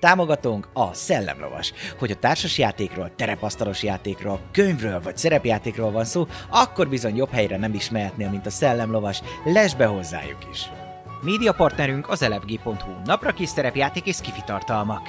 Támogatónk a Szellemlovas. Hogy a társas játékról, terepasztalos játékról, könyvről vagy szerepjátékról van szó, akkor bizony jobb helyre nem is mehetnél, mint a Szellemlovas. Lesz be hozzájuk is! Média partnerünk az elefg.hu, napra kis szerepjáték és kifitartalmak.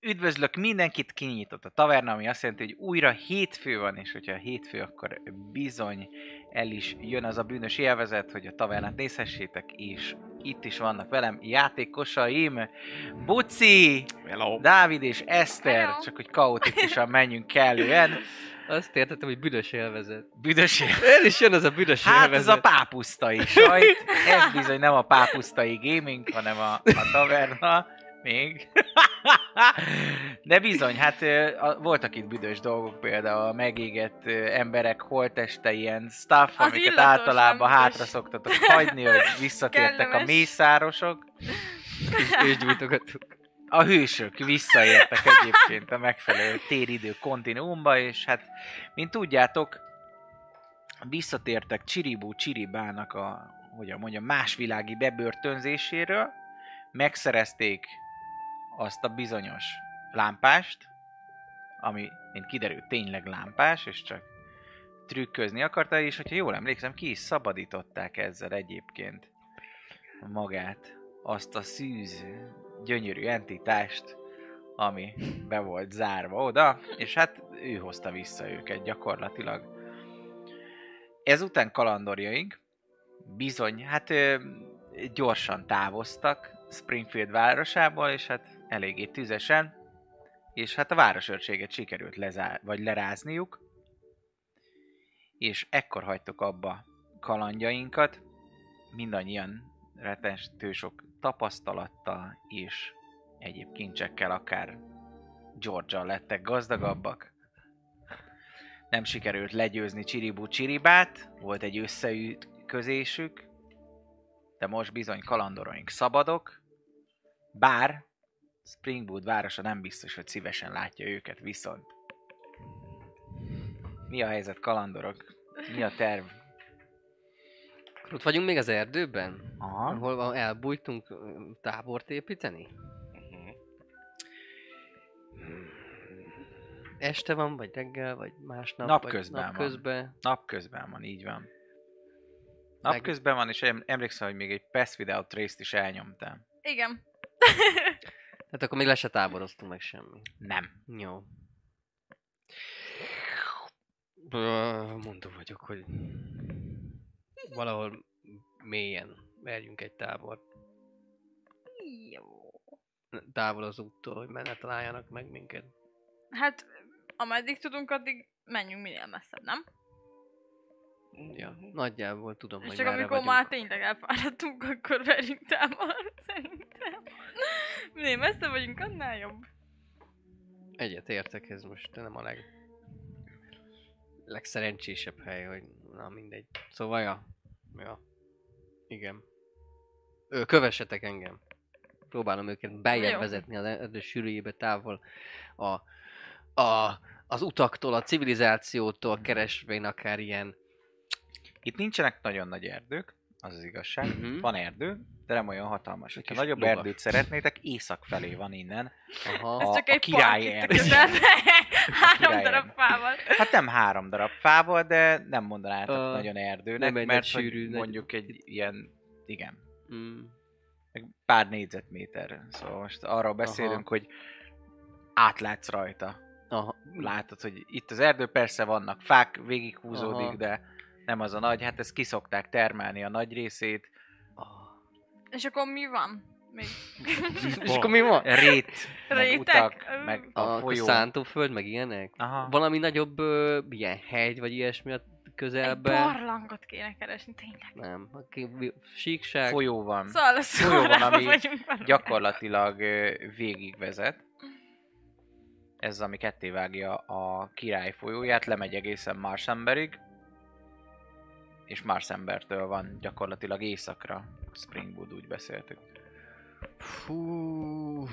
Üdvözlök mindenkit, kinyitott a taverna, ami azt jelenti, hogy újra hétfő van, és hogyha hétfő, akkor bizony el is jön az a bűnös élvezet, hogy a tavernát nézhessétek, és itt is vannak velem játékosaim, Buci, Hello. Dávid és Eszter, Hello. csak hogy kaotikusan menjünk kellően. Azt értettem, hogy büdös élvezet. Büdös élet. El is jön az a büdös Hát ez élvezet. a pápusztai sajt. Ez bizony nem a pápusztai gaming, hanem a, a taverna. Még. De bizony, hát ö, a- voltak itt büdös dolgok, például a megégett ö, emberek holteste ilyen stuff, Az amiket illatos, általában nem is. hátra szoktatok hagyni, hogy visszatértek a Kellemes. mészárosok. És gyújtogatunk. A hősök visszaértek egyébként a megfelelő téridő kontinuumba, és hát, mint tudjátok, visszatértek Csiribú Csiribának a, hogyan mondjam, másvilági bebörtönzéséről, megszerezték azt a bizonyos lámpást, ami, mint kiderült, tényleg lámpás, és csak trükközni akarta, és hogyha jól emlékszem, ki is szabadították ezzel egyébként magát, azt a szűz, gyönyörű entitást, ami be volt zárva oda, és hát ő hozta vissza őket gyakorlatilag. Ezután kalandorjaink bizony, hát ö, gyorsan távoztak Springfield városából, és hát eléggé tüzesen, és hát a városőrséget sikerült lezár, vagy lerázniuk, és ekkor hagytuk abba kalandjainkat, mindannyian rettentő sok tapasztalattal és egyéb kincsekkel akár Georgia lettek gazdagabbak. Nem sikerült legyőzni Csiribú Csiribát, volt egy összeütközésük, de most bizony kalandoraink szabadok, bár Springwood városa nem biztos, hogy szívesen látja őket viszont. Mi a helyzet, kalandorok? Mi a terv? Ott vagyunk még az erdőben? Aha. Ahol van- elbújtunk ö, tábort építeni? Mhm. Este van, vagy reggel, vagy másnap, Napközben van. vagy napközben. Napközben van, így van. Meg- Napközben van, és em- emlékszem, hogy még egy Pass Without Trace-t is elnyomtam. Igen. Tehát Hát akkor még le se táboroztunk meg semmi. Nem. Jó. Ö, Mondó vagyok, hogy valahol mélyen verjünk egy tábort. Jó. Távol az úttól, hogy ne találjanak meg minket. Hát, ameddig tudunk, addig menjünk minél messzebb, nem? Ja, nagyjából tudom, Mhm. És hogy csak merre amikor vagyunk. már tényleg elfáradtunk, akkor verjünk támar, szerintem. Minél messze vagyunk, annál jobb. Egyet értek, ez most nem a leg... legszerencsésebb hely, hogy na mindegy. Szóval ja. Ja. Igen. Ő, kövessetek engem. Próbálom őket beljebb Jó. vezetni az erdő sűrűjébe távol a, a, az utaktól, a civilizációtól keresvén akár ilyen Itt nincsenek nagyon nagy erdők, az az igazság. Mhm. Van erdő, de nem olyan hatalmas. Egy Ha kis nagyobb lovas. erdőt szeretnétek, észak felé van innen. aha, Ez A- csak a egy király park itt a erdő. közelben. Három király darab erdő. fával. Hát nem három darab fával, de nem mondanátok Ö, nagyon erdőnek, nem egy mert nagy sűrű, hogy nagy- mondjuk egy ilyen... Igen. mm, meg pár négyzetméter. Szóval most arról beszélünk, Aha. hogy átlátsz rajta. Aha. Látod, hogy itt az erdő, persze vannak fák, végighúzódik, Aha. Aha. de nem az a nagy. Hát ezt kiszokták termelni a nagy részét. És akkor mi van? Még És akkor mi van? Rét, meg Rétek? utak, meg A, a a folyó. szántóföld, meg ilyenek? Aha. Valami nagyobb ö, ilyen hegy, vagy ilyesmi a egy közelben? barlangot kéne keresni, tényleg. Nem. A ki- vi- Síkság. Folyó van. Szóval a Folyó Hm. van, szórában ami vagyunk valami. gyakorlatilag ö, végigvezet. Ez az, ami ketté vágja a király folyóját, lemegy egészen Marsemberig, és Marsembertől van gyakorlatilag északra. Springwood úgy beszéltük. Fú.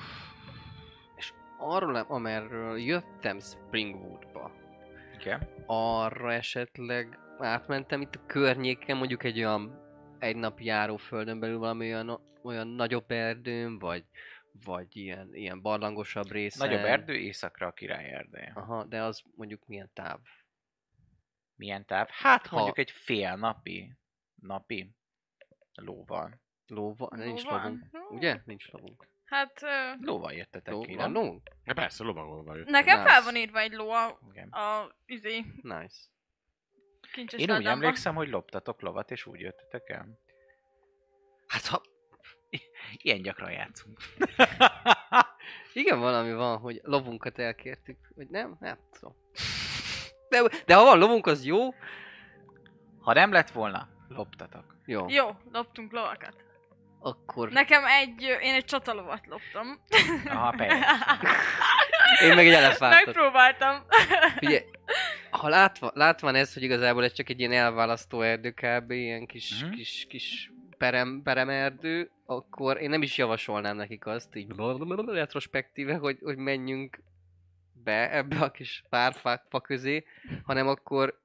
És arról, nem- amerről jöttem Springwoodba, Igen. arra esetleg átmentem itt a környéken, mondjuk egy olyan egy nap járó földön belül valami olyan, olyan nagyobb erdőn, vagy, vagy ilyen, ilyen barlangosabb részen. Nagyobb erdő, északra a király erdeje. Aha, de az mondjuk milyen táv. Milyen táv? Hát Ha- mondjuk egy fél napi, napi lóval. Lóva? Nincs Ló van? lovunk. Ló? Ugye? Nincs lovunk. Hát ö, Lóval jöttetek Ló, ki, van nem? lovunk? Ja, persze, lovagolva jött. nekem Nice. fel van írva egy ló a, Igen. a izé, Nice. kincses Én úgy ladamba. emlékszem, hogy loptatok lovat, és úgy jöttetek el. Hát ha... Ilyen gyakran játszunk. Igen, valami van, hogy lovunkat elkértük, vagy nem? Nem tudom. De, de ha van lovunk, az jó. Ha nem lett volna, loptatok. Jó. Jó, loptunk lovakat. Akkor Nekem egy, ö, én egy csatalovat loptam. Aha, persze. én meg egy elefántot. Megpróbáltam. Ugye, ha látva, látván ez, hogy igazából ez csak egy ilyen elválasztó erdő kb, ilyen kis, Mhm. mm-hmm. kis, kis perem, peremerdő, akkor én nem is javasolnám nekik azt, így blablabla retrospektíve, hogy, hogy menjünk be ebbe a kis párfa közé, hanem akkor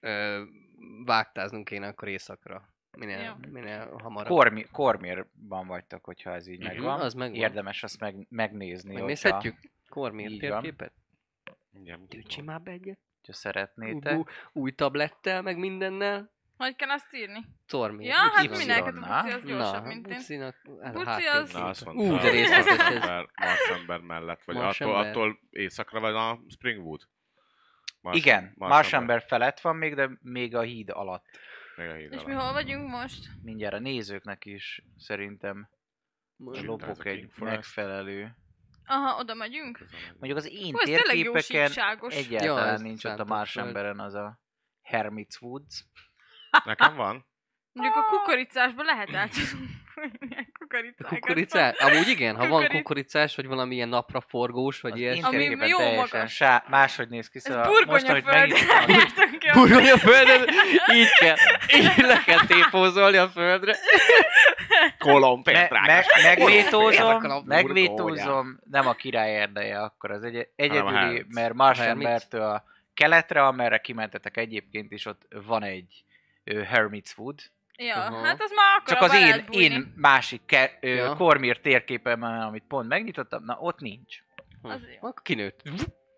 ö, vágtáznunk kéne akkor éjszakra. Minél, Jó. minél hamarabb. Kormi, kormérban vagytok, hogyha ez így Mhm, megvan. az megvan. Érdemes azt meg, megnézni, Megnézhetjük? Így Kormír van. térképet? Igen, Tűcsi már be egyet. Hogyha, hogyha szeretnétek. Ú- Új tablettel, meg mindennel. Hogy kell azt írni? Tormi. Ja, hát Buci mindenket a van, na. buci az gyorsabb, mint én. Bucinak, hát Buci háttér. az- Na, azt mondta, Ú, de részletes ez. Marsember, Marsember mellett, vagy attól, Marsember. attól északra van a Springwood? Mars, Igen, Marsember felett van még, de még a híd alatt. Még a híd És alatt. mi hol vagyunk most? Mindjárt a nézőknek is szerintem a Zsittáz lopok a egy King Forest. megfelelő. Aha, oda megyünk. Mondjuk az én Hú, ez tényleg jó térképeken síkságos. egyáltalán Ja, ja, ez nincs ott a szántóföld. Marsemberen az a Hermit's Woods. Nekem van? Mondjuk a kukoricásban lehet átadunk. A Kukoricákat. kukoricás? Amúgy igen, ha van Kukoric- kukoricás, vagy valami ilyen napra forgós, vagy Az ilyesmi. én Ami térképen jó teljesen magas. sá- máshogy néz ki, Ez szóval most, burgonya ahogy föld. megnyitottam a Jártunk el. Burgolj a földön, így kell, így le kell tépózolni a földre. Kolompért Me- me- Ezek megvétózom, a megvétózom, nem a király erdeje akkor az egy- egyedüli, Hermit. mert Hermit. Marsembertől a keletre, amerre kimentetek egyébként is, ott van egy ö, Hermit's Wood. Ja, Aha. hát az már akkor Csak az abba én, lehet bújni. én másik ke- ö, Ja. Kormir térképemen, amit pont megnyitottam, na ott nincs. Az jó. Hm, Akkor kinőtt.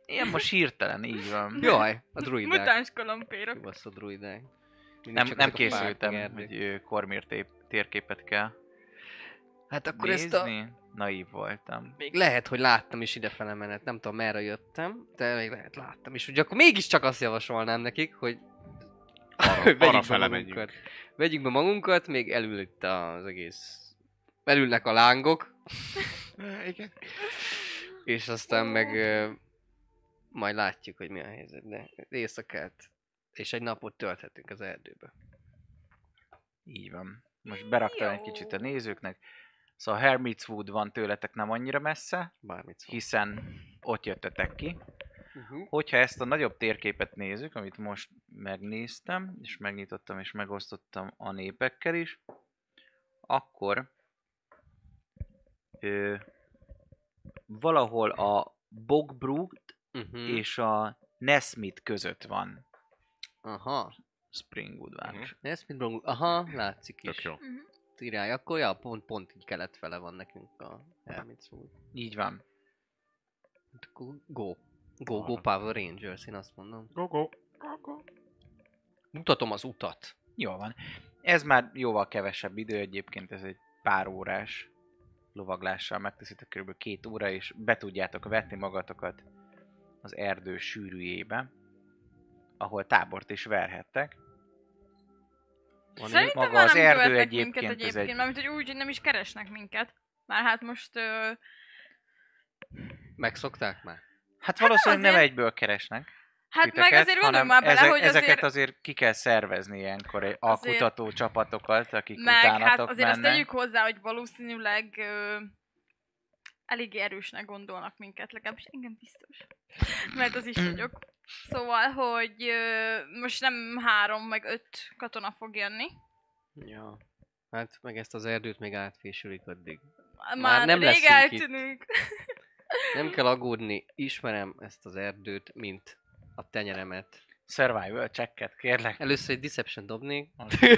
Én most hirtelen, így van. Jaj, a druidák. Mutáns kolompérok. Kibasz a druidák. Mindig Nem, csak nem ezek a fák, készültem, erdők. hogy ö, Kormir tép- térképet kell Hát akkor ezt a... nézni. Naív voltam. Még lehet, hogy láttam is idefele menet, nem tudom merre jöttem, de még lehet láttam is. Ugye akkor mégiscsak azt javasolnám nekik, hogy Arra- vegyük be arrafele magunkat. menjünk. Vegyük be magunkat, még elül itt az egész... Elülnek a lángok, Eh, Igen. és aztán meg ö, majd látjuk, hogy mi a helyzet, de éjszakát és egy napot tölthetünk az erdőbe. Így van. Most beraktam egy Jó. kicsit a nézőknek. Szóval Hermit's Wood van tőletek nem annyira messze, Bármit szó. hiszen ott jöttetek ki. Uh-huh. Hogyha ezt a nagyobb térképet nézzük, amit most megnéztem, és megnyitottam és megosztottam a népekkel is, akkor ö, valahol a Bogbrook Uh-huh. hmm. és a Nesmith között van Aha, Springwood város. Mhm. ez mit blogul? Aha, látszik Tök is. jó. Mhm. Király, akkor ja, pont, pont így kelet fele van nekünk a Hermit Wood. Így van. Hát akkor Go. Go, go Arra. Power Rangers, én azt mondom. Go, go. Go, go. Mutatom az utat. Jó van. Ez már jóval kevesebb idő egyébként, ez egy pár órás lovaglással megteszitek kb. két óra, és be tudjátok vetni magatokat az erdő sűrűjébe, ahol tábort is verhettek. Van itt Szerintem már nem követnek minket egyébként, egyébként mármint hogy úgy, hogy nem is keresnek minket. Már hát most ö, Megszokták már? Hát valószínűleg nem azért- egyből keresnek. Hát titeket, meg azért hanem gondoljunk már bele, ezek, hogy ezeket azért, azért ki kell szervezni ilyenkor egy a Azért- kutató csapatokat, akik meg hát utánatok azért azt mennek. tegyük hozzá, hogy valószínűleg ö, elég erősnek gondolnak minket, legalábbis engem biztos, mert az is vagyok. Szóval, hogy ö, most nem három, meg öt katona fog jönni. Ja. Hát meg ezt az erdőt még átfésülik addig. Már, nem rég leszünk itt. eltűnünk. Nem kell aggódni, ismerem ezt az erdőt, mint a tenyeremet. Survival checket, kérlek. Először egy deception dobnék. Oké.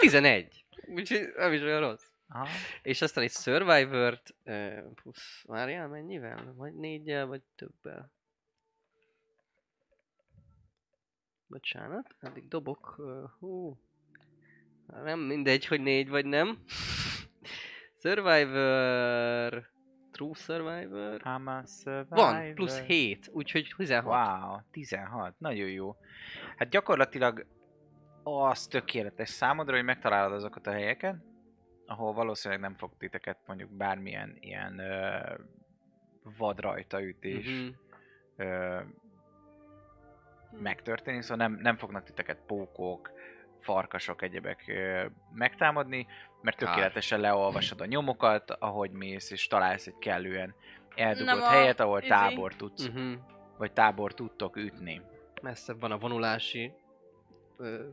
11. Úgyhogy nem is olyan rossz. Aha. És aztán egy Survivor-t, ö, plusz, várjál, mennyivel? Vagy négyel, vagy többel. Bocsánat, addig dobok, ö, hú. Hát Nem mindegy, hogy négy vagy nem. Survivor, True Survivor. I'm a survivor. Van, plusz 7, úgyhogy 16. Wow, 16, nagyon jó. Hát gyakorlatilag az tökéletes számodra, hogy megtalálod azokat a helyeket, ahol valószínűleg nem fog titeket mondjuk bármilyen ilyen ö, vadrajtaütés Mhm. ö, megtörténni, szóval nem, nem fognak titeket pókok, farkasok, egyebek ö, megtámadni, mert Kár. tökéletesen leolvasod a nyomokat, ahogy mész, és találsz egy kellően eldugott Nem a helyet, ahol izé. tábor tudsz, Mhm. vagy tábor tudtok ütni. messzebb van a vonulási ö, az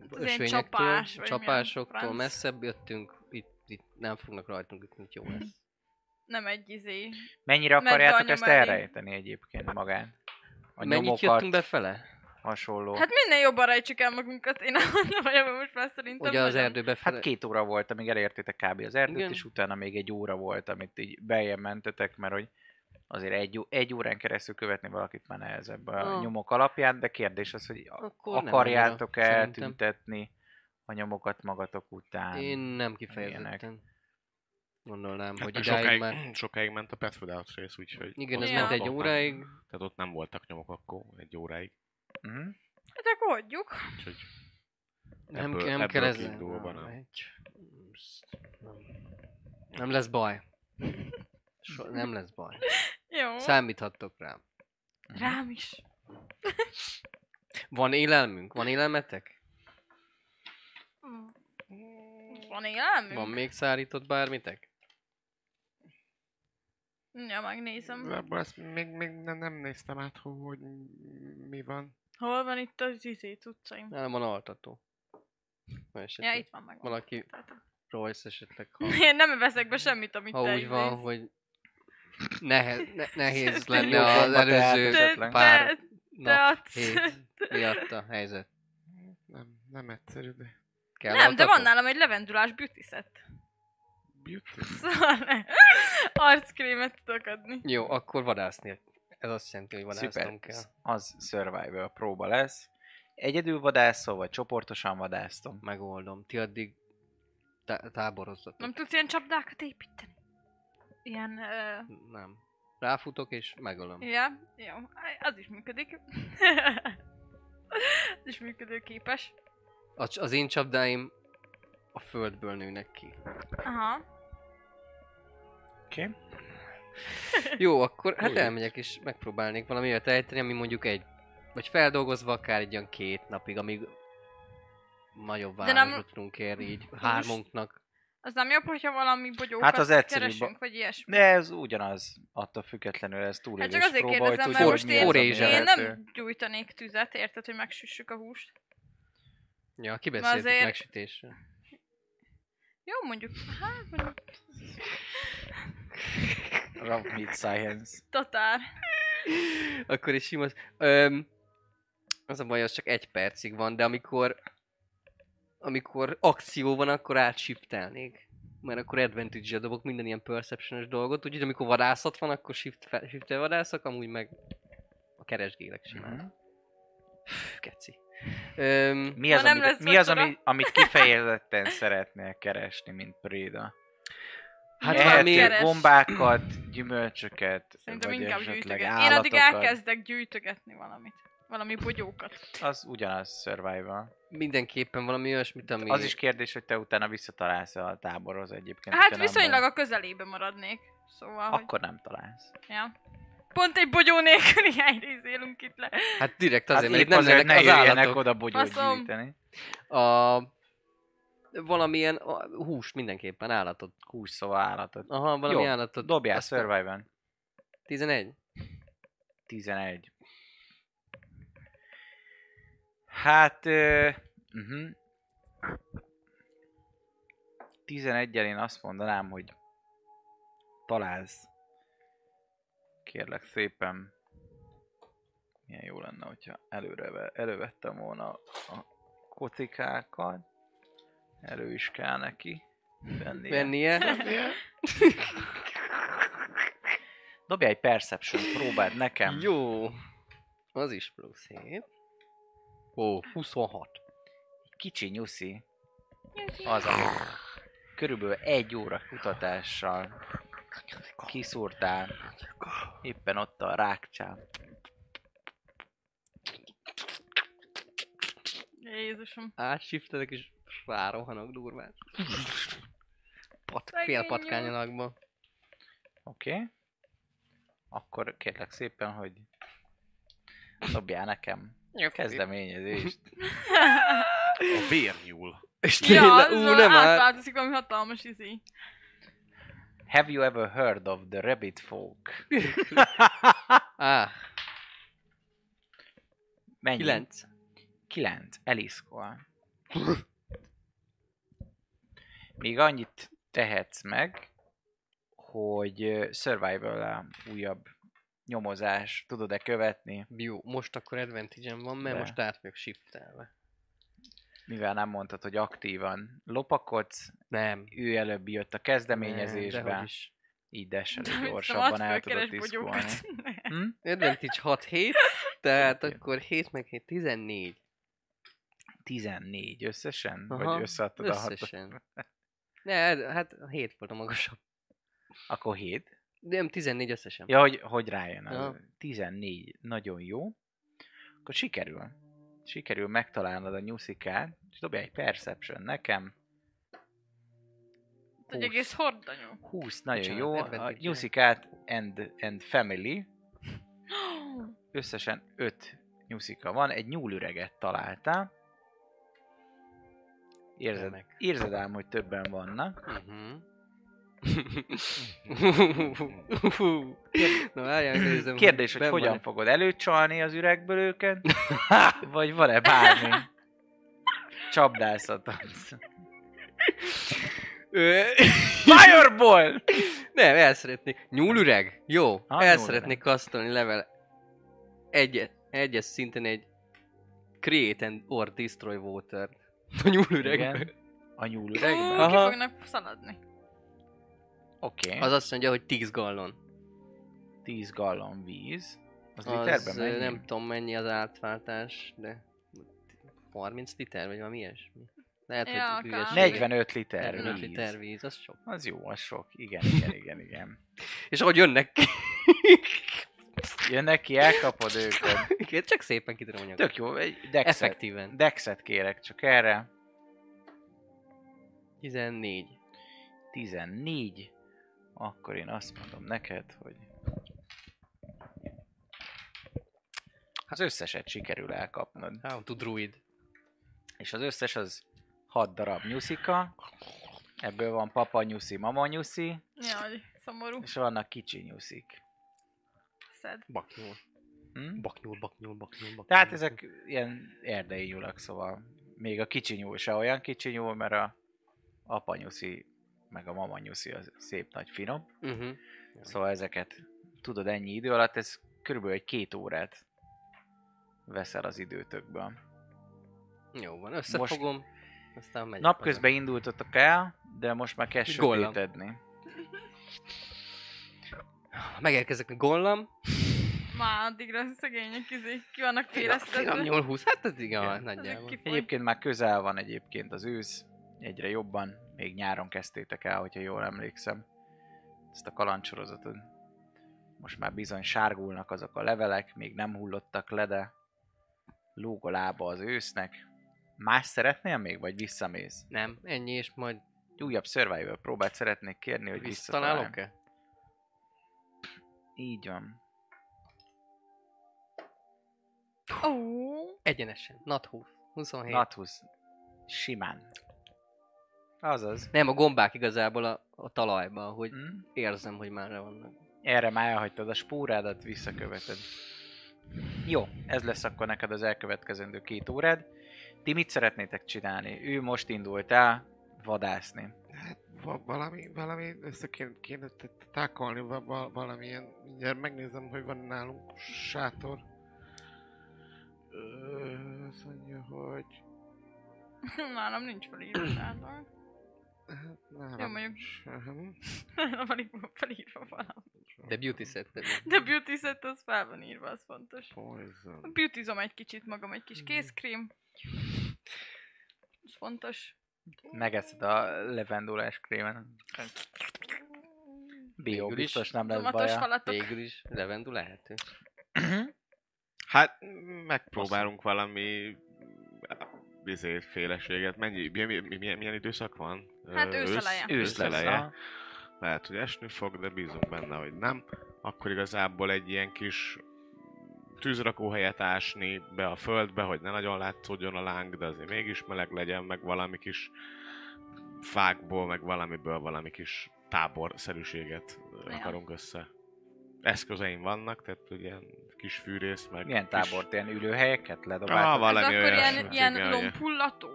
Hát ilyen ösvényektől, csapás, vagy milyen csapásoktól franc. messzebb jöttünk, itt, itt nem fognak rajtunk ütni, itt jó Hmm. lesz. Nem egy izé. Mennyire Medve akarjátok anya ezt mellé. elrejteni egyébként magán? A Mennyit nyomokat, jöttünk befele? hasonló. Hát Hát, minden jobban rejtsük el magunkat, én nem vagyok most már szerintem. Ugye az nagyon. erdőbe fele? Hát két óra volt, amíg elértétek kb. az erdőt, Igen. és utána még egy óra volt, amit így beljebb mentetek, mert hogy azért egy, ó- egy órán keresztül követni valakit már nehezebb a Ah. nyomok alapján, de kérdés az, hogy a- Akkor nem akarjátok-e annyira, szerintem. eltüntetni a nyomokat magatok után. Én nem Ilyenek. kifejezetten. Gondolnám, Hát hogy meg idáig sokáig, már... sokáig ment a Path Without rész, úgyhogy... Igen, ott ez Ja. ment egy voltak. óráig. Tehát ott nem voltak nyomok akkor, egy óráig. Mhm. Hát akkor hagyjuk. Úgyhogy Nem, Ebből- kell- nem ebből kell ez... kiindulva nem. Egy- nem. Nem lesz baj. So, nem lesz baj. Jó. Számíthattok rám. Rám is. Van élelmünk? Van élelmetek? Van élelmünk? Van még szárított bármitek? Ja, megnézem. Ebből ezt még, még nem, nem néztem át, hogy mi van. Hol van itt az izé cuccaim? Nálam van altató. Ha Ja, esetleg itt van meg. Valaki Royce esetleg, ha, Én nem veszek be semmit, amit te ha úgy van, izész. hogy nehe, ne, nehéz Jó, lenne az jobban előző betehetett. te, esetleg. pár te, te nap, adsz. hét miatt a helyzet. Nem, nem egyszerű, de... Kell Nem, de altató? van nálam egy levendulás beauty set. Beauty. Szóval ne. Arckrémet tudok adni. Jó, akkor vadászni. Ez azt jelenti, hogy vadásznom kell. Az survival próba lesz. Egyedül vadászol, vagy csoportosan vadásztok? Megoldom. Ti addig tá- táborozzatok. Nem tudsz ilyen csapdákat építeni? Ilyen... Uh, Nem. Ráfutok és megölöm. ja, jó. Az is működik. az is működőképes. A, cs- az én csapdáim a földből nőnek ki. Aha. Oké. Okay. Jó, akkor hát Úgy. elmegyek és megpróbálnék valami olyat ejteni, ami mondjuk egy, vagy feldolgozva akár egy olyan két napig, amíg nagyobb De nem- városba tudunk érni, így hármunknak. Az nem jobb, hogyha valami bogyókat Hát az egyszerűbb keresünk, a- vagy ilyesmi. De ez ugyanaz, attól függetlenül ez túlélés Hát csak azért próba, kérdezem, hogy mert for- tudod, most mi az, ami én, forrézsa én elérhető. nem gyújtanék tüzet, érted, hogy megsüssük a húst. Ja, kibeszéltük azért- megsütésre. Jó, mondjuk, hát mondjuk, Rough meat science. tatár. Akkor is sima. Öm, az a baj, az csak egy percig van, de amikor amikor akció van, akkor átsiftelnék. Mert akkor advantage dobok minden ilyen perception dolgot, úgyhogy amikor vadászat van, akkor shift, fel- shift vadászok, amúgy meg a keresgélek simán. Mhm. Pff, Keci. Öm, Mi az, Ha nem amit, lesz mi az vacsora. ami, amit kifejezetten szeretnél keresni, mint préda? hát Lehet, valami, keres. Ehetnél gombákat, gyümölcsöket, Szerintem vagy inkább esetleg gyűjtögetni. állatokat. Én addig elkezdek gyűjtögetni valamit. Valami bogyókat. Az ugyanaz survival. mindenképpen valami olyasmit, ami... Az is kérdés, hogy te utána visszatalálsz a táborhoz egyébként. Hát hogyha nem viszonylag vagy. a közelébe maradnék. Szóval, hogy... Akkor nem találsz. Hát Ja. Pont egy bogyó nélküli helyrész élünk itt le. Hát direkt azért, hát mert épp itt nem azért lennek ne az jöjjenek állatok. oda bogyót Faszom. gyűjteni. A... Valamilyen a, hús mindenképpen, állatot. Húsz szóval állatot. Aha, valami Jó, állatot. Dobjál Azt- survival 11. 11. Hát, ö, uh-huh. 11-el én azt mondanám, hogy találsz. Kérlek szépen. Milyen jó lenne, hogyha előre, ve- elővettem volna a kocikákat. Elő is kell neki. Vennie. Mennie. Dobj egy perception, próbáld nekem. Jó. Az is plusz 7. Ó, 26. kicsi nyuszi az, ami körülbelül egy óra kutatással kiszúrtál éppen ott a rákcsán. Jézusom. Átsiftelek és rárohanok durván. Pat, fél Szegény patkányalakba. Oké. Okay. Akkor kérlek szépen, hogy dobjál nekem kezdeményezést. A vérnyúl. És Ja, tényleg, az ú, nem áll. átváltozik valami hatalmas izé. Have you ever heard of the rabbit folk? Á, Mennyi? 9. Kilenc. Eliszkol. Még annyit tehetsz meg, hogy ö, survival-el újabb nyomozás tudod-e követni, Jó, most akkor advantage van, mert De. most át vagyok shiftelve. mivel nem mondtad, hogy aktívan lopakodsz, Nem. ő előbb jött a kezdeményezésbe, így De deselő szóval gyorsabban el tudod fölkeres iszkolni. bogyókat. Hm? Advantage 6-7, tehát Igen. akkor 7 meg 7, 14. 14 összesen? Aha, Vagy összeadtad a hatot? Összesen. Ne, hát 7 volt a magasabb. Akkor 7. Nem, 14 összesen. Ja, hogy, hogy rájön. Az. Ja. 14 nagyon jó. Akkor sikerül. Sikerül megtalálnod a nyuszikát, és dobjál egy perception nekem. Egy 20, egész hordanyú. 20 nagyon Bocsánat, jó. A advantage-e. nyuszikát and, and family. Összesen 5 nyuszika van. Egy nyúlüreget találtál. Érzed, Remek. érzed ám, hogy többen vannak. Uh-huh. Na várjál, nézem. Kérdés, hogy benn hogyan van-e. fogod előcsalni az üregből őket? Vagy van-e bármi? Csapdászatod. Ö, Fireball! Nem, el szeretnék. Nyúlüreg? Jó. Ah, el nyúlüreg. szeretnék kasztolni level egyet, egyes szinten egy Create and or Destroy water a nyúlüregben. Igen. A Ú, nyúlüregben? Ki Aha. fognak szaladni. Oké. Az Okay. azt mondja, hogy 10 gallon. 10 gallon víz. Az, Az, literben ö, mennyi? nem tudom mennyi az átváltás, de 30 liter, vagy valami ilyesmi. Lehet, Ja, hogy akár. hülyeség. 45 liter 45 víz. liter víz, az sok. Az jó, az sok. Igen, igen, igen, igen. És ahogy jönnek ki, Jönnek ki, elkapod őket. Igen, csak szépen ki tudom nyomni. Tök jó, egy dexet. Effektíven. Dexet kérek csak erre. 14. 14. Akkor én azt mondom neked, hogy... Az összeset sikerül elkapnod. How to druid. és az összes az 6 darab nyuszika, ebből van papa nyuszi, mama nyuszi, Jaj, szomorú. és vannak kicsi nyuszik. Szed. Baknyúl. Hm? Baknyúl, baknyúl, baknyúl, baknyúl. Tehát ezek ilyen erdei nyulak, szóval még a kicsi nyúl se olyan kicsi nyúl, mert a apa nyuszi, meg a mama nyuszi az szép nagy finom, Uh-huh. szóval ezeket tudod ennyi idő alatt, ez körülbelül egy két órát veszel az időtökből. Jó van, összefogom. Aztán megyek. Napközben indultatok el, de most már kezd Gollam. sötétedni. haza. Megérkezek a gollam. Már addigra szegények izé, ki vannak Finom- Finom félesztetve. nyúl húsz, hát ez igen, Igen. nagyjából. Kifoly. Egyébként már közel van egyébként az ősz, egyre jobban, még nyáron kezdtétek el, hogyha jól emlékszem, ezt a kalandsorozatot. Most már bizony sárgulnak azok a levelek, még nem hullottak le, de lóg a lába az ősznek. Más szeretnél még, vagy visszamész? Nem, ennyi, és majd Egy újabb survival próbát szeretnék kérni, hogy visszatalálok. visszatalálok-e? Így van. Ó, Egyenesen, nat 20, 27. Natus. Simán. Azaz. Nem, a gombák igazából a, a talajban, hogy Hm? érzem, hogy már vannak. Erre már elhagytad a spórádat, visszaköveted. Jó, ez lesz akkor neked az elkövetkezendő két órád. Ti mit szeretnétek csinálni? Ő most indult el vadászni. Va- valami, valami össze kéne, kéne t- t- tákolni, va- va- valamilyen. Mindjárt megnézem, hogy van nálunk sátor. Ö, azt mondja, hogy... nálam nincs felírva sátor. Hát, nálam Jó, mondjuk. sem. Nálam van itt felírva valami. De beauty set De beauty set az fel van írva, az fontos. Poison. Beautyzom egy kicsit magam, egy Hmm. kis kézkrém. Ez fontos. Megeszed a levendulás krémen. Bio, Végül is. biztos nem lesz Tomatos baja. falatok. Végül is levendulálható. Hát, megpróbálunk valami... Vizé, féleséget. Mennyi, milyen, milyen, milyen, milyen időszak van? Hát Ö, ősz eleje. Ősz lesz, Őszeleje. aha. Lehet, hogy esni fog, de bízunk benne, hogy nem. Akkor igazából egy ilyen kis tűzrakóhelyet ásni be a földbe, hogy ne nagyon látszódjon a láng, de azért mégis meleg legyen, meg valami kis fákból, meg valamiből valami kis táborszerűséget Ja. ja. akarunk össze. Eszközeim vannak, tehát hogy ilyen kis fűrész, meg Milyen kis... tábort, ilyen ülőhelyeket Ah, ledobáltak? Ez valami akkor ilyen, olyasmit, ilyen igen, igen. lompullató.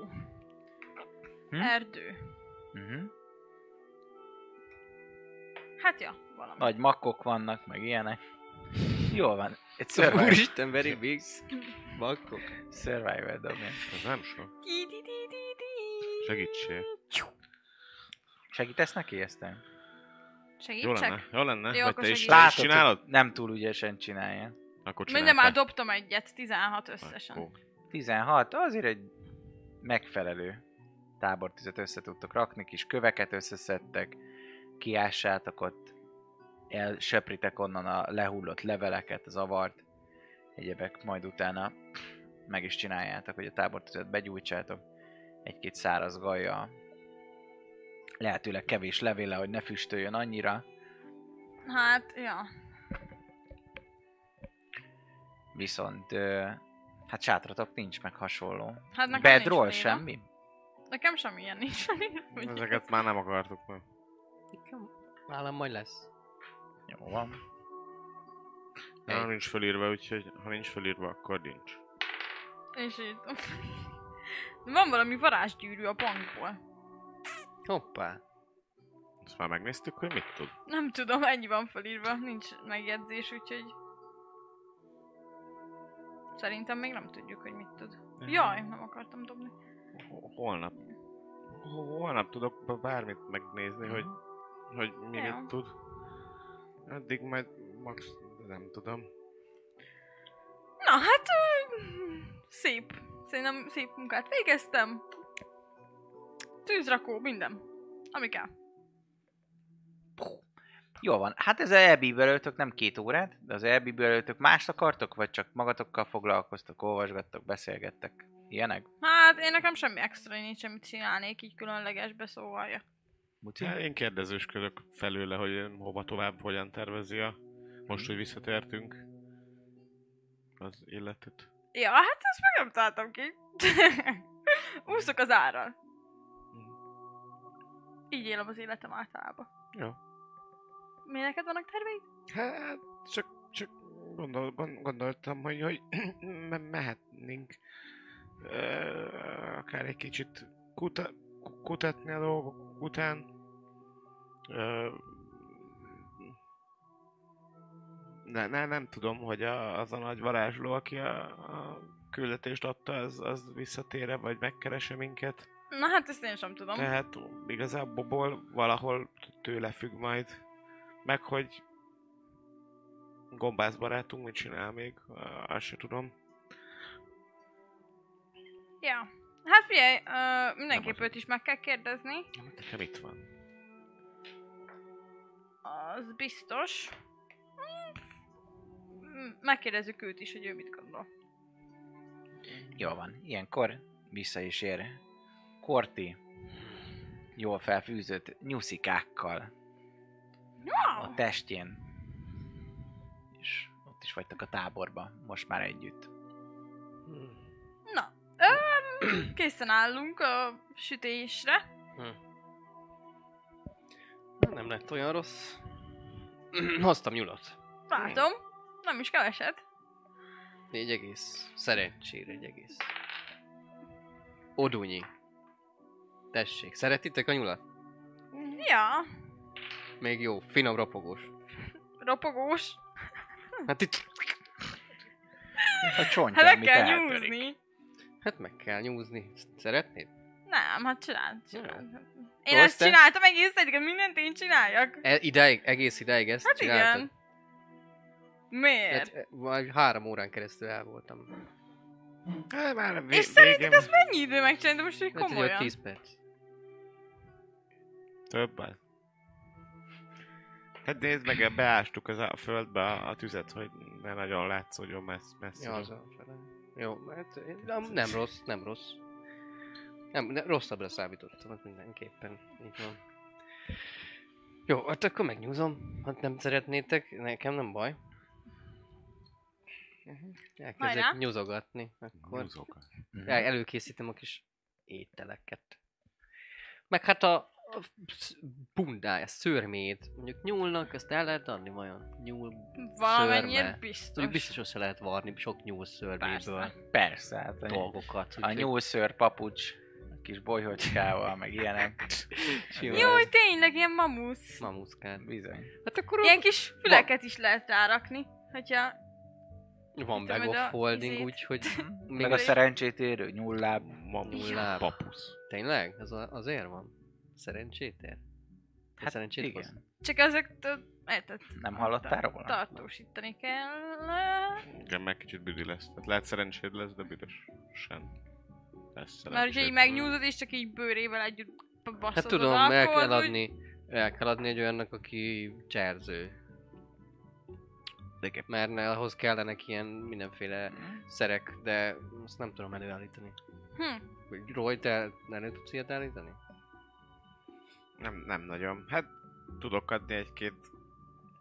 Hm? Erdő. Mhm. Hát ja, valami. Nagy makkok vannak, meg ilyenek. Jól van. Egy survival, Úristen, very big. Bakkok. survival dobja. Ez Hát nem sok. Ti-ti-ti-ti-ti. Segítsél. Segítesz neki ezt? Jó lenne, Segítsek? jó lenne, Jó, vagy akkor te is segítek. Látod, Látod, csinálod? hogy nem túl ügyesen csinálja. Akkor Mindjárt már csináltál. dobtam egyet, 16 összesen. Ó, 16, azért egy megfelelő tábortüzet össze tudtok rakni, kis köveket összeszedtek, kiássátok ott, elsöpritek onnan a lehullott leveleket, az avart, egyebek, majd utána meg is csináljátok, hogy a tábortüzet begyújtsátok, egy-két száraz gajjal, lehetőleg kevés levéle, hogy ne füstöljön annyira, Hát, ja. viszont ö, hát sátratok nincs meg hasonló. Hát nekem Bedroll nincs néha. semmi? Nekem semmilyen nincs. Ezeket már nem akartuk meg. Nálam majd lesz. Jó van. Nem, nincs felírva, úgyhogy ha nincs felírva, akkor nincs. És így... De Van valami varázsgyűrű a bankból. Hoppá. Ezt már megnéztük, hogy mit tud. Nem tudom, ennyi van felírva, nincs megjegyzés, úgyhogy... Szerintem még nem tudjuk, hogy mit tud. Jaj, nem akartam dobni. Ho- Holnap. Ho- Holnap tudok b- bármit megnézni, hogy, hogy mi Mhm. Jó. mit tud. Addig majd max nem tudom. Na hát... Ö, szép. Szerintem szép munkát végeztem. Tűzrakó, minden. Ami kell. Jó van, hát ez elbíbelőtök nem két órát, de az elbíbelőtök mást akartok, vagy csak magatokkal foglalkoztok, olvasgattok, beszélgettek, ilyenek? Hát én nekem semmi extra nincs, amit csinálnék így különlegesbe, szóval ja. Muci? Hát én kérdezősködök felőle, hogy hova tovább, hogyan tervezi a... Most, hogy visszatértünk az életet. Ja, hát ezt meg nem találtam ki. Úszok az árral. Így élem az életem általában. Jó. Mi neked vannak terveid? Hát, csak, csak gondol, gond- gondoltam, hogy, hogy me- mehetnénk ö, akár egy kicsit kuta, ku- kutatni a dolgok után. Ö, ne, ne, nem tudom, hogy a, az a nagy varázsló, aki a, a küldetést adta, az, az visszatére, vagy megkeresi minket. Na hát ezt én sem tudom. Tehát igazából valahol tőle függ majd. Meg hogy gombász barátunk mit csinál még, Á, azt se tudom. Ja. Hát figyelj, ö, mindenképp Nem az. őt is meg kell kérdezni. Nekem itt van. Az biztos. Mm. Megkérdezzük őt is, hogy ő mit gondol. Jó van, ilyenkor vissza is ér. Korti jól felfűzött nyuszikákkal Wow. a testjén. És ott is vagytok a táborba, most már együtt. Na, öm, készen állunk a sütésre. Nem lett olyan rossz. Hoztam nyulat. Látom, nem is keveset. Egy egész. Szerencsére egy egész. Odunyi. Tessék, szeretitek a nyulat? Ja, Még jó, finom ropogós. ropogós. Hm. Hát itt, A Hát csontja, meg amit kell eltörik. nyúzni. hát meg kell nyúzni. Szeretnéd? Nem, hát csináld, csináld. Én Jó, ezt te? csináltam egész egyik, mindent én csináljak. E, idáig, egész idáig ezt Hát csináltad? igen. Miért? Hát, e, vagy három órán keresztül el voltam. Hát már vé- És szerinted ezt mennyi idő megcsinálni, de most így Hát, egy komolyan? 10 perc. Többet. Hát nézd meg, e, beástuk az a földbe a, a tüzet, hogy ne nagyon látszódjon messz, messze. Ja, az a fele. Jó, hát én- nem, nem rossz, nem rossz. Nem, ne, rosszabbra számítottam, az mindenképpen. Így van. Jó, hát akkor megnyúzom. Hát nem szeretnétek, nekem nem baj. Mhm. Elkezdek Hajrá. nyúzogatni, akkor Nyúzok. Mhm. el, előkészítem a kis ételeket. Meg hát a, a sz- bundája, szörmét, mondjuk nyúlnak, ezt el lehet adni vajon? Nyúl, Valamennyire szörme. biztos. mondjuk biztos össze lehet varni sok nyúl szörméből Persze. Persze, hát a, dolgokat. a úgyhogy- nyúlszőr papucs, a kis bolyhocskával, meg ilyenek. Simán. Jó, hogy tényleg ilyen mamusz. Mamuszkát. Bizony. Hát akkor Ilyen kis füleket is lehet rárakni, hogyha... van Tudom, bag hogy a of holding, izét. úgyhogy még Meg a az... szerencsét érő nyulláb. Mamulá, Nyúlláb. papusz. Tényleg? Ez a, azért van? Szerencsétér? Hát szerencsét hoz? igen. Csak ezek... tudod, Érted? Nem hallottál róla? Tartósítani kell. Igen, meg kicsit büdi lesz. Tehát lehet szerencséd lesz, de büdös. Sem. Lesz Mert szerencséd. hogyha így megnyúzod, és csak így bőrével együtt basszod Hát oda, tudom, el akkor kell az úgy- adni, el kell adni egy olyannak, aki cserző. Igen. Mert ne- ahhoz kellenek ilyen mindenféle szerek, de azt nem tudom előállítani. Hm. Vagy Roy, te elő tudsz ilyet állítani? Nem, nem nagyon. Hát tudok adni egy-két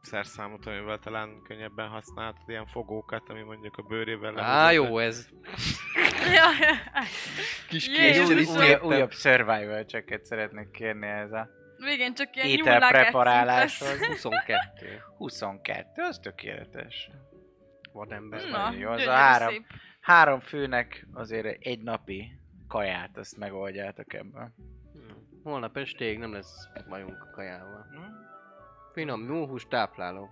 szerszámot, amivel talán könnyebben használhatod ilyen fogókat, ami mondjuk a bőrével Á, jó ez. Jaj, jaj. Kis És Jézusom! kés- új, újabb survival checket szeretnék kérni ez a Végén csak ilyen nyúlnák ételpreparáláshoz. 22. 22, az tökéletes. Vadember. Ez Na, nagyon jó, az a gyönyörű három. szép. Három főnek azért egy napi kaját, azt megoldjátok ebben. Mm. Holnap estéig nem lesz bajunk a kajával. Finom, múlhús tápláló.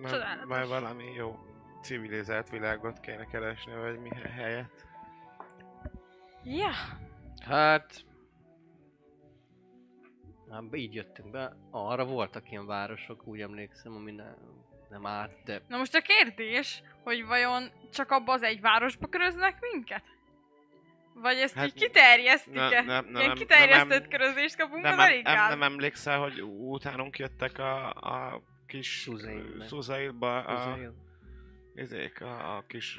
Már, Csodálatos. már valami jó civilizált világot kéne keresni, vagy mi helyet. Ja, Hát... Hát be- így jöttünk be. Arra voltak ilyen városok, úgy emlékszem, ami nem, nem árt, de... na most a kérdés, hogy vajon csak abba az egy városba köröznek minket? Vagy ezt Hát, így kiterjesztik-e? nem, nem, Ilyen nem, kiterjesztett nem, körözést kapunk, Nem, az nem, elég nem, gáz. nem emlékszel, hogy utánunk jöttek a, a kis Szuzailbe. Szuzailba, a, Azért- izék, a, a kis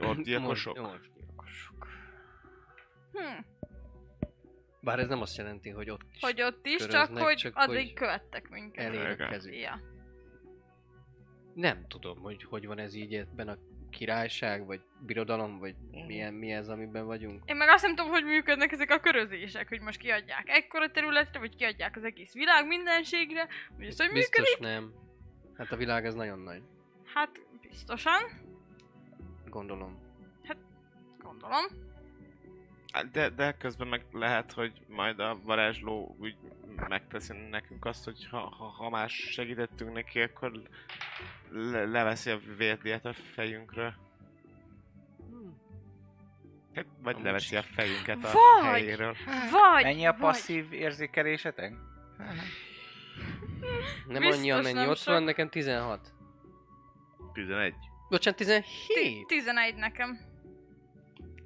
ö, orgyilkosok. Mond- orgyilkosok. Hm, Bár ez nem azt jelenti, hogy ott is Hogy ott is, köröznek, csak hogy csak addig hogy követtek minket. elér a Igen. kezük. Ja. Nem tudom, hogy hogy van ez így ebben a királyság, vagy birodalom, vagy milyen, mi ez, amiben vagyunk. Én meg azt nem tudom, hogy működnek ezek a körözések, hogy most kiadják ekkora területre, vagy kiadják az egész világ mindenségre, vagy ezt, hogy Biztos működik? nem. Hát a világ az nagyon nagy, Hát biztosan, gondolom. gondolom. Hát De, de közben meg lehet, hogy majd a varázsló úgy megteszi nekünk azt, hogy ha, ha, ha más segítettünk neki, akkor le, leveszi a vérdiát a fejünkről. Hm. Hát, vagy Amúgy leveszi a is. fejünket a Vagy! helyéről. Hát, Vagy, Mennyi a vagy. passzív érzékelésetek? Nem Biztos annyi, amennyi nem ott sok. van, nekem 16. 11. Bocsánat, 17? Ti- 11 nekem.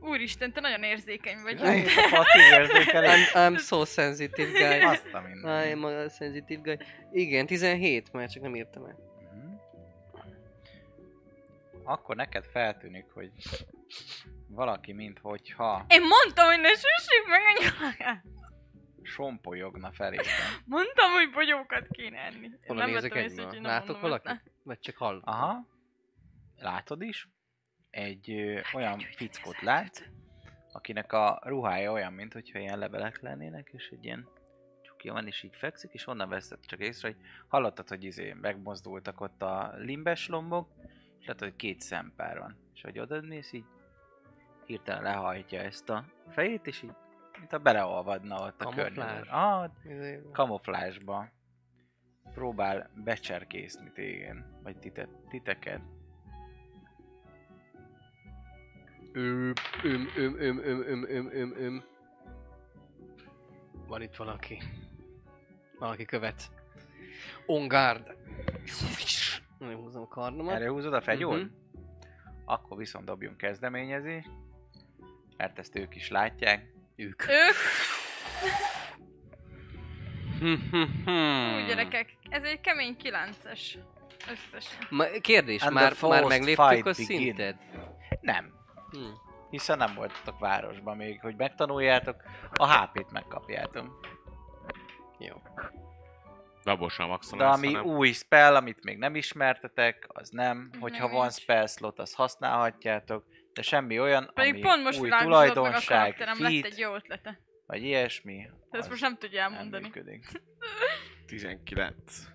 Úristen, te nagyon érzékeny vagy. Jaj. A fati érzékelés. I'm, I'm so sensitive guy. Azt a minden. I'm a sensitive guy. Igen, 17, már csak nem írtam el. Mhm. Akkor neked feltűnik, hogy valaki, minthogyha Én mondtam, hogy ne süssük meg a nyakát. sompolyogna felében. Mondtam, hogy bogyókat kéne enni. Én Honnan nem nézek vettem észre, egyből? úgyhogy nem Látok mondom ezt, valakit? Vagy csak hallom? Aha. Látod is? Egy ö, Hát olyan fickót lát, akinek a ruhája olyan, mint hogyha ilyen levelek lennének, és egy ilyen csukja van, és így fekszik, és onnan veszed csak észre, hogy hallottad, hogy izé megmozdultak ott a limbes lombok, és látod, hogy két szempár van. És hogy oda néz, így hirtelen lehajtja ezt a fejét, és így mint a beleolvadna ott a Kamuflázs. környezet. Ah, Izé, kamuflásba próbál becserkészni téged, vagy tite, titeket. Öm, öm, öm, öm, öm, öm, öm, öm, öm. Van itt valaki. Valaki követ. On guard. Nem húzom a kardomat. Előhúzod a fegyón? Mhm. Akkor viszont dobjunk kezdeményezést, mert ezt ők is látják. Ők. Ők, Ú, Hm, Hmm. úgy gyerekek, ez egy kemény kilences. Összesen. Ma, kérdés, And már, the már forced megléptük fight a begin. szinted? Nem, Hm. hiszen nem voltatok városban még, hogy megtanuljátok, a HP-t megkapjátok. Jó. Dabosan maximum. De ami új spell, amit még nem ismertetek, az nem. Hogyha Nem van is. spell slot, azt használhatjátok, de semmi olyan, Pedig ami pont most új világosodott meg a tulajdonság, karakterem, lett feat, egy jó ötlete. vagy ilyesmi. De az ezt most nem tudja elmondani. működik. 19.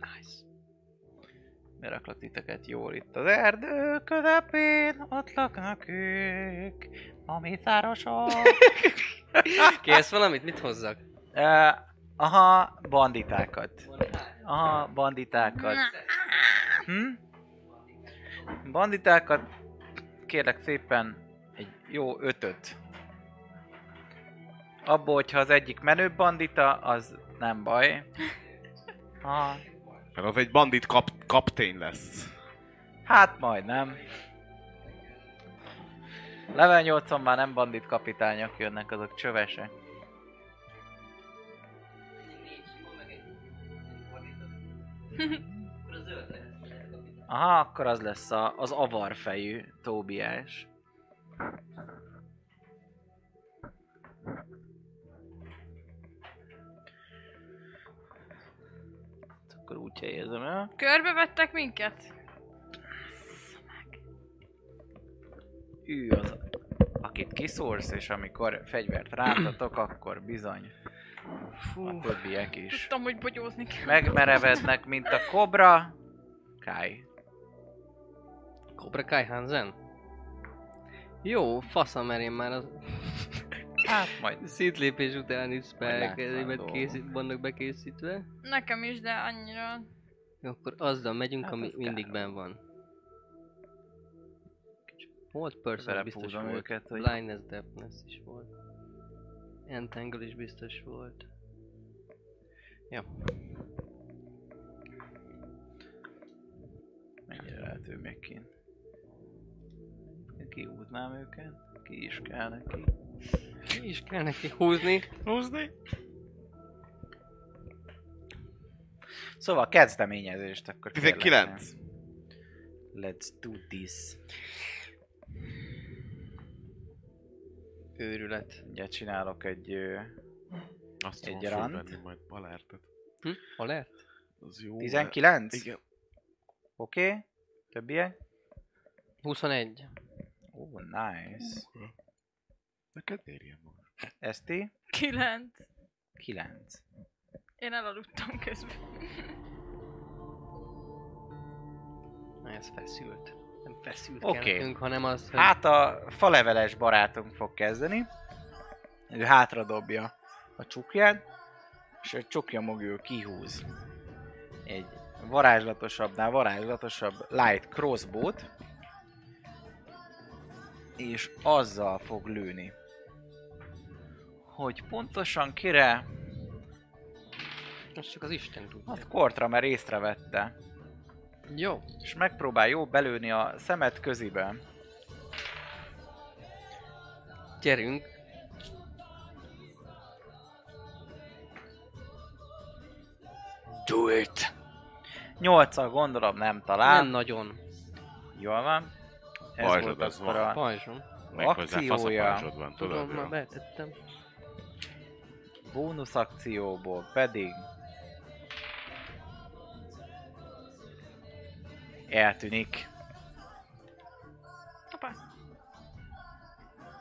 Nice. Beraklak titeket jól itt az erdő közepén, ott laknak ők, a mészárosok. Kérsz valamit? Mit hozzak? uh, aha, banditákat. Aha, banditákat. Hm? Banditákat kérlek szépen egy jó ötöt. Abból, hogyha az egyik menő bandita, az nem baj. Aha. Hát az egy bandit kap, kaptény lesz. Hát majdnem. Level 8 már nem bandit kapitányok jönnek, azok csövesek. Aha, akkor az lesz a, az avarfejű Tóbiás. Akkor úgy helyezem el. Körbevettek minket? ő az, akit kiszórsz, és amikor fegyvert rántatok, akkor bizony a Fú. többiek is Tudtam, hogy bogyózni kell. megmerevednek, mint a kobra. Kai. Cobra Kai Hansen? Jó, faszom, mert én már az Hát majd szétlépés utáni látnám spellkezemet dolgok. készít, vannak bekészítve. Nekem is, de annyira... Jó, Akkor azzal megyünk, Hát ami az mindig kár. benn van. Volt person biztos belepúzom volt. őket, hogy Blindness, Deafness is volt. Entangle is biztos volt. Ja. mennyire lehet ő még kint. Kiúznám őket, ki is kell neki. Ki is kell neki húzni. Húzni? Szóval kezdeményezést akkor kérlek, 19. nem? Let's do this. Őrület. Ugye csinálok egy... ö, Azt Egy egy tudom rand. fölvenni majd Palertet. Hm? Alert? Az jó. 19? Igen. Oké? Okay? Többiek? 21. Ó, oh, nice. Neked érjen maga. Eszti? Kilenc. 9. Én elaludtam közben. Na, ez feszült. Nem feszült Oké. okay. kell nekünk, hanem az, hogy... Hát a faleveles barátunk fog kezdeni. Ő hátradobja a csukját, és a csukja mögül kihúz egy varázslatosabbnál varázslatosabb light crossbow-t, és azzal fog lőni. Hogy pontosan kire Most csak az Isten tudja. Hát kortra, mert észrevette. Jó. És megpróbál jó belőni a szemet közibe. Gyerünk. Do it! Nyolccal gondolom nem talál. Nem Nem. nagyon. Jól van. Ez Pajzsod volt az akkor van. a... Pajzsom. Méghozzá fasz a akciója. pajzsod van, Tudom, tudod? már jó? betettem. bónusz akcióból pedig eltűnik. Hoppá.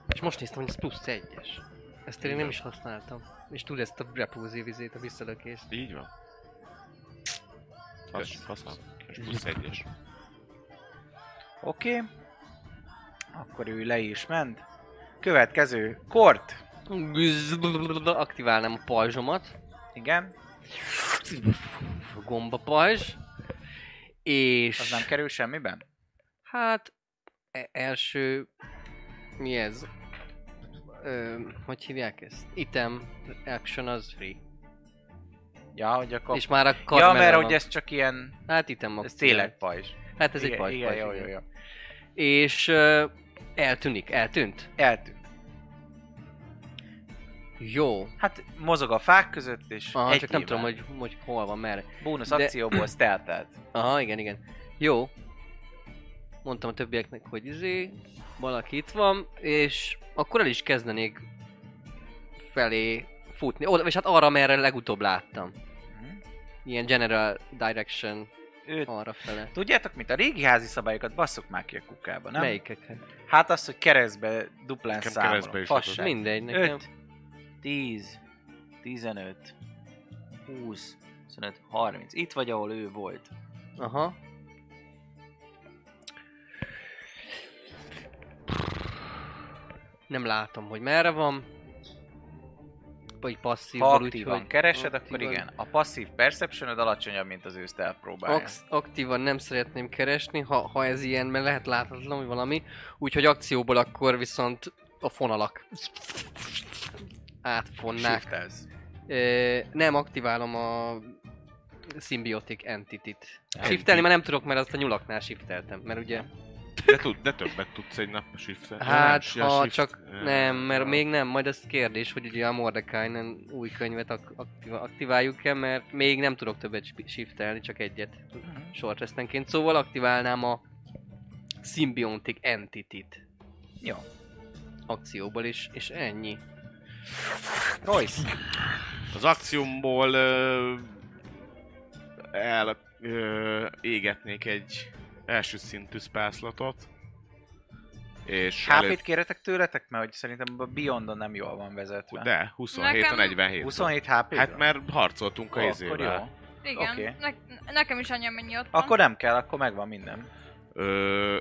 És most néztem, hogy ez plusz egyes. Ezt én nem is használtam. És tud ezt a repulzív vizét, a visszalökést. Így van. Fasz, fasz, fasz. És plusz egyes. Oké. Okay. Akkor ő le is ment. Következő, kort. Aktiválnám a pajzsomat. Igen, Gomba pajzs. És... az nem kerül semmiben. Hát... e- Első... Mi ez? Ö, hogy hívják ezt? Item action az free. Ja, hogy akkor... És már a ja, karmelem mert a- hogy ez csak ilyen... Hát Ez item akció. tényleg pajzs. Hát ez igen, egy pajzs. Igen, pajzs, jó, jó, jó. És ö, eltűnik, eltűnt. Eltűnt. Jó. Hát mozog a fák között, és Aha, egy csak nem nyilván. tudom, hogy, hogy hol van, merre. Bónusz de- akcióból stealthelt. Aha, igen, igen. Jó. Mondtam a többieknek, hogy izé, valaki itt van, és akkor el is kezdenék felé futni. Oda, és hát arra, merre legutóbb láttam. Mhm. Ilyen general direction Ő arra fele. Tudjátok mit? A régi házi szabályokat basszuk már ki a kukába, nem? Melyikeket? Hát az, hogy keresztbe duplán Nekem keresztbe számolom. is Fasság. Mindegy, nekem. 5, 10, 15, 20, 25, 30. Itt vagy, ahol ő volt. Aha. Nem látom, hogy merre van. Vagy passzív, Ha aktívan keresed, akkor igen. A passzív perception alacsonyabb, mint az ő stealth próbája. Ax- aktívan nem szeretném keresni, ha, ha ez ilyen, mert lehet láthatatlan, hogy valami. Úgyhogy akcióból akkor viszont a fonalak átfonnák. Shiftelsz. Ö, nem aktiválom a Symbiotic Entity-t. Shiftelni már nem tudok, mert azt a nyulaknál shifteltem, mert ugye... De, tud, de többet tudsz egy nap shift Hát, ha csak nem, mert még nem, majd ez kérdés, hogy ugye a Mordekainen új könyvet ak- aktiv- aktiváljuk-e, mert még nem tudok többet sp- shiftelni, csak egyet short restenként. Szóval aktiválnám a Symbiontic Entity-t Jó. akcióból is, és ennyi. Royce. Az akciómból ö, el ö, égetnék egy első szintű spászlatot. És Hát, HP-t kérhetek tőletek, mert hogy szerintem a Beyondon nem jól van vezetve. De, 27 a Nekem- 47. 27 hp Hát mert harcoltunk a akkor jó. izével. Igen, Oké. okay. ne- nekem is annyi, amennyi ott van. Akkor nem kell, akkor megvan minden. Ö,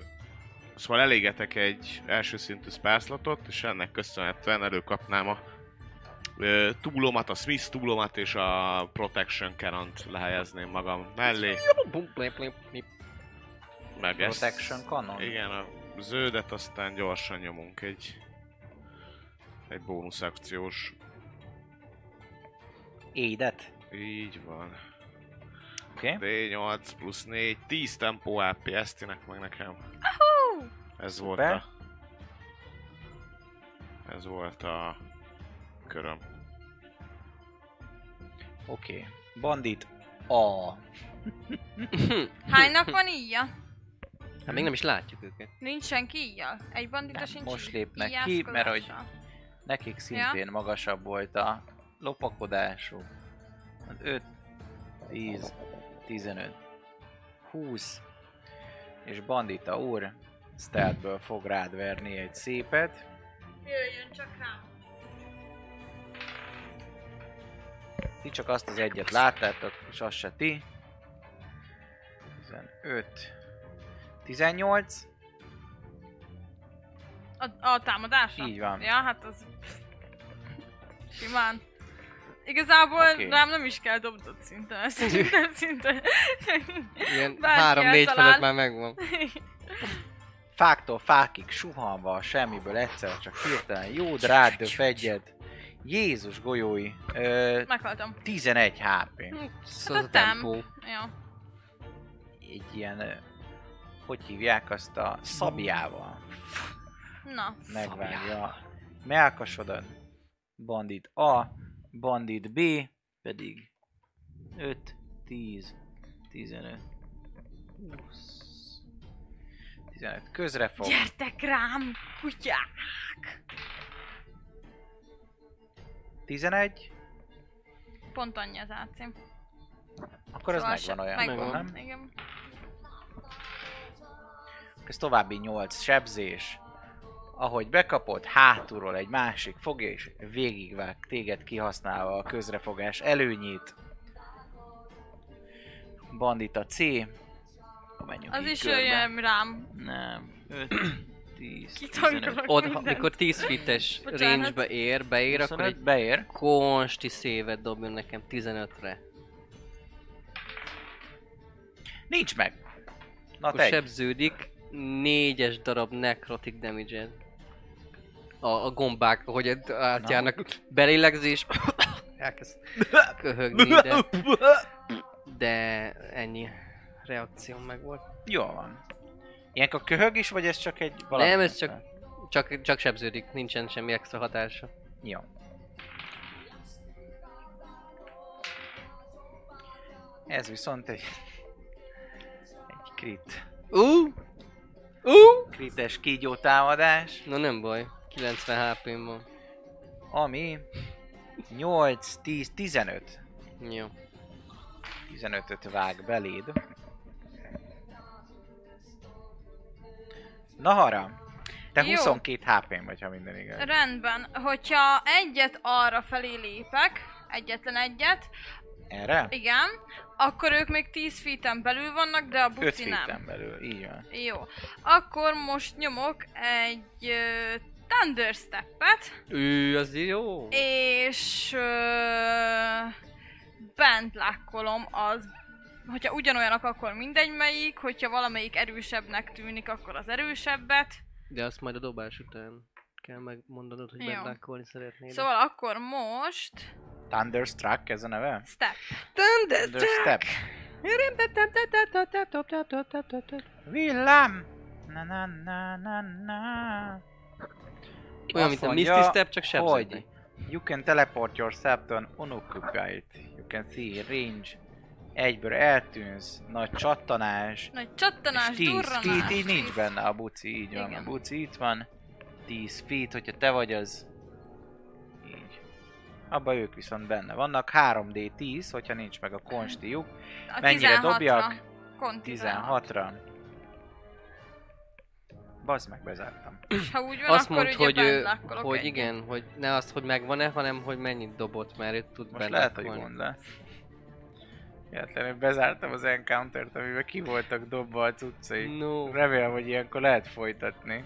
szóval elégetek egy első szintű spászlatot, és ennek köszönhetően előkapnám a ö, túlomat, a Smith túlomat és a Protection Canont lehelyezném magam mellé. Bum, blip, blip, blip. Meg ezt- Protection Cannon. Igen, a zöldet aztán gyorsan nyomunk egy egy bónusz akciós. Édet. Így van. Oké. D8 plusz 4, 10 tempó AP, ezt ének meg nekem. Hú! Ez volt Szuper. a... Ez volt a köröm. Oké. Bandit A. Hánynak van íja? Hát még nem is látjuk őket. Nincs senki íja? Egy bandita Nem, sincs most í- lépnek ki, mert hogy- íjászkodása. Nekik szintén ja. magasabb volt a lopakodásuk. 5, 10, 15, 20. És Bandita úr stealthből fog rád verni egy szépet. Jöjjön csak rám. Ti csak azt az egyet láttátok, és azt se ti. 15, 18, A, a támadása? Így van. Ja, hát az... Simán. Igazából Oké. okay. rám nem is kell dobdod szinte, szerintem szinte. Ilyen Bárki három-négy eltalál. fölött már megvan. fáktól fákig suhanva, semmiből egyszer csak hirtelen jó drád döf egyet, Jézus golyói. Ö, Meghaltam. 11 HP. Ez az Hát, a Tudtam. tempó. Ja. Szóval Egy ilyen... ö, Hogy hívják azt a szabjával? Na. Megvágja. Melkasodon. Bandit A, bandit B, pedig 5, 10, 15, 20, 15. Közre fog. Gyertek rám, kutyák! 11, Pont annyi az AC. akkor ez Szóval se- megvan olyan, megvan. nem? Igen. Ez további 8 sebzés. Ahogy bekapod, hátulról egy másik fogja és végigvág téged kihasználva a közrefogás előnyét. Bandita C. Menjünk Az így is körbe. jöjjön rám. Nem. 5, 10, 15, Kitankolok Ott, ha- mindent. mikor 10 fites Bocsánat. range-be ér, beér, akkor 25, egy beér. konsti szévet dobjon nekem 15-re. Nincs meg. Na Akkor te. sebződik 4-es darab necrotic damage a, a gombák, ahogy ed- átjárnak, belélegzés, elkezd köhögni, de, de ennyi reakció meg volt. Jó van. Ilyenkor köhög is, vagy ez csak egy valami? Nem, ez csak- Csak, csak sebződik, nincsen semmi extra hatása. Jó. Ez viszont egy... Egy krit. Ú! Ú! Krites kígyó támadás, Na nem baj, 90 HP-m van. ami... 8, 10, 15. Jó. 15-öt vág beléd. Na hara! Te Jó. 22 HP-n vagy, ha minden igaz. Rendben, hogyha egyet arra felé lépek, egyetlen egyet, Erre? igen, akkor ők még 10 feet belül vannak, de a 5 buci nem. feet belül, így van. Jó. Akkor most nyomok egy ö, Thunder Step-et, Ő, az jó. és ö, bent lákkolom az hogyha ugyanolyanak, akkor mindegy melyik, hogyha valamelyik erősebbnek tűnik, akkor az erősebbet. De azt majd a dobás után kell megmondanod, hogy Jó. meglákolni szeretnéd. Szóval akkor most... Thunderstruck ez a neve? Step. Thunderstep. Villám! Na na na na na. Olyan, Azt mint a mondja, Misty Step, csak sebződni. Hogy? You can teleport yourself to an unoccupied. You can see range. Egyből eltűnsz, nagy csattanás. Nagy csattanás, és 10 durranás. feet, így nincs tíz. benne a buci, így van. Igen. A buci itt van. 10 feet, hogyha te vagy az... Így. Abba ők viszont benne vannak. 3D10, hogyha nincs meg a konstiuk. A Mennyire 16-ra. dobjak? Kont 16. 16-ra. Bazd meg, bezártam. És ha úgy van, Azt akkor mondd, ugye hogy, bent ő, lakkolok hogy egyet. igen, hogy ne azt, hogy megvan-e, hanem hogy mennyit dobott, mert ő tud Most lehet, hogy belakkolni. gond lesz. Véletlenül bezártam az encounter-t, amiben ki voltak dobva a cuccai. No. Remélem, hogy ilyenkor lehet folytatni.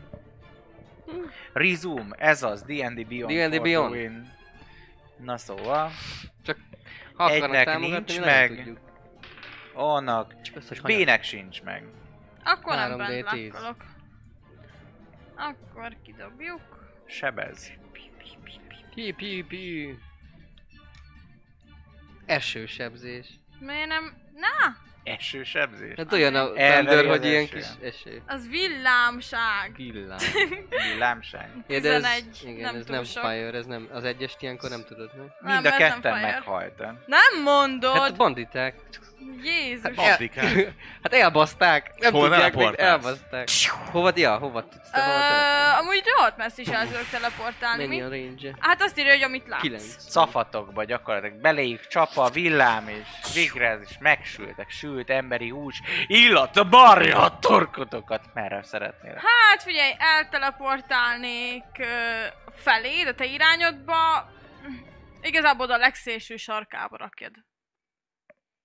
Resume, ez az, D&D Beyond. D&D for Beyond. the win. Na szóval, Ha akarnak egynek támogatni, nincs nagyon meg. tudjuk. annak, Csak összes és hanyag. B-nek sincs meg. Akkor nem 3D10. bent lakkolok. Akkor kidobjuk. Sebez. Pi, pi, pi. Esősebzés. Miért nem... Na! Eső sebzés. Hát olyan a Elveri Thunder, az hogy ilyen esően. kis eső. Az villámság. Villám. Villámság. Ja, de ez, 11, igen, nem ez túl nem sok. fire, ez nem, az egyest ilyenkor nem tudod meg. Mind a ez nem ketten fire. meghaltak. Nem mondod! Hát banditák. Jézus! Hát, Bandikák. Hát elbaszták. Nem Hol tudják, hogy teleportálsz? elbaszták. Hova, ja, hova tudsz te, hova Ö, teleportálsz? amúgy rohadt messze is el tudok teleportálni, hát, Mennyi mi? a range Hát azt írja, hogy amit látsz. 9. szafatokba gyakorlatilag beléjük csap a villám, és végre ez is megsültek, sült emberi hús, illat a barja a torkotokat, merre szeretnél. Hát figyelj, elteleportálnék ö, felé, de te irányodba, igazából oda a legszélső sarkába rakjad.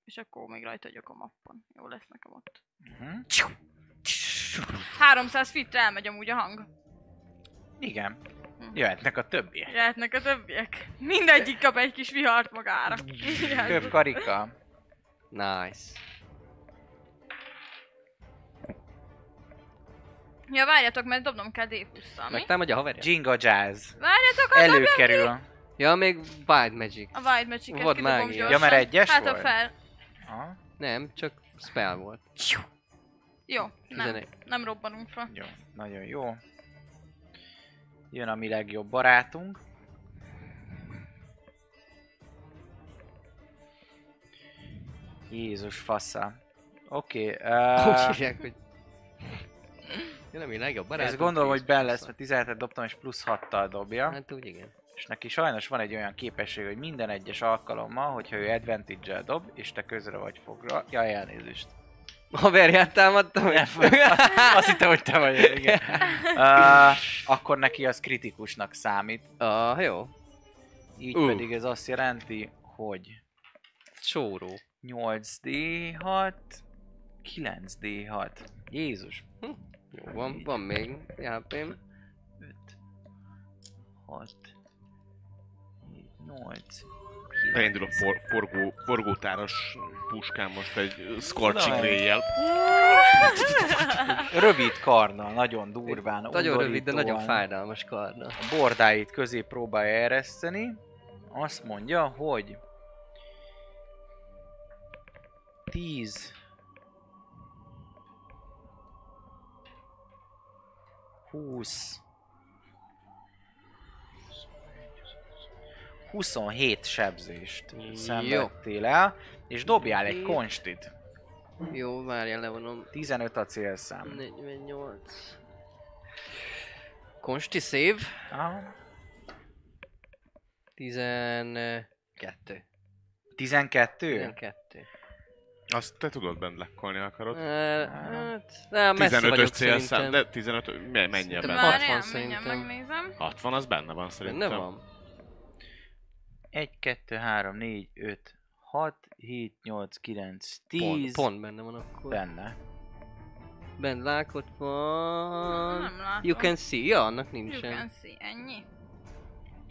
És akkor még rajta vagyok a mappon. Jó lesz nekem ott. Uh-huh. 300 feetre elmegy amúgy a hang. Igen. Jöhetnek a többiek. Hm. Jöhetnek a többiek. Mindegyik kap egy kis vihart magára. Több Igen. karika. Nice. Ja, várjatok, mert dobnom kell d 20 mi? Megtámadja a haverja? Jingo Jazz. Várjatok, a Előkerül. Ja, még Wild Magic. A Wild Magic-et Volt kidobom mágia. gyorsan. Ja, mert egyes Hát a volt? fel. Aha, Nem, csak spell volt. Jó, nem, Tizenegy. nem robbanunk fel. jó, nagyon jó. Jön a mi legjobb barátunk. Jézus fassa. Oké, Úgy okay, hívják, hogy... Ja, nem, én legjobb barátom. ezt gondolom, hogy benn lesz, Szóval. mert 17-et dobtam és plusz 6-tal dobja. Hát úgy igen. És neki sajnos van egy olyan képesség, hogy minden egyes alkalommal, hogyha ő advantage dob, és te közre vagy fogra, jaj, elnézést. Haverját támadtam? Azt hittem, hogy te vagy, igen. Uh, akkor neki az kritikusnak számít. Ah, jó. Így Ú. pedig ez azt jelenti, hogy Csóró. 8d6, 9d6. Jézus. Jó, van, van még hp 5, 6, 8, Elindul a for, forgó, forgótáros puskám most egy Na. scorching ray Hát, Rövid karna, nagyon durván, Nagyon rövid, de nagyon undorítóan. fájdalmas karna. a bordáit közé próbálja ereszteni, azt mondja, hogy 10 20 27 sebzést Jó. szenvedtél el, és dobjál egy konstit. Jó, várjál, levonom. 15 a célszám. 48. Konsti save. Aha. 12. 12? 12. Azt te tudod bent lekkolni akarod? Eh, Hát, nem, messze 15-ös vagyok célszám, szerintem. de 15 mi- mennyi a Szerintem benne? már- Várjál, 60 mindjárt szerintem. megnézem. 60 az benne van szerintem. Benne van? 1, 2, 3, 4, 5, 6, 7, 8, 9, 10. Pont, pont benne van akkor. Ben. Benne. Ben lákot van. Nem látom. You can see, ja, annak You can nincsen. see, ennyi.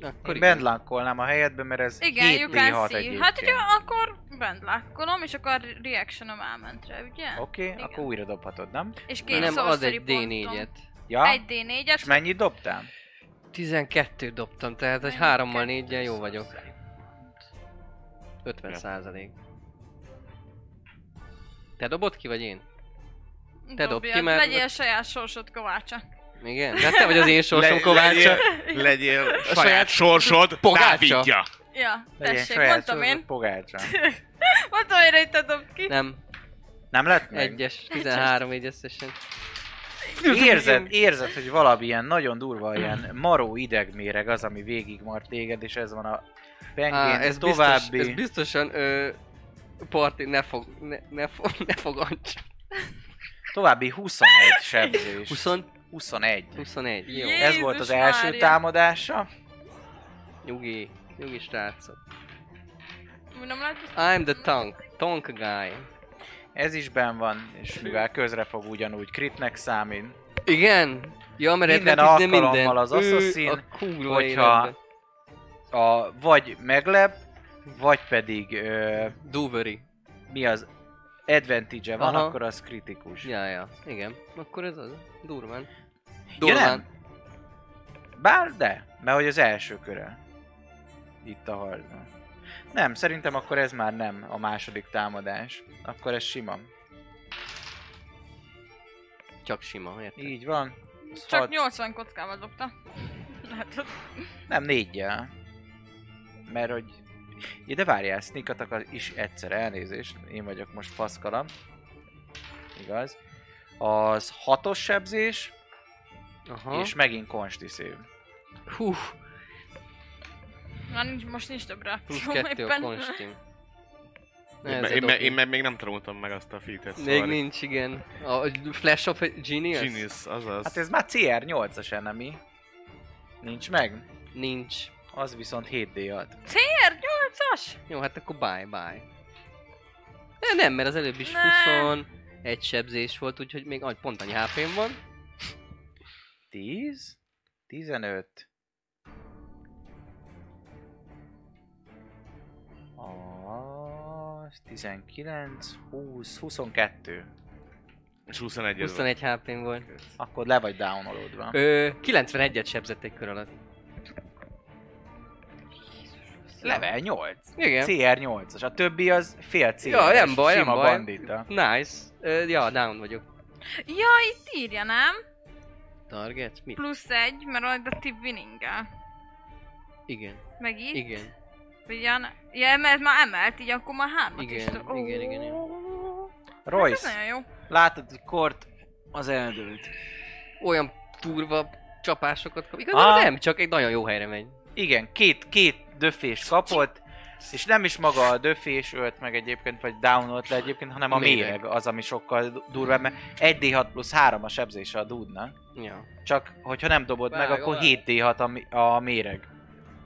Akkor Én igen. bendlankolnám a helyedbe, mert ez Igen, you 7 d can 6 see. egyébként. Hát ugye akkor bent lákkolom, és akkor reactionom elmentre, ugye? Oké, okay, Igen. akkor újra dobhatod, nem? És két nem, ad sorcery egy pontom. D4-et. Ja, Egy D4-et. és mennyit dobtál? 12 dobtam, tehát egy 3-mal 4 jó vagyok. 50 Ja. százalék. Te dobod ki, vagy én? Te Te dobd dobd ki, ki, mert- Legyél saját sorsod kovácsa. Igen? De te vagy az én sorsom, Kovács. Legyél, legyél saját, saját sorsod pogácsa. távidja. Ja, Legyen tessék, saját mondtam sorsod én. Pogácsa. Mondtam én, hogy te dobd ki. Nem, Nem lett meg? egyes, 13 így összesen. Érzed, érzed, hogy valami ilyen nagyon durva, ilyen maró idegméreg az, ami végigmar téged, és ez van a pengén Á, ez további... Biztos, ez biztosan ö, parti ne fog, ne, ne fog, ne fogadj. További 21 sebzés. 20, 21. 21, jó. Jé- Ez volt az Jézus első Mária. támadása. Nyugi, nyugi srácok. Nem látod? I'm the tank, tank guy. Ez is ben van, és mivel közre fog ugyanúgy kritnek számít, Igen? Ja, mert Minden Atlantis nem alkalommal minden. az Ő assassin, a kurva hogyha- életben. a, vagy meglep, vagy pedig ö, Duveri. mi az advantage van, Aha. akkor az kritikus. Ja, ja, igen. Akkor ez az. Durván. Ja, Durván. nem. Bár de, mert hogy az első köre. Itt a harcban. Nem, szerintem akkor ez már nem a második támadás. Akkor ez sima. Csak sima, érted? Így van. Ez Csak hat- 80 kockával dobta. Hát, Látod? Nem, négyel. Mert hogy... Ja, de várjál, sneak attack is egyszer, elnézést. Én vagyok most faszkalam. Igaz. Az hatos sebzés, ha? Aha. és megint konsti szív. Hú, Már nincs, most nincs több plusz reakció kettő a éppen. konstim. Én, Nehezebb én, dobni. me- én, me- még nem tanultam meg azt a szóval feat-et, Még nincs, igen. A Flash of Genius? Genius, azaz. Hát ez már CR8-as enemy. Nincs meg? Nincs. Az viszont 7D6. Miért? 8-as? Jó, hát akkor bye-bye. De nem, mert az előbb is Nem. 20, egy sebzés volt, úgyhogy még annyi- pont annyi hp van. 10, 15, az 19, 20, 22. És 21 ez van. 21 hp volt. Akkor le vagy downolódva. Ö, 91-et sebzett egy kör alatt. Level 8. Igen. CR 8-as. A többi az fél CR. Ja, nem baj, nem Sima baj. bandita. Nice. Uh, ja, down vagyok. Ja, itt írja, nem? Target? Mi? Plusz egy, mert olyan a tip winning Igen. Meg itt? Igen. Ugyan, ja, mert már emelt, így akkor már hármat is. Igen, tud- igen, igen, igen. Hát Ó. Hát ez Royce, nagyon jó. látod, hogy kort az eldőlt. Olyan turva csapásokat kap. Igazából Ah. nem, csak egy nagyon jó helyre megy. Igen, két, két döfés kapott, és nem is maga a döfés ölt meg egyébként, vagy downolt le egyébként, hanem a Méreg. méreg az, ami sokkal du- durvább, mert 1d6 plusz 3 a sebzése a dúdnak. Ja. Csak, hogyha nem dobod meg, Vágom akkor el. 7d6 a, mi- a méreg.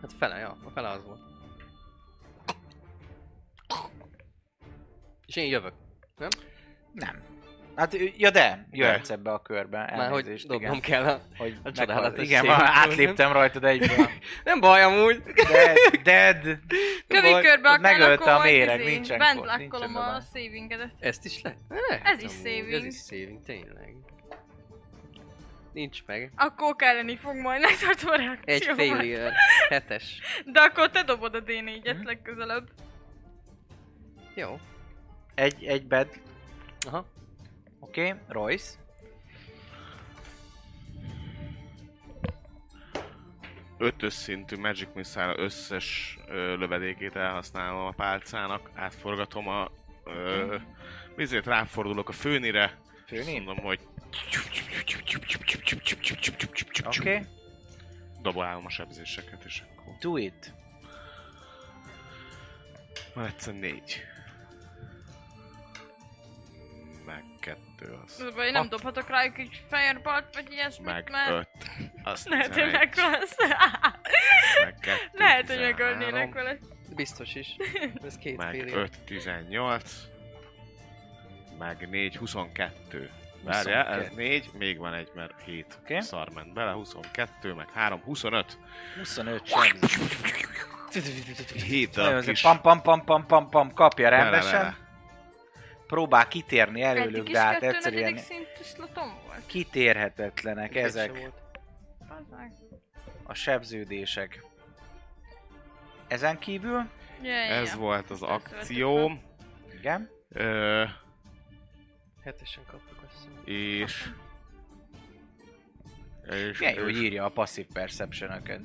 Hát fele, ja. A fele az volt. És én jövök. Nem. Hát, ja de, jöhetsz De. ebbe a körbe. Már hogy Elnézést, dobnom igen. kell a... Hogy a meghal- csodálatos Igen, szép már dolgot. átléptem rajtad egyből. Nem baj amúgy. Dead, dead. Kövi körbe akár, Megölte akkor a majd méreg, izé, nincsen Bent kor, lakkolom nincsen a dobás. savingedet. Ezt is le? Lehet Ez is hát amúgy, saving. Ez is saving, tényleg. Nincs meg. Akkor kelleni fog majd megtartom a Egy reakciómat. failure, hetes. De akkor te dobod a Mhm. D4-et legközelebb. Jó. Egy, egy bed. Aha. Oké, okay. Royce. ötös szintű Magic Missile összes ö, lövedékét elhasználom a pálcának, átforgatom a... Ö, Vizét ráfordulok a főnire, és azt Főni? mondom, hogy Oké. Okay. dobálom a sebzéseket, és akkor Do it. van egyszer négy. Meg kettő Az a baj, hogy az. Szóval nem dobhatok rájuk egy fireball-t, vagy ilyesmit, Meg mert... öt. Azt Lehet, hogy 11, megölsz. meg kettő, Lehet, hogy 13, megölnének vele. Biztos is. Ez két Meg failure. 5, 18. Meg 4, 22. Várjál, ez 4, még van egy, mert 7 Oké. okay. szar ment bele, 22, meg 3, 25. 25 sebzés. 7 Nagyon darab szép. kis Pam, pam, pam, pam, pam, pam, kapja bele, rendesen. bele. Próbál kitérni előlük, Eddig is de hát kettő negyedik egyszerűen szintű slotom volt. kitérhetetlenek Egy se ezek volt. Az meg. a sebződések. Ezen kívül, Ja, Ez ja. volt az Ezt akcióm. igen, Ö, Hetesen kaptuk azt. hiszem. és... És, milyen jó, és- hogy írja a passive perception-öket.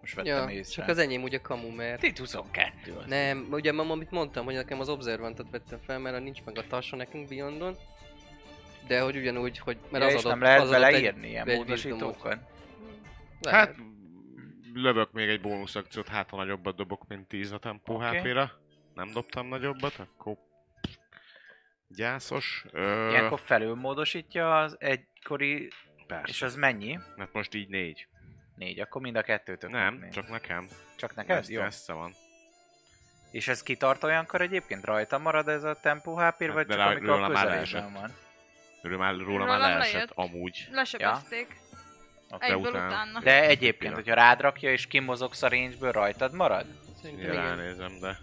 Most vettem Ja, észre. csak az enyém ugye kamu, mert... Ti 22 az. Nem, ugye ma, amit mondtam, hogy nekem az observantot vettem fel, mert nincs meg a tarsa nekünk Beyondon. De hogy ugyanúgy, hogy... Mert Mert ja, az és adott, nem lehet az adott egy- beleírni ilyen egy módosítókat. Lehet. Hát lövök még egy bónusz akciót, hát ha nagyobbat dobok, mint 10 a tempó Oké. okay. HP-re. Nem dobtam nagyobbat, akkor gyászos. Ö, Ilyenkor felülmódosítja az egykori, persze. és az mennyi? Mert hát most így négy. Négy, akkor mind a kettőtök. Nem, négy. csak nekem. csak neked? Ez Jó. messze van. És ez kitart olyankor egyébként? Rajta marad ez a tempó hp Hát, vagy de csak rá- amikor róla már közelében leesett. van? Róla már, róla Rólam már leesett lejött. amúgy. Lesöpözték. Oké. Egyből utána. utána. De egyébként, Ja. hogyha rád rakja és kimozogsz a range rajtad marad? Szerintem Nyilván igen. nézem, de...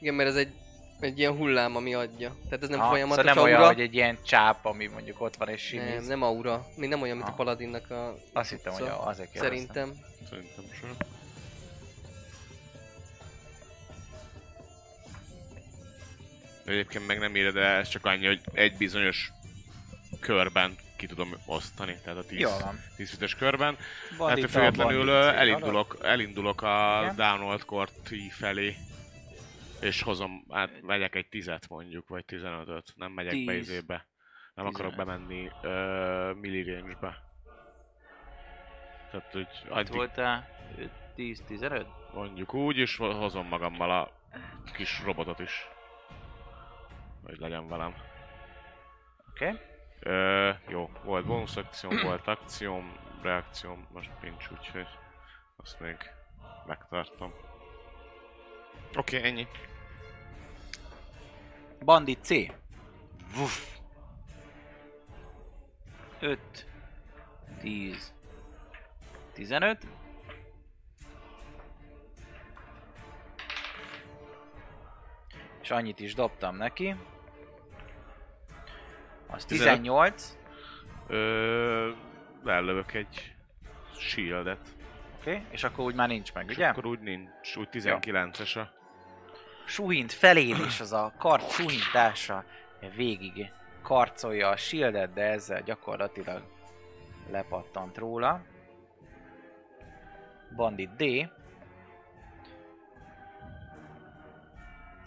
igen, mert ez egy, egy ilyen hullám, ami adja. Tehát ez nem Ha, folyamatos szóval nem aura. olyan, hogy egy ilyen csáp, ami mondjuk ott van és Nem, simiz. nem aura. Még nem olyan, mint a Ah. paladinnak a... Azt hittem, hogy cucca. a- azért kérdeztem. Szerintem. Szerintem sem. Egyébként meg nem éred, de ez csak annyi, hogy egy bizonyos körben ki tudom osztani, tehát a 10, Jól van. 10 fites körben. Hát Bandita, függetlenül bandita, ö, szép elindulok, elindulok a Igen. downhold kort így felé, és hozom, hát megyek egy tizet mondjuk, vagy 15-öt, nem megyek be Tíz. izébe. Nem akarok 15. bemenni ö, milli range-be. Tehát, hogy Itt addig voltál 10-15? mondjuk úgy, és ho- hozom magammal a kis robotot is. Hogy legyen velem. Oké. Ö, jó, volt bonus akcióm, volt akcióm, reakcióm, most nincs, úgyhogy azt még megtartom. Oké, okay, ennyi. Bandit C. Vuff. 5, 10, 15. És annyit is dobtam neki. Az 15. 18. Ö, lelövök egy shieldet. Oké, okay. és akkor úgy már nincs meg, És ugye? akkor úgy nincs, úgy 19-es a... suhint feléd, és az a kart suhintása végig karcolja a shieldet, de ezzel gyakorlatilag lepattant róla. Bandit D.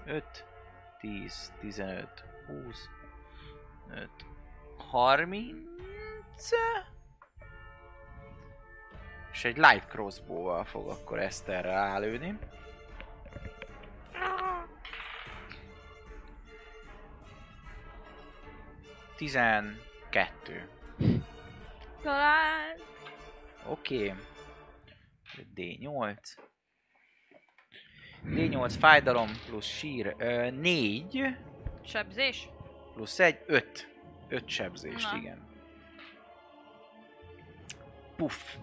5, 10, 15, 20, 5, 30, és egy light crossbow-val fog akkor ezt erre rálőni. Tizenkettő. Talán... Oké. D8. D8 fájdalom plusz sír. Ö, négy Sebzés? plusz egy, öt. Öt sebzést, Na. igen. Puff.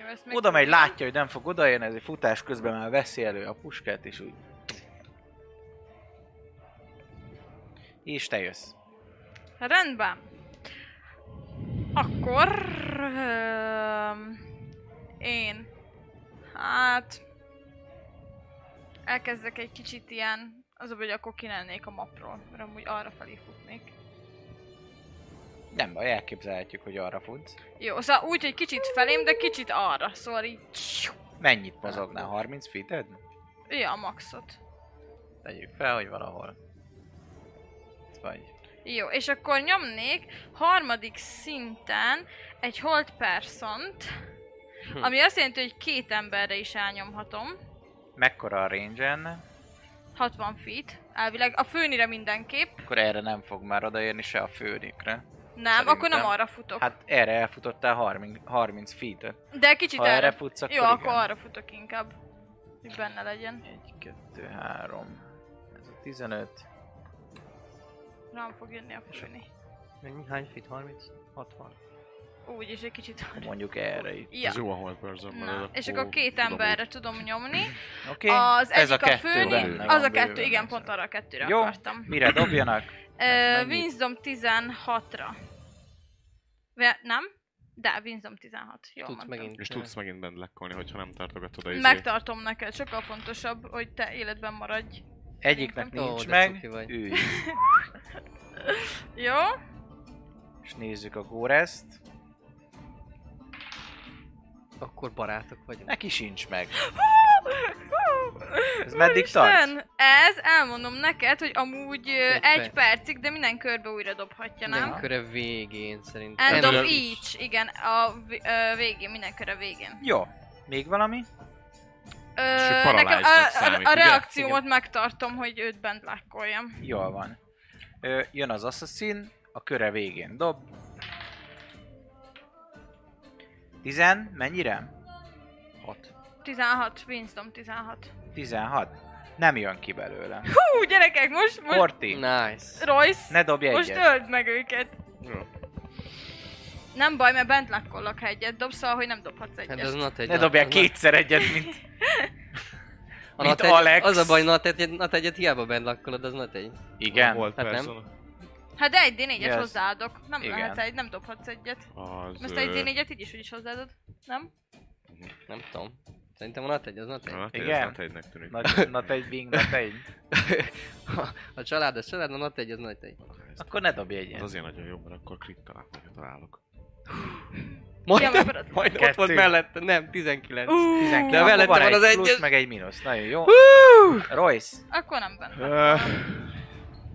Jó, ezt még Oda megy, tudom. látja, hogy nem fog odajönni, ezért futás közben már veszi elő a puskát, és úgy... És te jössz. Rendben. Akkor... öm, én... Hát... Elkezdek egy kicsit ilyen... Az a baj, hogy akkor kinelnék a mapról, mert amúgy arra felé futnék. Nem baj, elképzelhetjük, hogy arra futsz. Jó, szóval úgy, hogy kicsit felém, de kicsit arra, szóval így... Mennyit mozognál? 30 feet Ja, a maxot. Tegyük fel, hogy valahol. Itt vagy. Jó, és akkor nyomnék harmadik szinten egy hold person Hm. ami azt jelenti, hogy két emberre is elnyomhatom. Mekkora a range 60 feet, elvileg. A főnire mindenképp. akkor erre nem fog már odaérni se a főnikre. Nem, Szerintem. akkor nem arra futok. Hát, Hát erre elfutottál 30, 30 feet-et. De kicsit Ha erre. erre futsz, akkor Jó, igen. akkor arra futok inkább. Hogy benne legyen. 1, 2, 3. Ez a 15. Rám fog jönni a főni. Mennyi? Hány fit? 30? 60? Úgy, és egy kicsit arra. Mondjuk erre itt. Ja. Ez jó a hold personben, ez Na, a és kó- akkor két dobó. emberre tudom nyomni. Oké? Az Ez egyik a a, kettő főni, benne az van, a kettő, bőven igen, benne. pont arra a kettőre Jó. Hát akartam. Mire dobjanak? Ö, Mennyit? Winsdom 16-ra. Ve- nem? De, Winsdom 16. Jól Tudsz mondtam. megint. És tudsz megint bendlekkolni, hogyha nem tartogatod a izét. Megtartom neked, sokkal fontosabb, hogy te életben maradj. Egyiknek Ó, nincs de meg. cuki vagy. Ő. Jó? És nézzük a górezt. Akkor barátok vagyunk. Neki sincs meg. Ez meddig tart? Isten, Ez, elmondom neked, hogy amúgy ö, Egy egy perc. percig, de minden körbe újra dobhatja, Minden nem? Aha. köre végén szerintem. End End of of each, igen, a v- ö, végén, minden köre végén. Jó. Még valami? Ö, És hogy nekem a, paralyzed a, számít, a ugye? reakciómat megtartom, hogy őt bent lákoljam. Jól van. Ö, jön az assassin, a köre végén dob. Tizen, mennyire? 6. 16, Winston 16. 16. Nem jön ki belőle. Hú, gyerekek, most, most Horti, Nice. Royce, ne dobj most egyet. öld meg őket. Jó. Nem baj, mert bent lakkollak, ha egyet dobsz, szóval, hogy nem dobhatsz Hát egyet. az not egy Ne dobjál az kétszer egyet, mint... A mint nat egy- Alex. Az a baj, not egy, not egyet hiába bent lakkolod, az not egy. A Igen. hold Hát nem. person, Hát de egy D4-et Yes. hozzáadok. Nem Igen. lehet egy, nem dobhatsz egyet. az... Most ö, egy D4-et így is, úgy is hozzáadod. Nem? Nem tudom. Szerintem a not egy, az not egy. Hát, Igen. Igen. Ez not egynek tűnik. Nagy, na egy bing, na egy. Ha a család, a család, a not egy, az not egy. Hát Akkor ne dobj Az egyet. azért nagyon jó, mert akkor krit találok, hogyha találok. Ja, Majd, mert marad- majd ott Kettő. volt mellette, nem, 19. Ú, 12. De Akkor mellette van van az egy plusz, egyes. meg egy mínusz. Nagyon jó. Royce, Akkor nem benne. Ö,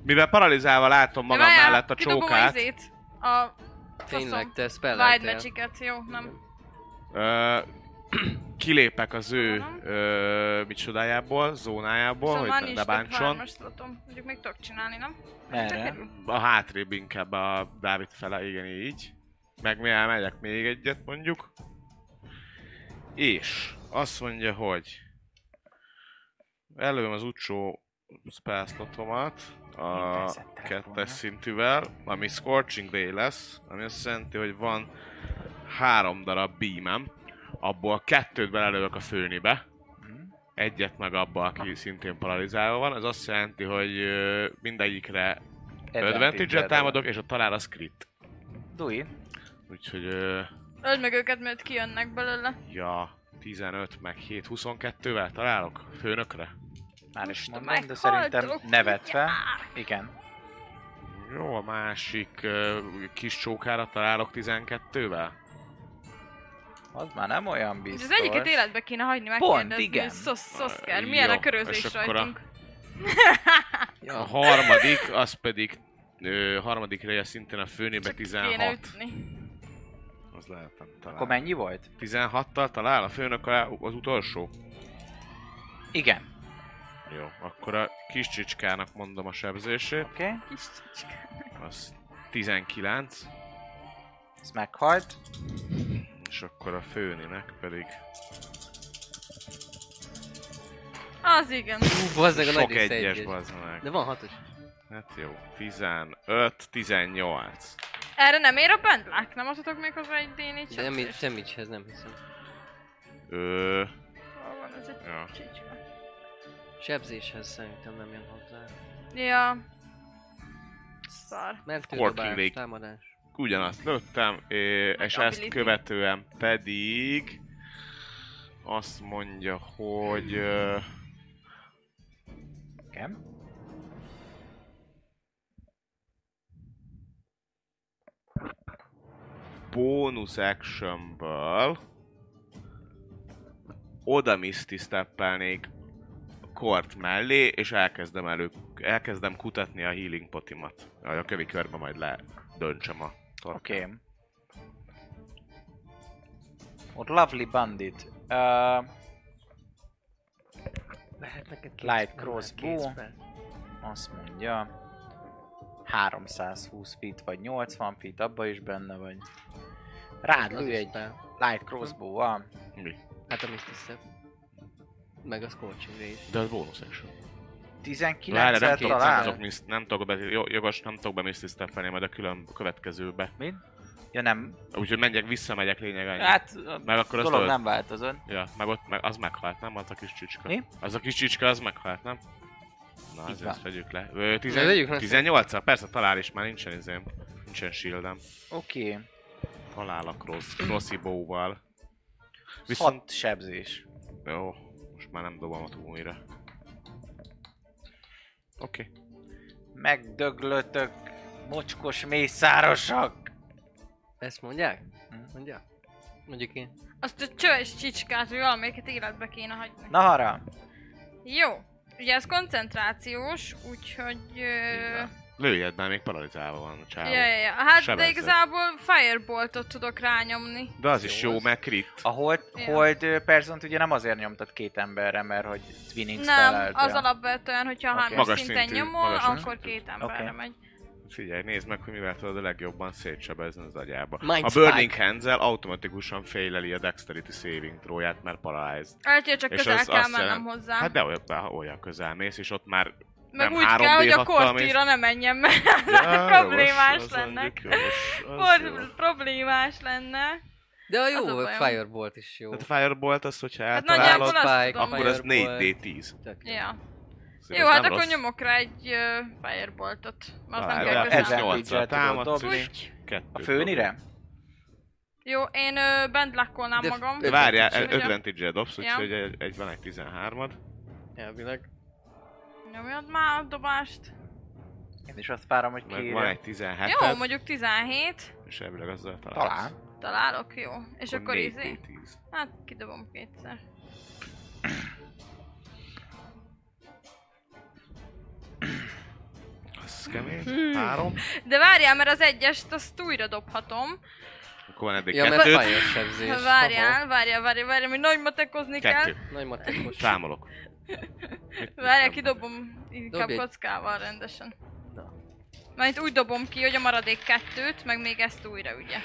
Mivel paralizálva látom magam várjál, mellett a kidobom csókát, izét. A Tényleg, te Wild spelleltél. magic jó, nem. ö, kilépek az ő Aha. ö, micsodájából, zónájából, Szóval már hogy ne, nincs ne több bántson. hármas slotom. Mondjuk még tudok csinálni, nem? merre? A hátrébb inkább a Dávid fele, igen így. Meg mi elmegyek még egyet mondjuk. És azt mondja, hogy előm az utcsó spellslotomat a Infezettel volna. kettes szintűvel, ami Scorching Ray lesz, ami azt jelenti, hogy van három darab beamem, abból kettőt belelövök a főnibe, Mhm. egyet meg abba, aki szintén paralizálva van, ez azt jelenti, hogy ö, mindegyikre Advantage-et Advantage-et támadok, és a talál az crit. Dui, Úgyhogy, ö, Öld meg őket, mert kijönnek belőle. ja, 15 meg 7, 22-vel találok főnökre. Már is Most mondom, de meghaltok, szerintem nevetve. Igen. Jó, a másik ö, kis csókára találok 12-vel. Az már nem olyan Biztos. biztos. Az egyiket életbe kéne hagyni Pont, megkérdezni, igen. hogy szosz, szoszker, Jó, milyen a és körözés akkor a- rajtunk. A harmadik, az pedig ö, harmadik réje szintén a főnébe 16. ütni. Az lehetem Akkor talál. mennyi volt? 16-tal talál a főnök a- az utolsó? Igen. Jó, akkor a kis csicskának mondom a sebzését. Oké. Okay. Kis csicska. Az 19, Ez meghalt. és akkor a főninek pedig Az igen. Hú, bazdmeg, a nagy sok része egyes, egyes. bazd meg. De van hatos. Hát jó, 15, 18. Erre nem ér a bandlák, nem adhatok még hozzá egy D4 De nem, sebzést? semmit se, ez nem hiszem. Ö, Hol van ez egy Ja. csicska? Sebzéshez szerintem nem jön hozzá. Ja. Szar. Mentő Akkor dobás, kilép. támadás. ugyanazt lőttem, ö, és ezt ability. követően pedig azt mondja, hogy ö, Igen. bónusz actionből oda Misty steppelnék kort mellé, és elkezdem elő, elkezdem kutatni a healing potimat. Aj, A kövi körbe majd le döntsem a torkát. Oké. Okay. Ott Lovely Bandit. Uh, Lehet neked két- Light nem, crossbow. két perc. azt mondja... 320 feet vagy 80 feet, abba is benne vagy. Rád Az lő is egy spell. light crossbow-val. Mi? Hát a Misty Step. Meg a Scorching Ray is. De az bónusz action. Várj, nem 19-et tudok, nem talál? tudok, mis- nem tudok be, jó, jogos, nem tudok be Misty steppelni, majd a külön következőbe. Mit? Ja nem. Úgyhogy menjek, visszamegyek lényegen. Hát a Meg akkor azt dolog tudod? nem változott. Ja, meg ott, meg az meghalt, nem? Az a kis csücska. Mi? Az a kis csücska, az meghalt, nem? Na, Így azért van. ezt vegyük le. Ö, tizen- Ne, vegyük le. 18 -al, persze talál is, már nincsen izém. Nincsen shieldem. Oké. Okay. Találok rossz, crossbow-val. Viszont... Viszont- Hat sebzés. Jó, most már nem dobom a túlmira. Oké. Okay. Megdöglötök, mocskos mészárosak. Ezt mondják? Mhm. Mondja? Mondjuk én. Azt a csöves csicskát, hogy valamelyiket életbe kéne hagyni. Na hara, Jó. Ugye ez koncentrációs, úgyhogy... Ö... Lőjed, már még paralizálva van a csávó. Ja, ja, ja. Hát de Sebezze. igazából fireboltot tudok rányomni. De az is Jó, jó, az- mert crit. a hold, Ja. hold ö, persont ugye nem azért nyomtad két emberre, mert hogy twinning Nem, az alapvetően, hogyha Oké. okay. hármas Magas szinten szintű, nyomol, magas akkor szintű. két emberre Oké. megy. Figyelj, nézd meg, hogy mivel tudod a legjobban szétsebezni az agyába. Mind a spike. Burning hands automatikusan féleli a Dexterity saving tróját, mert paralyzed. Eltér csak És közel az kell azt mennem jelent- hozzá. Hát de olyan, ha olyan közel mész, és ott már... Meg nem úgy kell, 3D hogy a hattal mész. kortira ne menjen, mert Ja, jogos, problémás az lenne. mondjuk jogos, az jó. kor- problémás lenne. De a jó Az a a bajom. Firebolt is jó. Tehát Hát a Firebolt az, hogyha Hát eltalálod, nagyjából azt tudom. akkor az Firebolt. 4D10. Tök jó. Ja. Szóval Jó, az hát nem akkor rossz. nyomok rá egy uh, fireboltot. Mert nem Találj kell rá, közel. ez közel. Ezzel 8-al tudod támadsz, dobni. és Úgy. kettőt A főnire? Jó, én ö, bendlakkolnám De- magam. dobsz. de- Várjál, Advantage-e vagy a- advantage dobsz, Ja. úgyhogy egy, egy van egy 13-ad. Elvileg. Nyomjad már a dobást. Én is azt várom, hogy Meg van kérem. egy Hát 17 Jó, mondjuk 17. és elvileg azzal találsz. Talán. Hát Találok, jó. És akkor izé. 4D10. Hát kidobom kétszer. Az Hmm. kemény. Három. De várjál, mert az egyest azt újra dobhatom. Akkor van eddig Ja, mert kettőt. fire sebzés. Várjál, várjál, várjál, várjál, mi nagy matekozni kell. Kettő. Nagy matekos. Számolok. Várjál, kidobom inkább Dobj egy. kockával rendesen. Na. Mert itt úgy dobom ki, hogy a maradék kettőt, meg még ezt újra, ugye.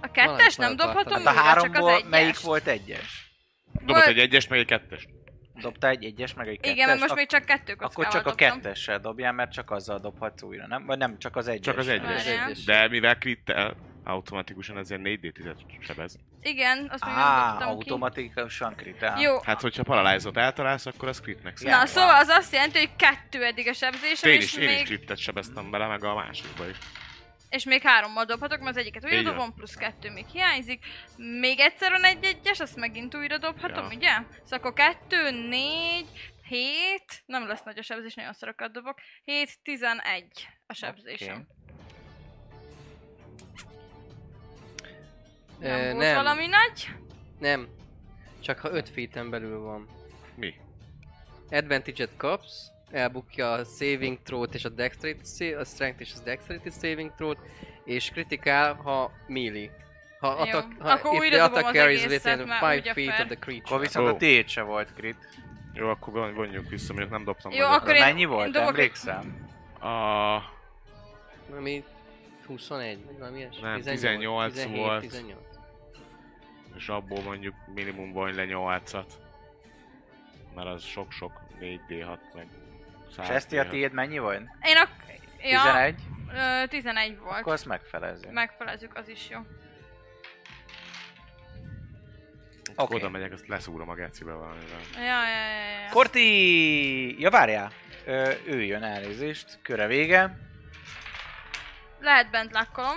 A kettes nem nagyon tartom. dobhatom Hát Tehát a újra, csak az háromból egyes. melyik volt egyes? Dobott egy egyes, meg egy kettes. Dobtál egy egyes, meg egy kettes? Igen, mert most Ak- még csak kettő kockával Akkor csak a dobtam. kettessel dobjál, mert csak azzal dobhatsz újra, nem? Vagy nem, csak az egyes. Csak az egyes. Várjál. De mivel krittel, automatikusan ezért 4D10-et sebez. Igen, azt még nem Á, dobtam ki. automatikusan kritál. Jó, Hát, hogyha paralizot eltalálsz, akkor az kritnek számít. na szóval az azt jelenti, hogy kettő eddig a sebzésem, Én és is, én is még... krittet sebeztem bele, meg a másikba is. És még hárommal dobhatok, mert az egyiket újra Így van. dobom, plusz kettő még hiányzik. Még egyszer van egy egyes, azt megint újra dobhatom, Ja. ugye? Szóval akkor kettő, négy, hét, nem lesz nagy a sebzés, nagyon szarokat dobok. Hét, tizenegy a sebzésem. Oké. Nem Ö, volt valami nagy? Nem. Csak ha 5 feet belül van. Mi? Advantage-et kapsz, elbukja a saving throw-t és a dexterity, sa- a strength és a dexterity saving throw-t, és kritikál, ha melee. Ha Jó, attack, ha akkor if újra the dobom attack az carries egészet, within 5 mert ugye feet fair. of the creature. Akkor viszont Ó. a tiéd se volt crit. Jó, akkor von- vonjuk vissza, mondjuk nem dobtam Jó, nagyot. Akkor én- Mennyi én volt? dobok- Emlékszem. A... Ami 21, vagy valami ilyesmi? Nem, 18 volt. 18. És abból mondjuk minimum vonj le 8-at. Mert az sok-sok 4D6 meg... És 100 ezt a D6. tiéd mennyi volt? Én a... Ja, 11? 11? Ö, 11 volt. Akkor azt megfelezzük. Megfelezzük, az is jó. Akkor Oké. Oda megyek, azt leszúrom a gecibe valamivel. Ja, ja, ja, ja, ja. Korti! Ja, várjál! Ö, ő jön elnézést, köre vége. Lehet bent lakkolom.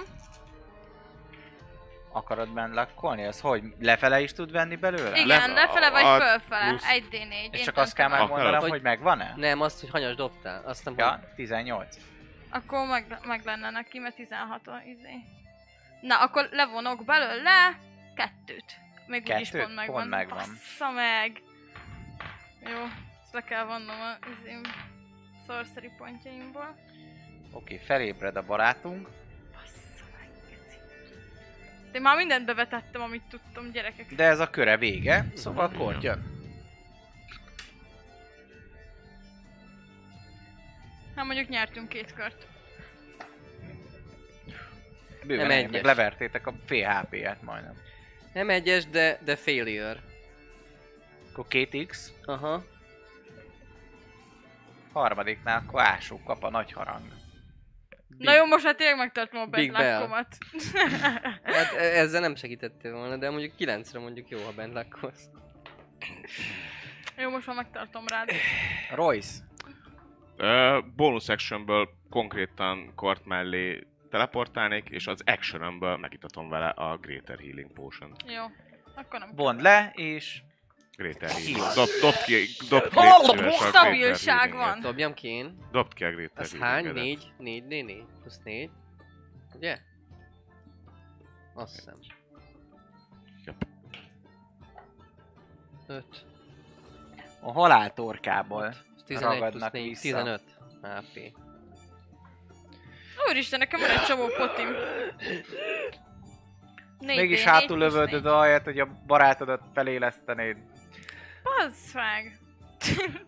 Akarod benne lakkolni? Az hogy? Lefele is tud venni belőle? Igen, Le- lefele vagy a- fölfele. plusz- 1D4. És én csak azt kell döntöm el. megmondanom, Akarod? hogy megvan-e? Nem, azt, hogy hanyas dobtál. Azt nem Ja, 18. Akkor meg, meg lenne neki, mert 16 a izé. Na, akkor levonok belőle kettőt. Még úgyis Kettőt? pont megvan. Pont megvan. Bassza meg! Jó, ezt le kell vannom a izém sorcery pontjaimból. Oké, felébred a barátunk. Bassza meg, geci. De már mindent bevetettem, amit tudtam, gyerekek. De ez a köre vége, szóval kort jön. Hát mondjuk nyertünk két kört. Bőven Nem ennyi, meg egyes. levertétek a fél HP-ját majdnem. Nem egyes, de, de failure. Akkor 2x, Aha. harmadiknál akkor ásó kap a nagy harang. Na jó, most már tényleg megtartom a Big Bell. bentlákomat. Hát e- ezzel nem segítettél volna, de mondjuk 9-re mondjuk jó, ha bent lakkolsz. jó, most már megtartom rád. Royce, Ö, bonus actionből konkrétan kort mellé teleportálnék, és az actionömből megitatom vele a Greater Healing Potion. Jó. Akkor nem. bond le, és Greater Jó. Healing. Dob, dob ki, dob ki légy szíves a Stabilság Greater van. Healinget. Dobjam ki én. Dobd ki a Greater Az hány? Healingedet. 4? 4, 4, 4. Plusz 4. Ugye? Azt hiszem. Jep. 5. a halál torkából. 11 plusz Ragadnak 4. vissza. 15. HP. Úristen, nekem van egy csomó potim. Négy Mégis D4 hátul plusz lövöldöd négy. ahelyett, hogy a barátodat felélesztenéd. Bazd meg.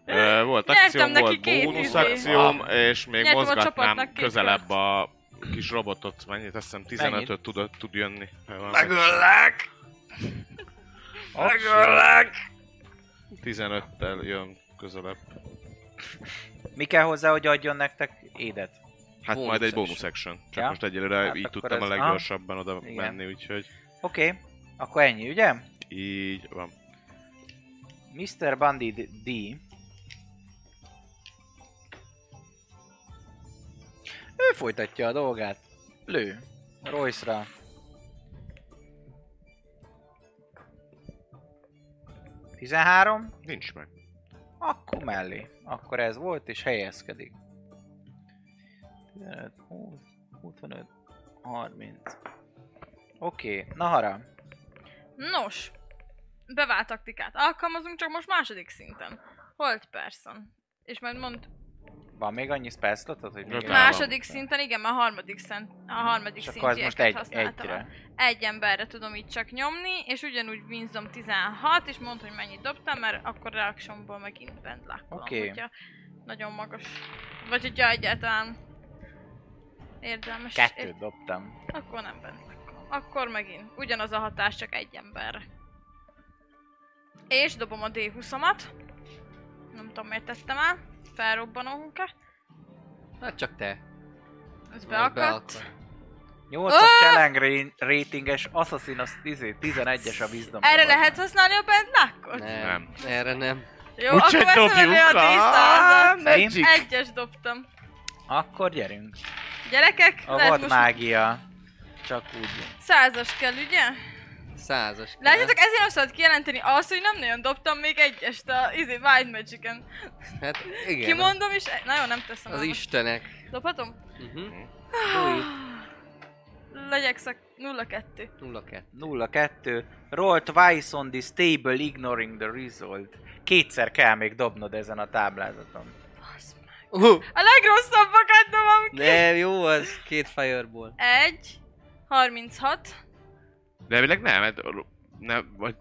Ö, volt Nyertem akcióm, neki volt két bónusz izé. akcióm, és még Nyertem a mozgatnám csapatnak két közelebb a kis robotot, mennyit, azt hiszem Mennyit? 15-öt tud, tud jönni. Megöllek! Megöllek! 15-tel jön közelebb. Mi kell hozzá, hogy adjon nektek édet? Hát Bónusz majd egy action. bonus action. Csak Ja. most egyelőre Hát így akkor tudtam a ez- leggyorsabban oda Igen. menni, úgyhogy Oké, okay. akkor ennyi, ugye? így van. Mr. Bandit D. Ő folytatja a dolgát. Lő. Royce-ra. Tizenhárom. Nincs meg. Akkor mellé. Akkor ez volt, és helyezkedik. 15, 20, 25, 30. Oké, okay. Nahara. Nos. Bevált taktikát alkalmazunk, csak most második szinten. Hold person. És majd mond, Van még annyi spell slotod, hogy még Öt egy- Nálam. második szinten, igen, már harmadik szint, a harmadik És akkor az most szintjeket egy, használtam. egyre. egy emberre tudom itt csak nyomni, és ugyanúgy Winsdom 16, és mondd, hogy mennyit dobtam, mert akkor reactionból megint bent látom, Oké. hogyha nagyon magas. Vagy hogyha egyáltalán érdemes. Kettőt dobtam. Akkor nem bent lakom. Akkor megint ugyanaz a hatás, csak egy emberre. És dobom a D20-amat. Nem tudom, miért tettem el. Felrobbanó hunka. Hát csak te. Ez Majd beakadt. beakad. 8-as Öh! challenge ra- ratinges Assassin az 10 11-es a Wisdom. Erre dobás. lehet használni a bent lakkot? Nem. Nem. Erre nem. Jó, Úgyse akkor veszem elő a dobjuk. Á, Ah, D100-at. Magic. Egyes dobtam. Akkor gyerünk. Gyerekek, A volt mágia. Csak úgy. százas kell, ugye? Százas. kell. Látjátok, ezért nem szabad kijelenteni azt, hogy nem nagyon dobtam még egyest a izé, Wild Magic-en. Hát igen. Kimondom és... Na jó, nem teszem. Az el istenek. most. Dobhatom? Uh-huh. Legyek szak... 0-2. 0-2. 0-2. Roll twice on this table ignoring the result. Kétszer kell még dobnod ezen a táblázaton. Basz meg. Uh, A hát legrosszabbakat dobom ki! nem, jó az. Két fireball. Egy, 36, De elvileg nem, hát, nem vagy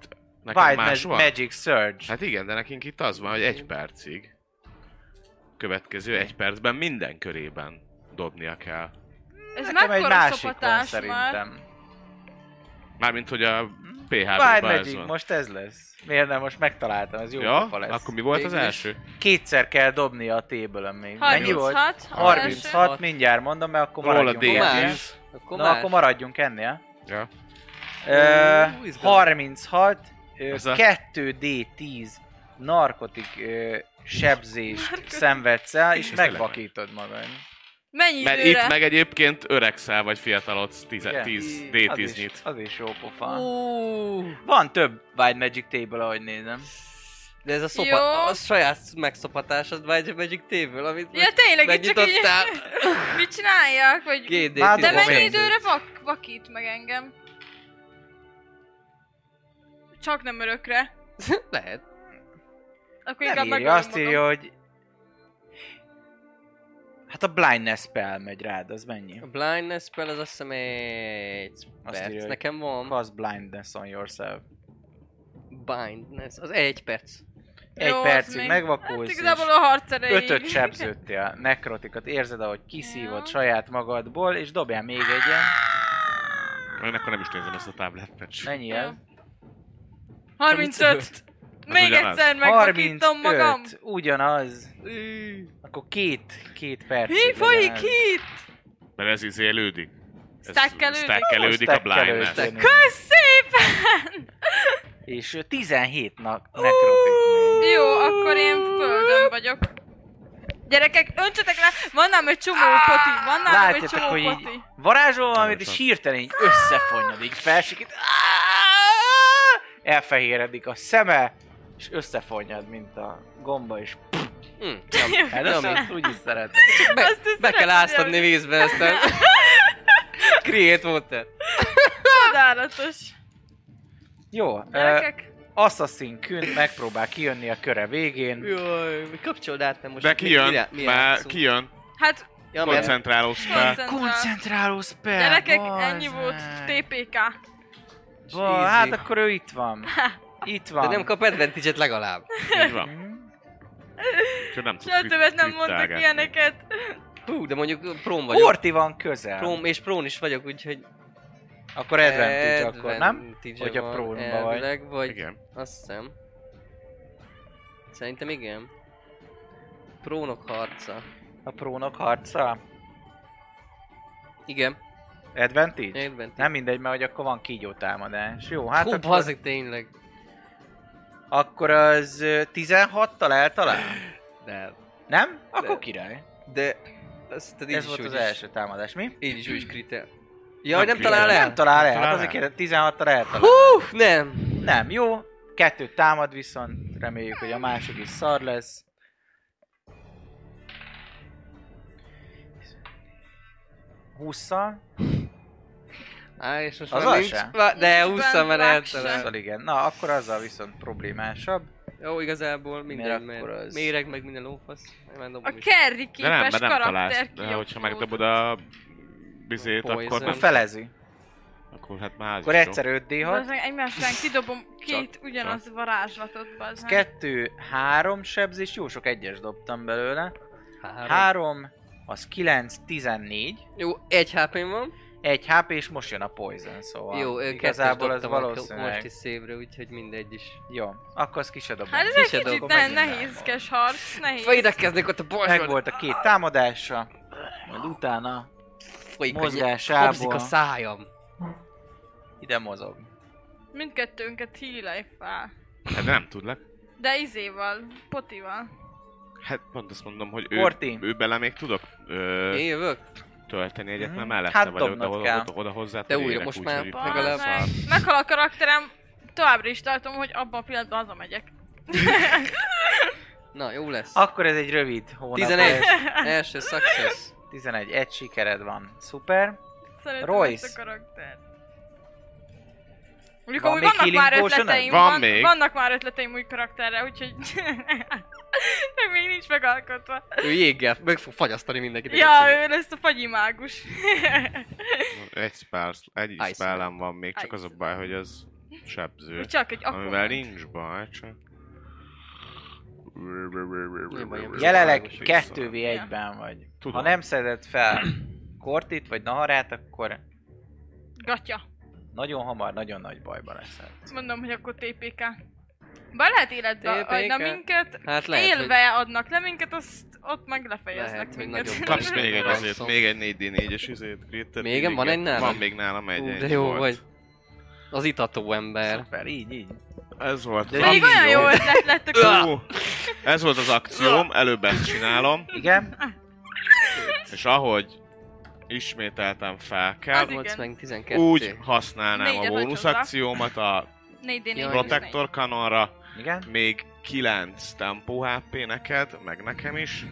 nekem Wild más ma- van? Magic Surge. Hát igen, de nekünk itt az van, hogy egy percig. Következő egy percben minden körében dobnia kell. Ez Nekem egy mekkora másik van szopatás már? szerintem. Mármint, hogy a Wild PHB-ben ez Magic, van. most ez lesz. Miért nem, most megtaláltam, ez jó Ja, pofa lesz. akkor mi volt az Végül is. első? Kétszer kell dobni a tébölön még. Mennyi volt? 36, az 36, első. mindjárt mondom, mert akkor Róla maradjunk ennél. D10. Komás. Akkor Na, akkor már. maradjunk ennél. Ja. Ö, Ú, izgalmas. 36, ö, Az a- 2D10 narkotik ö, sebzést szenvedsz el, és Ez tényleg megvakítod magad. Mennyi Mert időre? itt meg egyébként öregszel, vagy fiatalodsz 10 Igen. 10 Az is, D10-nyit. az is jó pofa. Ú, Van több Wild Magic Table, ahogy nézem. De ez a Jó. szopa, a saját megszopatásod Magic Magic téből, amit Ja tényleg, itt csak így megnyitottál. mit csináljak? Vagy... Két d Már De tudom, mennyi én. időre vak, vakít meg engem? Csak nem örökre. Lehet. Akkor Nem inkább írja, megölöm azt magam. írja, hogy... Hát a blindness spell megy rád, az mennyi? A blindness spell az azt hiszem egy Azt perc. írja, hogy- Nekem van Cast blindness on yourself. blindness, az egy perc. Egy Jó, az percig még- Hát megvakulsz, igazából a harc erejéig. Ötöt sebződtél, nekrotikat, érzed, ahogy kiszívod Ja. saját magadból, és dobjál még egyen. Én akkor nem is nézem ezt a táblát, mert sem. Mennyi ez? 35. Még ugyanaz. egyszer megvakítom magam. 35, ugyanaz. Ű, Akkor két, két perc. Mi folyik itt? Mert ez izélődik. Ez Stackelődik? Stackelődik a blindness. Stackelődik. Kösz szépen! És ö, 17 nak nekrotik. Jó, akkor én földön vagyok. Gyerekek, öntsetek le! Van ám egy csomó poti, van ám egy Látjátok, csomó hogy így poti. varázsol valamit, és Pontosan. hirtelen így összefonnyad, így felsikít. Elfehéredik a szeme, és összefonnyad, mint a gomba, és Hm. hát Jami. azt úgy is szeretem. Be, Azt is be kell szeretném. áztatni vízbe, aztán... Create water. Csodálatos. Jó, ö, Gyerekek, Assassin Kün megpróbál kijönni a köre végén. Jaj, kapcsold át, mert most... De itt kijön, mire- mire már játszunk? kijön. hát Ja, mert... Koncentrálódsz fel. koncentrál. Koncentráló spell! Gyerekek, bazd ennyi volt meg. TPK. Ba, Easy. hát akkor ő itt van. Itt van. De nem kap advantage-et legalább. Így van. Mhm. Úgyhogy nem tudsz Soha krit- többet nem mondok kritálgatni. ilyeneket. Hú, de mondjuk prón vagyok. Horti van közel. Prón, és prón is vagyok, úgyhogy... Akkor advantage akkor, nem? advantage-e Hogyha van prone-ba vagy. elvileg, vagy... Igen. Azt hiszem. Szerintem igen. Prónok harca. A prónok harca. Igen, Advantage? érben. Nem mindegy, mert hogy akkor van kígyó támadás. Jó, hát Hát Hú, akkor, bazzik tényleg. akkor az ö, 16-tal eltalál? De... Nem? Akkor Nem. király. De... Azt tudod, így Ez is, volt úgy az is. első támadás, mi? Így is, úgy is kritel. Jaj, nem kritel. talál el? Nem talál el, hát Nem talál azért el. kérdez, 16-tal eltalál. Hú, nem. Nem, jó. Kettőt támad viszont, reméljük, hogy a másik is szar lesz. Húszszal? Á, és most Az már az nincs. se. Vá- De Nincs 20 benne már vak se. eltalál. Húszszal igen. Na, akkor azzal viszont problémásabb. Jó, igazából minden, Mert mert akkor az- méreg meg minden lófasz. Már A dobom is. Kerry De nem, képes mert nem karakter találsz. De hogyha megdobod a bizét, Poison. akkor, Akkor nem, felezi. akkor hát már az Akkor is jó. egyszer 5D6. Bazzeg, egymás után kidobom két ugyanaz varázslatot, bazzeg. Kettő, három sebzés, jó sok egyes dobtam belőle. Három. Három, az 9, 14. Jó, egy hp van. Egy HP, és most jön a poison, szóval Jó, ő igazából az Most valószínűleg. is szévre, úgyhogy mindegy is. Jó, akkor azt ki se dobom. Hát ez Ki egy se kicsit dobom, ne, megint nem nehézkes harc, nehéz. Védekeznék ott a Meg borsod. volt a két támadása, majd utána Folyik a nyelv. mozgásából. Kapszik a szájam. ide mozog. Mindkettőnket hílej fel. Hát de nem tudlak. De izéval, potival. Hát pont azt mondom, hogy ő, Horti. ő bele még tudok ö, Én jövök? tölteni egyet, Mhm. mert mellette Hát vagyok, de dobnod oda, kell. oda, oda hozzá De újra, most már legalább- Bazzeg. Meghal a karakterem, továbbra is tartom, hogy abban a pillanatban hazamegyek. Na, jó lesz. Akkor ez egy rövid hónap. 11. Első success. 11. Egy sikered van. Szuper. Szeretem Royce. ezt a karaktert. Mondjuk amúgy még vannak healing már potion-ed? ötleteim, Van még. vannak már ötleteim új karakterre, úgyhogy de még nincs megalkotva. Ő jéggel meg fog fagyasztani mindenkit. Ja, ő lesz a fagyimágus. Egy, spell, egy Ice spellem van még, csak Ice az a baj, hogy az sebző. Csak egy akkor. Amivel nincs baj, csak... baj, Jelenleg Világos 2v1-ben vagy. Tudom. Ha nem szeded fel Kortit vagy Naharát, akkor Gatya. nagyon hamar, nagyon nagy bajban leszel. Mondom, hogy akkor TPK. Be lehet életbe TPK? adna minket, Hát lehet, lehet, hogy- élve hogy... adnak le minket, azt ott meg lefejeznek Lehet, hogy minket. nagyobb Kapsz még egy Ransom. azért, még egy 4D4-es izét, Gritter. Még van egy nálam? Van még nálam egy, Ú, egy de jó volt. vagy. Az itató ember. Szuper, így, így. Ez volt De az Pedig olyan jó ötlet lett a kar- Ú, Ez volt az akcióm, előbb ezt csinálom, Igen? és ahogy ismételtem fel kell, Az igen. Volt meg 12. úgy használnám a Négyet bónusz hagyod rá. akciómat a 4D4 Jaj, Protector Canonra, Igen? még 9 tempó HP neked, meg nekem is.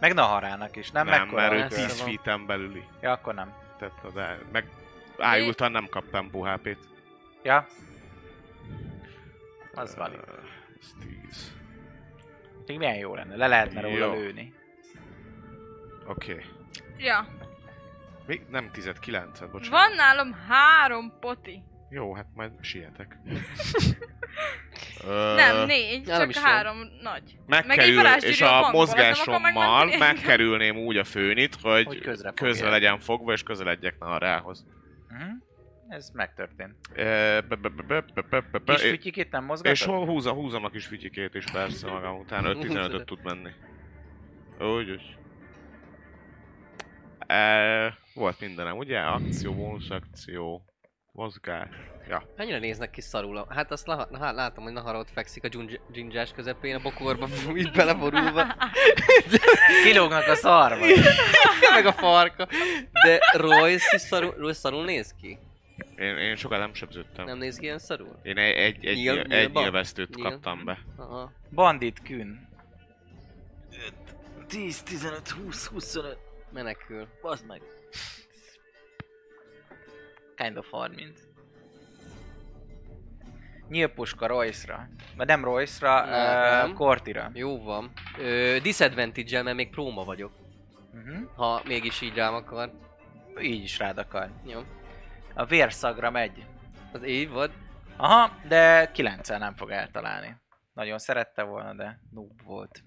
Meg Naharának is, nem? Nem, Mekkora mert ő volt 10 Messze van. feet-en belüli. Ja, akkor nem. Tehát, na de, meg ájultan nem kap tempó HP-t. Ja. Az van. Ö, Ez 10. Még milyen jó lenne, le lehetne róla Jó. lőni. Oké. Ja. Még nem 10 9 bocsánat. Van nálam három poti. Jó, hát majd sietek. Nem, négy, nálam csak is van. három nagy. Megkerül, varázsgyűrű és a a bankból, azt nem akarom mozgásommal megvenni. megkerülném úgy a főnit, hogy, Hogy közre közre, fogja. legyen fogva, és közeledjek Naharához. Mhm. Ez megtörtént. Ö, be- be- be- be- be- be- be- Kis é- fütyikét nem És mozgatod? hol húzom, húzom a kis fütyikét is persze magam után, 5-15-öt tud menni. Úgy, úgy. E, volt mindenem, ugye? Akció, bónusz akció, mozgás. Ja, Mennyire néznek ki szarul? a- Hát azt lah- hát látom, hogy Nahara ott fekszik a dzsundzs- dzsindzsás közepén, a bokorba, így beleborulva, Kilógnak a szarba. meg a farka. De Royce is szarul, Royce szarul néz ki? én, én sokat nem sebződtem. Nem néz ki ilyen szarul? Én egy, egy, egy, Nyíl- nyil, egy nyílba? nyilvesztőt Nyíl. kaptam be. Aha. Bandit kün. 10, 15, 20, 25, Menekül. bazd meg. Kind of 30. Nyílpuska Royce-ra. Vagy nem Royce-ra, Nem. uh, Kortira. Jó van. Ö, disadvantage mert még próma vagyok. Uh-huh. Ha mégis így rám akar. Így is rád akar. Jó. A vérszagra megy. Az így volt. Aha, de 9 nem fog eltalálni. Nagyon szerette volna, de noob volt.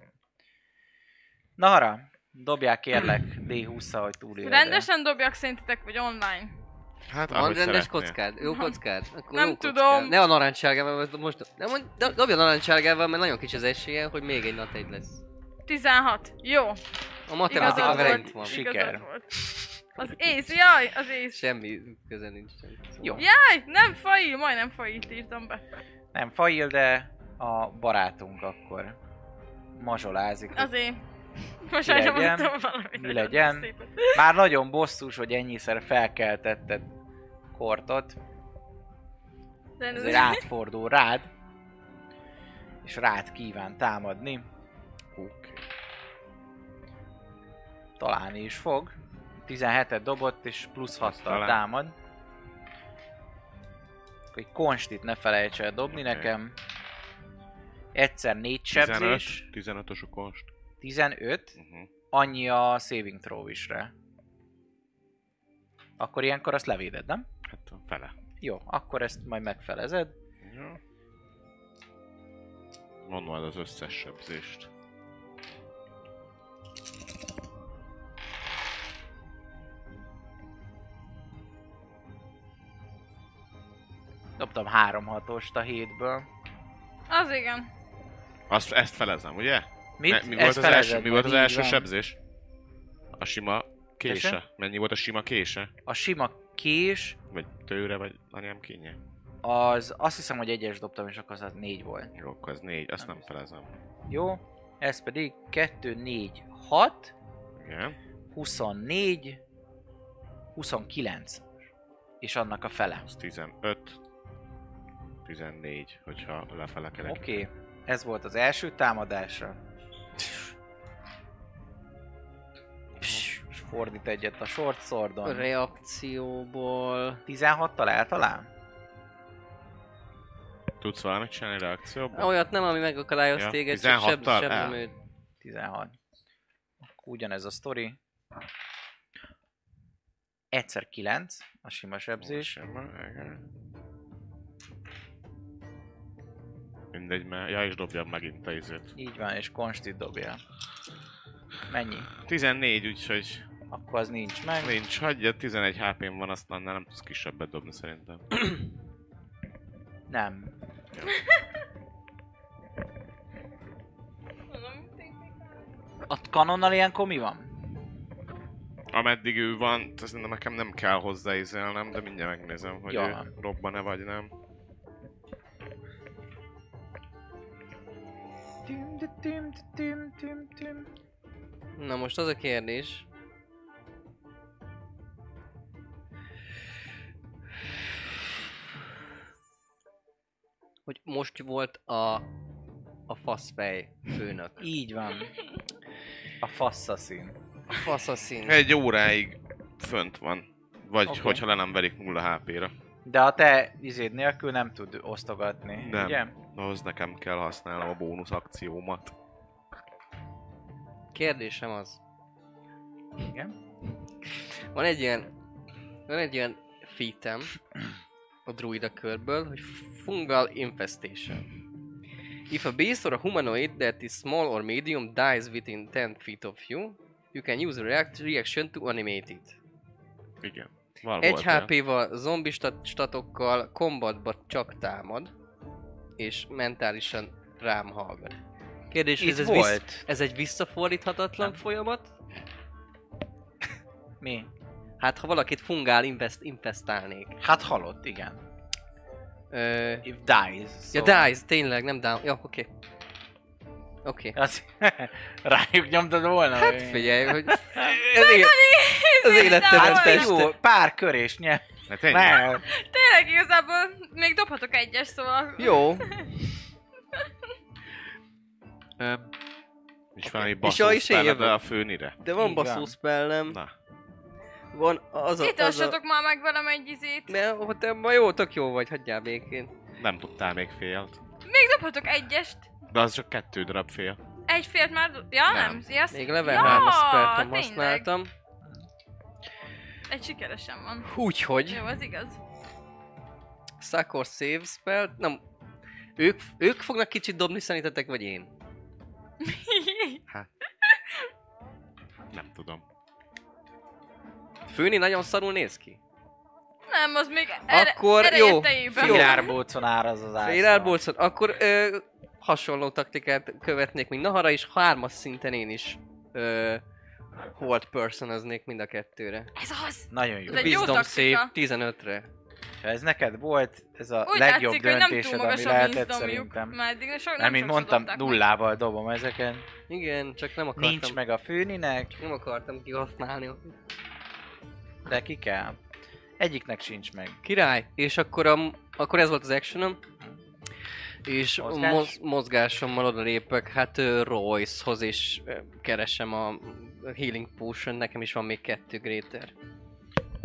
Nara, dobják kérlek D20-a, hogy túléled. Rendesen dobjak szerintetek, vagy online? Hát, Van ahogy rendes szeretnél. kockád? Jó kockád? Akkor Nem jó tudom. Kockád. Ne a narancssárgával, mert most... Nem, mondj- do- dobja a narancssárgával, mert nagyon kicsi az esélye, hogy még egy nat egy lesz. 16. Jó. A Igazad matematika vele itt van. volt. Siker. Igazad volt. Az ész, jaj, az ész. Semmi köze nincs. Szóval. Jó. Jaj, nem fail, majdnem failt írtam be. Nem fail, de a barátunk akkor mazsolázik. hogy Azért. Most már sem legyen? mondtam valamit. Mi nagyon legyen? szépet. Már nagyon bosszus, hogy ennyiszer felkeltetted kortot. De ez- Ezért átfordul rád. És rád kíván támadni. Oké. Találni is fog. 17-et dobott, és plusz 6 talán. támad. Hogy konstit ne felejts el dobni Oké. nekem. Egyszer 4 sebzés, 15, 15-ös a konst. 15, Uh-huh. annyi a saving throw is rá. Akkor ilyenkor azt levéded, nem? Hát a fele. Jó, akkor ezt majd megfelezed. Ja. Mondd majd az összes sebzést. Dobtam 3 hatost a hétből. Az igen. Azt, ezt felezem, ugye? Mit? mi Ezt volt az felezed első, mi majd, volt az így első van. sebzés? A sima kése. Tese? Mennyi volt a sima kése? A sima kés, Vagy tőre, vagy anyám kénye? az azt hiszem, hogy egyes dobtam, és akkor az 4 volt. Jó, akkor az négy, azt nem felezem. Jó, ez pedig 2, 4, 6, Igen. 24, 29. És annak a fele. Az 15, 14, hogyha lefele kerek. Oké, okay. ez volt az első támadásra. És fordít egyet a short swordon. Reakcióból... 16 talál talán? Tudsz valamit csinálni reakcióban? Olyat nem, ami megakadályoz Ja, ja, téged, csak seb, 16-tal? sebzöm Á. őt. 16. Akkor ugyanez a sztori. Egyszer 9, a sima sebzés. Mindegy, mert... Ja, és dobjam megint a izőt. Így van, és konstit dobja. Mennyi? 14, úgyhogy Akkor az nincs meg. nincs. Hagyja, 11 HP-n van, azt annál nem tudsz kisebbet dobni szerintem. Nem. Mondom, technikát. A kanonnal ilyenkor mi van? Ameddig ő van, azt szerintem nekem nem kell hozzáizelnem, de mindjárt megnézem, hogy Jó ő van. robban-e vagy nem. Tüm, tüm, tüm, tüm, tüm, tüm. Na most az a kérdés. Hogy most volt a, a faszfej főnök. Így van. A fasszaszín. A faszaszín. Egy óráig fönt van. Vagy Oké. okay. hogyha le nem verik nulla HP-ra. De a te izéd nélkül nem tud osztogatni, Nem. ugye? Ahhoz nekem kell használnom a bónusz akciómat. Kérdésem az. Igen. Van egy ilyen... Van egy ilyen featem a druida körből, hogy fungal infestation. If a beast or a humanoid that is small or medium dies within 10 feet of you, you can use a react- reaction to animate it. Igen. Val Egy HP-val, zombi stat- statokkal, kombatba csak támad, és mentálisan rám hallgat. Kérdés, hogy Itt ez, ez, volt. vissz- ez egy visszafordíthatatlan Nem. folyamat? Mi? Hát, ha valakit fungál invest- infestálnék. Hát halott, igen. Ö, If dies. ja, szóval. dies, tényleg, nem down. Ja, oké. Okay. Oké. Okay. Az, rájuk nyomtad volna? Hát figyelj, hogy... Ez él... az életemet Hát Hát fest. jó, pár körés nyel. Hát ennyi. Nem. Tényleg igazából még dobhatok egyes, szóval... Jó. Ö, És valami És ja, basszus is én bele jövök. be a főnire. De Így van. van basszú spellem. Na, Van az a... Itt az a... alssatok már meg velem egy izét. Ne, ha te ma jó, tök jó vagy, hagyjál békén. nem tudtál még félt. Még dobhatok egyest. De az csak kettő darab fél. Egy félt már... do- Ja, Nem. nem. Yes. Még level ja, 3 spelt nem tényleg. használtam. Egy sikeresen van. Úgyhogy, Jó, az igaz. Succor save spell, nem... Ők, ők fognak kicsit dobni szerintetek, vagy én? Nem tudom. Főni nagyon szarul néz ki. nem, az még ere, Akkor jó, erejétejében. jó. Félárbócon áll az az ászló. Félelbolcon, akkor ö, hasonló taktikát követnék, mint Nahara, és hármas szinten én is ö, hold personöznék mind a kettőre. Ez az! Nagyon jó. Ez egy jó Wisdom taktika. save 15-re. Ha ez neked volt, ez a Úgy legjobb látszik, hogy nem túl döntésed, ami magas a lehetett vízdomjuk, szerintem. Nem, mert eddig sok, nem nem mint sokszor mondtam, dobták meg. nullával dobom ezeken. Igen, csak nem akartam, Nincs meg a főninek, nem akartam kihasználni. de ki kell. Egyiknek sincs meg. Király! És akkor, a, akkor ez volt az actionom. És Mozgás? Mozgás? moz, mozgásommal odalépek, hát ö, Royce-hoz, és ö, keresem a Healing Potion, nekem is van még kettő Greater.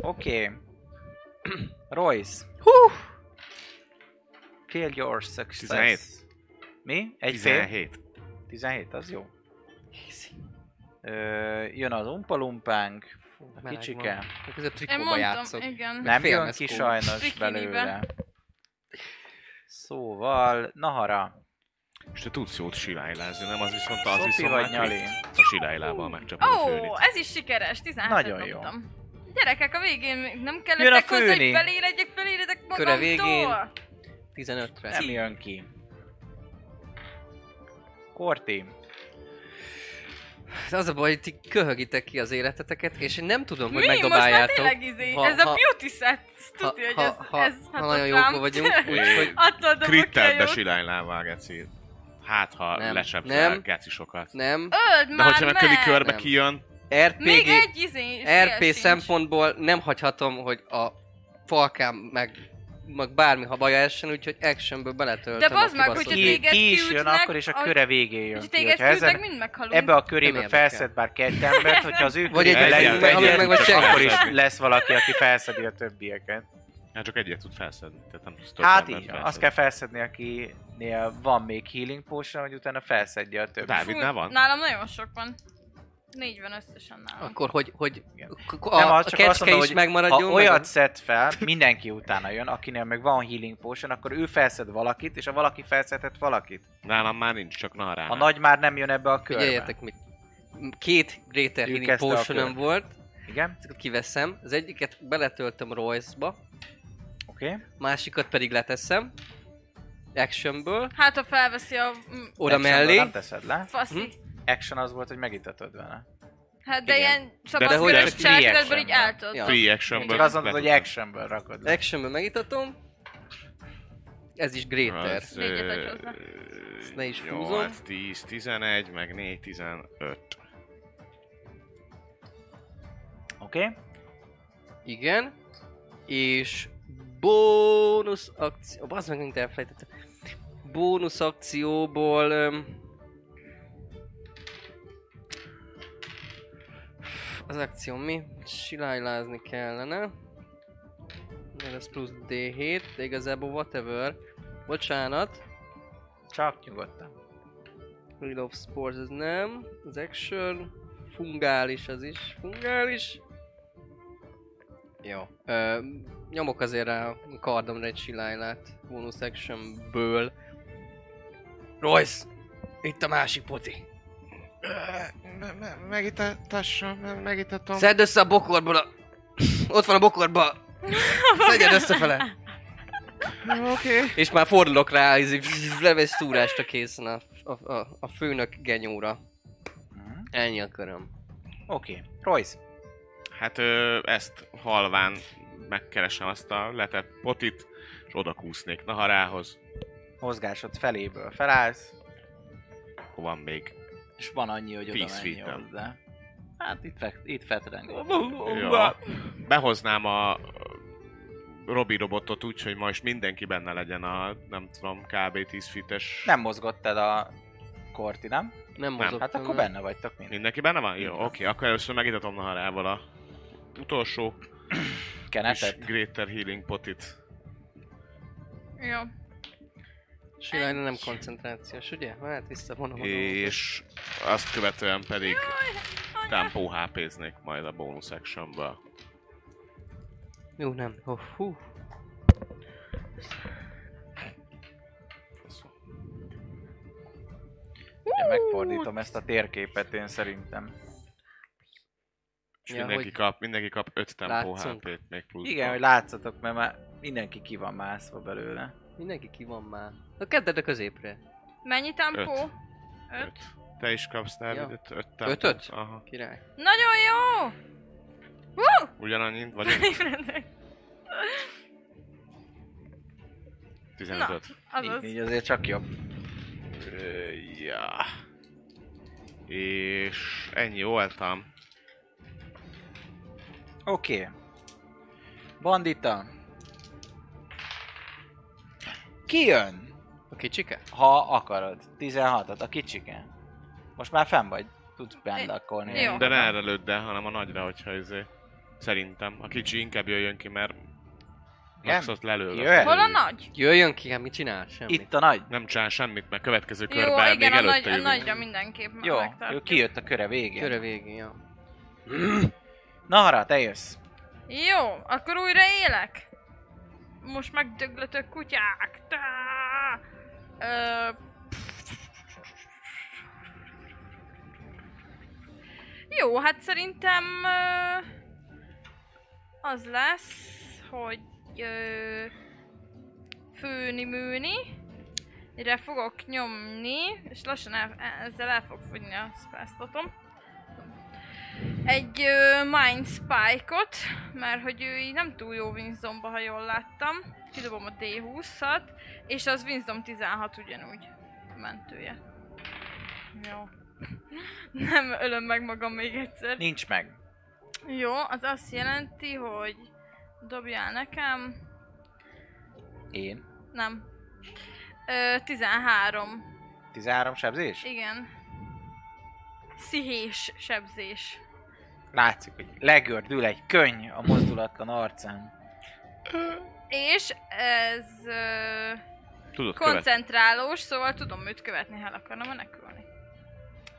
Oké. Okay. Royce. Feel your success. 17. Mi? Egy fél? 17. 17, az jó. Easy. Ö, jön az umpalumpánk. A Meleg kicsike. van. Akkor Ez a Én trikóba mondtam, játszok. igen. Nem Fél jön meszkó. ki sajnos Bikinibe. belőle. Szóval, Nahara. És te tudsz jót silájlázni, nem? Az viszont az Szofi viszont vagy már Nyali. crit. A silájlával megcsapod a Ó, főnit. ez is sikeres, 17 Nagyon jó. dobtam. Gyerekek, a végén még nem Jön a kellett hozzá, főni. hogy feléredjek, feléredek magamtól. Köre végén. 15-re. Nem jön ki. Korti. Hát Az a baj, hogy ti köhögitek ki az életeteket, és én nem tudom, hogy Mi? Most már megdobáljátok. tényleg izé, Ha- ez a ha- beauty set, ezt ha, tudja, hogy ha, ez, ha, ez hát ha hatott nagyon rám. jók vagyunk, úgyhogy... Attól dobok ki a Krittelt be jót. silájlával, Geci. Hát, ha Nem. lesebb Nem. Geci sokat. Nem. Öld De már hogyha a kövi meg! körbe Nem. kijön, RPG, Még egy izé RP szél sincs. szempontból nem hagyhatom, hogy a falkám meg, meg bármi ha baja essen, úgyhogy actionből beletöltöm. De bazd a meg, kibaszott- hogyha Ki, téged ki is jön, küldnek, akkor is a ahogy- köre végén jön És ki. téged Hogyha küldnek, ezen, mind meghalunk. ebbe a Nem körébe érdekel. felszed bár két embert, hogyha az ő Vagy egy- körében egy- lejön meg- egyet, meg vagy csak senki. akkor is lesz valaki, aki felszedi a többieket. Hát csak egyet tud felszedni, tehát nem tudsz több Hát embert így, azt felszedni. kell felszedni, akinél van még healing potion, hogy utána felszedje a többit. Dá- Dávidnál van? Nálam nagyon sok van. Négy van összesen nálam. Akkor hogy, hogy Igen. a, a, a az csak azt kecske mondom, is hogy Ha megmaradjon. meg olyat a- szed fel, mindenki utána jön, akinél meg van healing potion, akkor ő felszed valakit, és a valaki felszedhet valakit. Nálam már nincs, csak A narrál. nagy már nem jön ebbe a körbe. Figyeljetek mit. Két Greater Ő Healing kezdte a potion kört. volt, Igen, ezeket kiveszem, az egyiket beletöltöm Royce-ba, oké. Okay. másikat pedig leteszem, actionből, Hát, ha felveszi a mm, oda mellé, Nem teszed le. faszi. Action az volt, hogy megitatod vele. Hát, de Igen. ilyen szabadkörös hogy de, csak de, cselekedetből reaction így van. eltölt. Ja. Free Csak actionből. azt mondod, hogy letudtam. actionből rakod le. actionből megitatom, ez is Greater. Az, Négyet adj ö, hozzá. Ezt ne is nyolc, húzom. 10, 11, meg 4, 15. Oké? Okay? Igen. És bónusz akció... Bazd meg, mint elfelejtettem. Bónusz akcióból... Öm... Az akció mi? Silájlázni kellene. Mert ez plusz D7, de igazából whatever. Bocsánat. Csak nyugodtan. Reel of Spores ez nem. Az Action. Fungális az is. Fungális. Jó. Ö, nyomok azért rá a kardomra egy silájlát. Bonus actionből. Royce! Itt a másik poti. Megitassam, megitatom. Szedd össze a bokorból a... Ott van a bokorba! Szedjed összefele! Oké. És már fordulok rá, így levesz szúrást a készen a, a, a, a főnök genyóra. Mhm. Ennyi a köröm. Oké. Okay. Royce. Hát ö, ezt halván megkeresem azt a letett potit, és oda kúsznék Naharához. mozgásod feléből felállsz, Akkor van még. és van annyi, hogy oda Tíz menj feet-en. hozzá. Hát itt, fek, itt fetreng. Jó. Behoznám a Robi robotot úgy, hogy ma is mindenki benne legyen a, nem tudom, kb. 10 fites. Nem mozgottad a korti, nem? Nem mozogtam. Hát akkor el. benne vagytok mind. Mindenki benne van? Jó, Így oké, van. okay, akkor először megitatom Naharával a utolsó kis Keneted? Greater Healing potit. Jó. Silájra nem koncentrációs, ugye? Hát visszavonom a dolgot. És azt követően pedig tempó HP-znék majd a bonus actionből. Jó, nem. Oh, hú. Ugye megfordítom ezt a térképet én szerintem. És Ja, mindenki, hogy- kap, mindenki kap 5 tempó Látszunk. HP-t még plusz. Igen, hogy látszatok, mert már mindenki ki van mászva belőle. Mindenki ki van már. A ketted a középre. Mennyi tempó? Öt. Öt. Te is kapsz, Dávid, 5 ja. tempót. Ötöt? Aha. Király. Nagyon jó! Ugyanannyit, vagy Felébredek. 15 Azaz. Így, így azért csak jobb. Ö, Ja. És ennyi voltam. Oké. Okay. Bandita. Ki jön? A kicsike? Ha akarod. 16-at, a kicsiken. Most már fenn vagy. Tudsz bendakolni. Jó. De ne erre lőd el, hanem a nagyra, hogyha izé. Szerintem. A kicsi inkább jöjjön ki, mert Igen? Maxot lelőve. Jöhet? Hol a nagy? Jöjjön ki, hát mit csinál? Semmi. Itt a nagy. Nem csinál semmit, mert következő Jó, körben még igen, a, előtte nagy, a jövünk. nagyra mindenképp Jó, megtart. ő kijött a köre végén. Köre végén, ja. Nahara, te jössz. Jó, akkor újra élek. Most megdöglötök kutyák. Tá! Ö... Jó, hát szerintem ö, az lesz, hogy ö, főni műni. Ide fogok nyomni, és lassan el, ezzel el fog fogyni a spásztatom. Egy ö, Mind Spike-ot, mert hogy ő így nem túl jó Winsdomba, ha jól láttam. Kidobom a D20-at, és az Winsdom 16 ugyanúgy mentője. Jó. Nem ölöm meg magam még egyszer. Nincs meg. Jó, az azt jelenti, hogy dobjál nekem. Én. Nem. Ö, 13. 13 sebzés? Igen. Szihés sebzés. Látszik, hogy legördül egy könny a mozdulatlan arcán. És ez ö, Tudod követni. koncentrálós, szóval tudom őt követni, ha el akarna menekülni.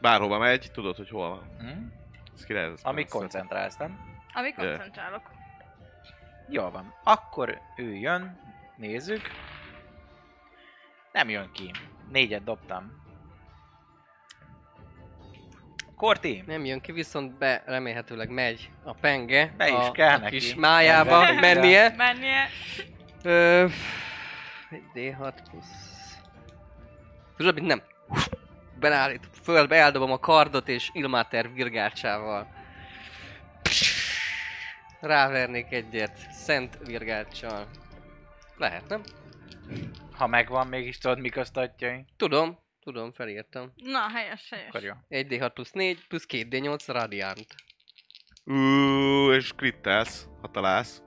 Bárhova megy, tudod, hogy hol van. Hm? Ez király, ez Amíg persze. koncentrálsz, nem? Ami koncentrálok. Jól van. Akkor ő jön. Nézzük. Nem jön ki. Négyet dobtam. Korti! Nem jön ki, viszont be remélhetőleg megy a penge. Be is a, kell a neki. kis májába Be is kell. mennie. Mennie. Ö, egy D6 plusz... Tudod, mit nem? Belállít, fölbe eldobom a kardot és Ilmáter virgácsával. Rávernék egyet, szent virgáccsal. Lehet, nem? Ha megvan, mégis tudod, mik osztatjai. Tudom, tudom, felírtam. Na, helyes, helyes. Akkor jó. 1D6 plusz 4, plusz 2D8 radiant. Ú, és krittelsz, ha találsz.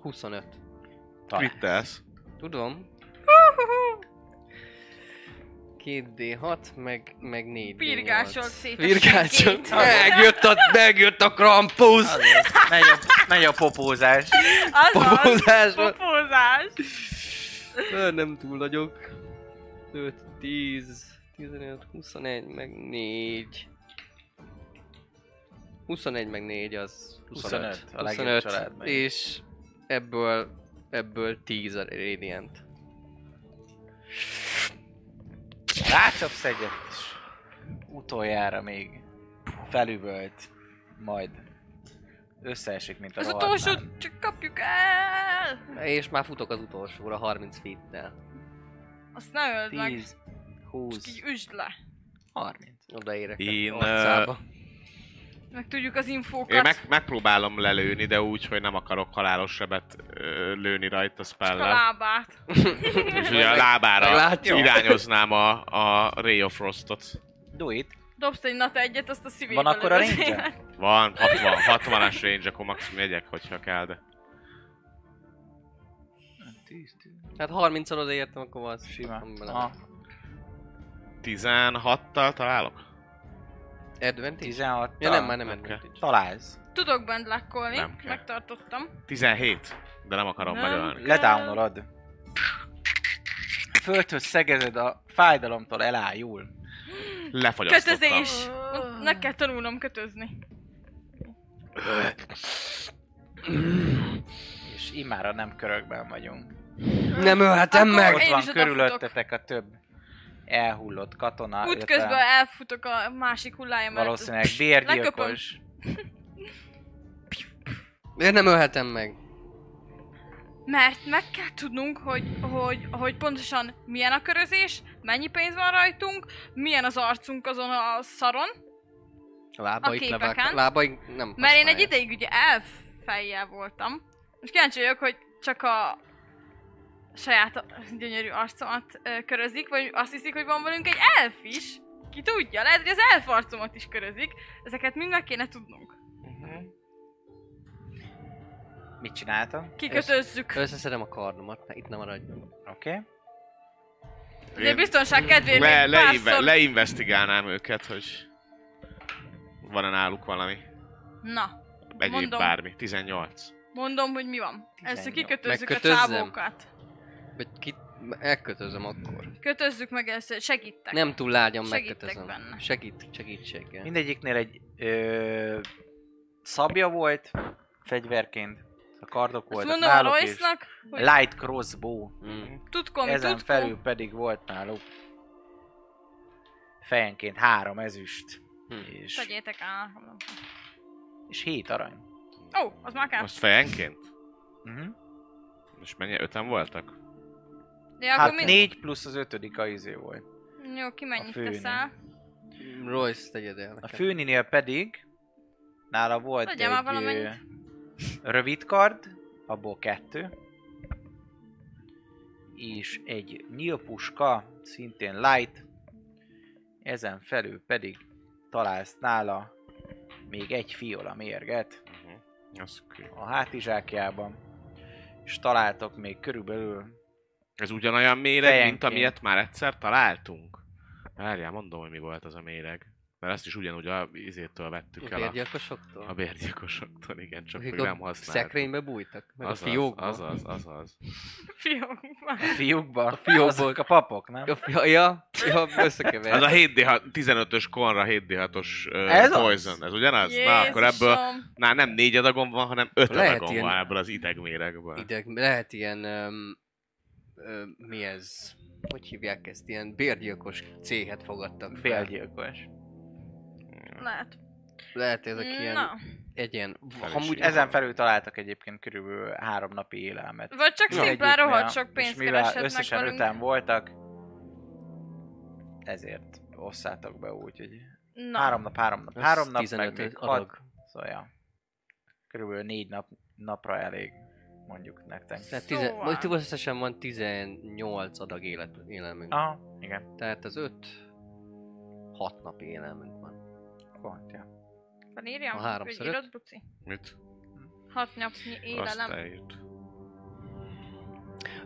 25. Talán. Krittelsz. Tudom. 2D6, meg, meg 4 Pirgásolt szét a Virgácsolt. seggét. Megjött a, megjött a Krampus! Azért. Megy a, megy a popózás. Azaz, Popozásba. popózás. Ö, Nem túl nagyok. 5, 10, 15, 21, meg 4. 21 meg 4 az 25. 25, a legjobb családban. és ebből, ebből 10 a radiant. Rácsapsz egyet, és utoljára még felüvölt, majd összeesik, mint a Az rohadt nem. utolsót csak kapjuk el. És már futok az utolsóra 30 feet-nel. Azt ne öld meg. 10, Csak 20, így üsd le. 30. Odaérek Én, a arcába. Meg tudjuk az infókat. Én meg, megpróbálom lelőni, de úgy, hogy nem akarok halálos sebet ö, lőni rajta Csak a spellel. lábát. És ugye a Meg lábára látjuk. irányoznám a, a Ray of Frostot. Do it. Dobsz egy nat egyet, azt a szívébe Van akkor a lövöd. range Van, 60, 60-as range, akkor maximum megyek, hogyha kell, de... 10, 10. Hát 30 al odaértem, akkor van Sima. simán. Aha. 16-tal találok? Advantage? 16. Ja nem, már nem nem kell. advantage. Találsz. Tudok bendlakkolni, Nem kell. megtartottam. 17, de nem akarom Nem. megölni. Ledámolod. Földhöz szegezed a fájdalomtól elájul. Lefagyasztottam. Kötözés! Meg kell tanulnom kötözni. És imára nem körökben vagyunk. Nem ölhetem Akkor meg! Ott Én van is odafutok. körülöttetek a több elhullott katona. Útközben illetve elfutok a másik hullája mellett. Valószínűleg leköpöm. bérgyilkos. Miért nem ölhetem meg? Mert meg kell tudnunk, hogy, hogy, hogy pontosan milyen a körözés, mennyi pénz van rajtunk, milyen az arcunk azon a szaron. A lábaik A levág... képeken. Lábaik nem Mert én használják. egy ideig ugye elf fejjel voltam. Most kíváncsi vagyok, hogy csak a saját gyönyörű arcomat ö, körözik, vagy azt hiszik, hogy van velünk egy elf is. Ki tudja, lehet, hogy az elf arcomat is körözik. Ezeket mind meg kéne tudnunk. Mhm. Mit csináltam? Kikötözzük. Összeszedem a kardomat, na, itt nem maradjon. Oké. Okay. Azért biztonság kedvéért Le, még leinve, párszor... leinvestigálnám őket, hogy van-e náluk valami. Na, Egyéb Mondom. bármi. 18. mondom, hogy mi van. 18. Először kikötözzük a Megkötözzem? csávókat. Vagy kit... Elkötözöm akkor. Kötözzük meg először, segítek. Nem túl lágyan Segítek megkötözöm. benne. Segít, segítséggel. Mindegyiknél egy ö, szabja volt, fegyverként. A kardok Azt voltak mondom a náluk is. Royce-nak, hogy Light crossbow. Mm. tutkom, Ezen tutkom. felül pedig volt náluk fejenként három ezüst. Hm. És, Tegyétek el. mondom. és hét arany. Ó, az már kell. Most fejenként? Uh-huh. Most mennyi? Öten voltak? Ja, Hát akkor mind... négy plusz az ötödik a izé volt. Jó, ki A mennyit főnél. teszel? Royce, tegyed el nekem. A főninél pedig nála volt Tegyem már egy ö, valamennyit. rövid kard, abból kettő, és egy nyílpuska, szintén light, ezen felül pedig találsz nála még egy fiola mérget Uh-huh. Az kő. a hátizsákjában, és találtok még körülbelül Ez ugyanolyan méreg, mint Fejenként. amilyet már egyszer találtunk? Várjál, mondom, hogy mi volt az a méreg. Mert azt is ugyanúgy a izétől vettük A el a, bérgyilkosoktól? a bérgyilkosoktól, igen, csak Akik még a nem használtuk. Szekrénybe bújtak? Meg azaz, a fiókba? Azaz, azaz. Fiókban. fiúkba, a fiókból. fiúkból a papok, nem? Ja, fi- ja, ja Az a összekevert. 7D6, 15-ös konra 7D6-os Ez uh, az? poison. Ez ugyanaz? Na, akkor ebből Jézusom. Na, nem négy adagon van, hanem öt Lehet adagon ilyen- van ebből az idegméregből. Ideg, lehet ilyen... Öm, öm, mi ez? Hogy hívják ezt? Ilyen bérgyilkos céhet fogadtak fel. Félgyilkos. Lehet. Lehet ezek ilyen... Na, Egy ilyen... Fel is Amúgy írva. ezen... Ezen felül találtak egyébként körülbelül három napi élelmet. vagy csak Na, szimplán egyiknél, rohadt sok és pénzt mivel keresetnek összesen velünk. öten voltak, ezért osszátok be úgy, hogy Na, Na. három nap, három nap, három nap, meg még hat, adag. szóval ja. Körülbelül négy nap, napra elég, mondjuk nektek. Tehát Szóval. tizen... Szóval. összesen van 18 adag élet, élelmünk. Aha, igen, Tehát az 5 6 nap élelmünk van. pont, ja. felírjam? A háromszor öt? Ügyírod, Buci? Mit? Hat napnyi Azt élelem. elírt.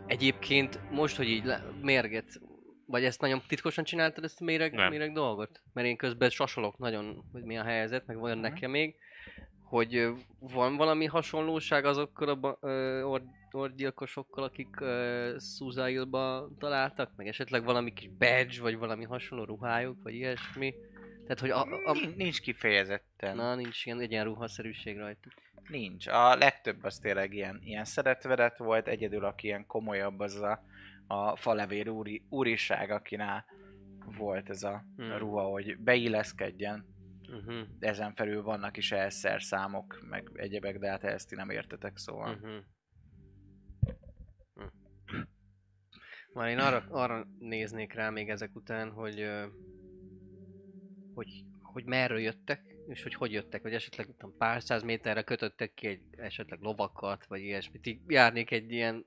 Egyébként most, hogy így le... mérget, vagy ezt nagyon titkosan csináltad ezt a méreg, Nem. méreg dolgot? Mert én közben sasolok nagyon, hogy mi a helyzet, meg vajon Mhm. nekem még, hogy ö, van valami hasonlóság azokkal a ba- ö, or, orgyilkosokkal, akik ö, Suzailba találtak, meg esetleg valami kis badge, vagy valami hasonló ruhájuk, vagy ilyesmi. Tehát, hogy a, a, Nin- Nincs kifejezetten. Na, nincs ilyen egyenruhaszerűség rajtuk. Nincs. A legtöbb az tényleg ilyen, ilyen szeretvedett volt, egyedül aki ilyen komolyabb az a, a falevér úri, úriság, akinál volt ez a Hmm. hmm. ruha, hogy beilleszkedjen. Uh-huh. De Ezen felül vannak is elszer számok, meg egyebek, de hát ezt ti nem értetek, szóval. Hmm. Uh-huh. Hm. Már én arra, arra néznék rá még ezek után, hogy, ö, hogy, hogy merről jöttek, és hogy hogy jöttek, vagy esetleg nem tudom, pár száz méterre kötöttek ki egy esetleg lovakat, vagy ilyesmit. Így járnék egy ilyen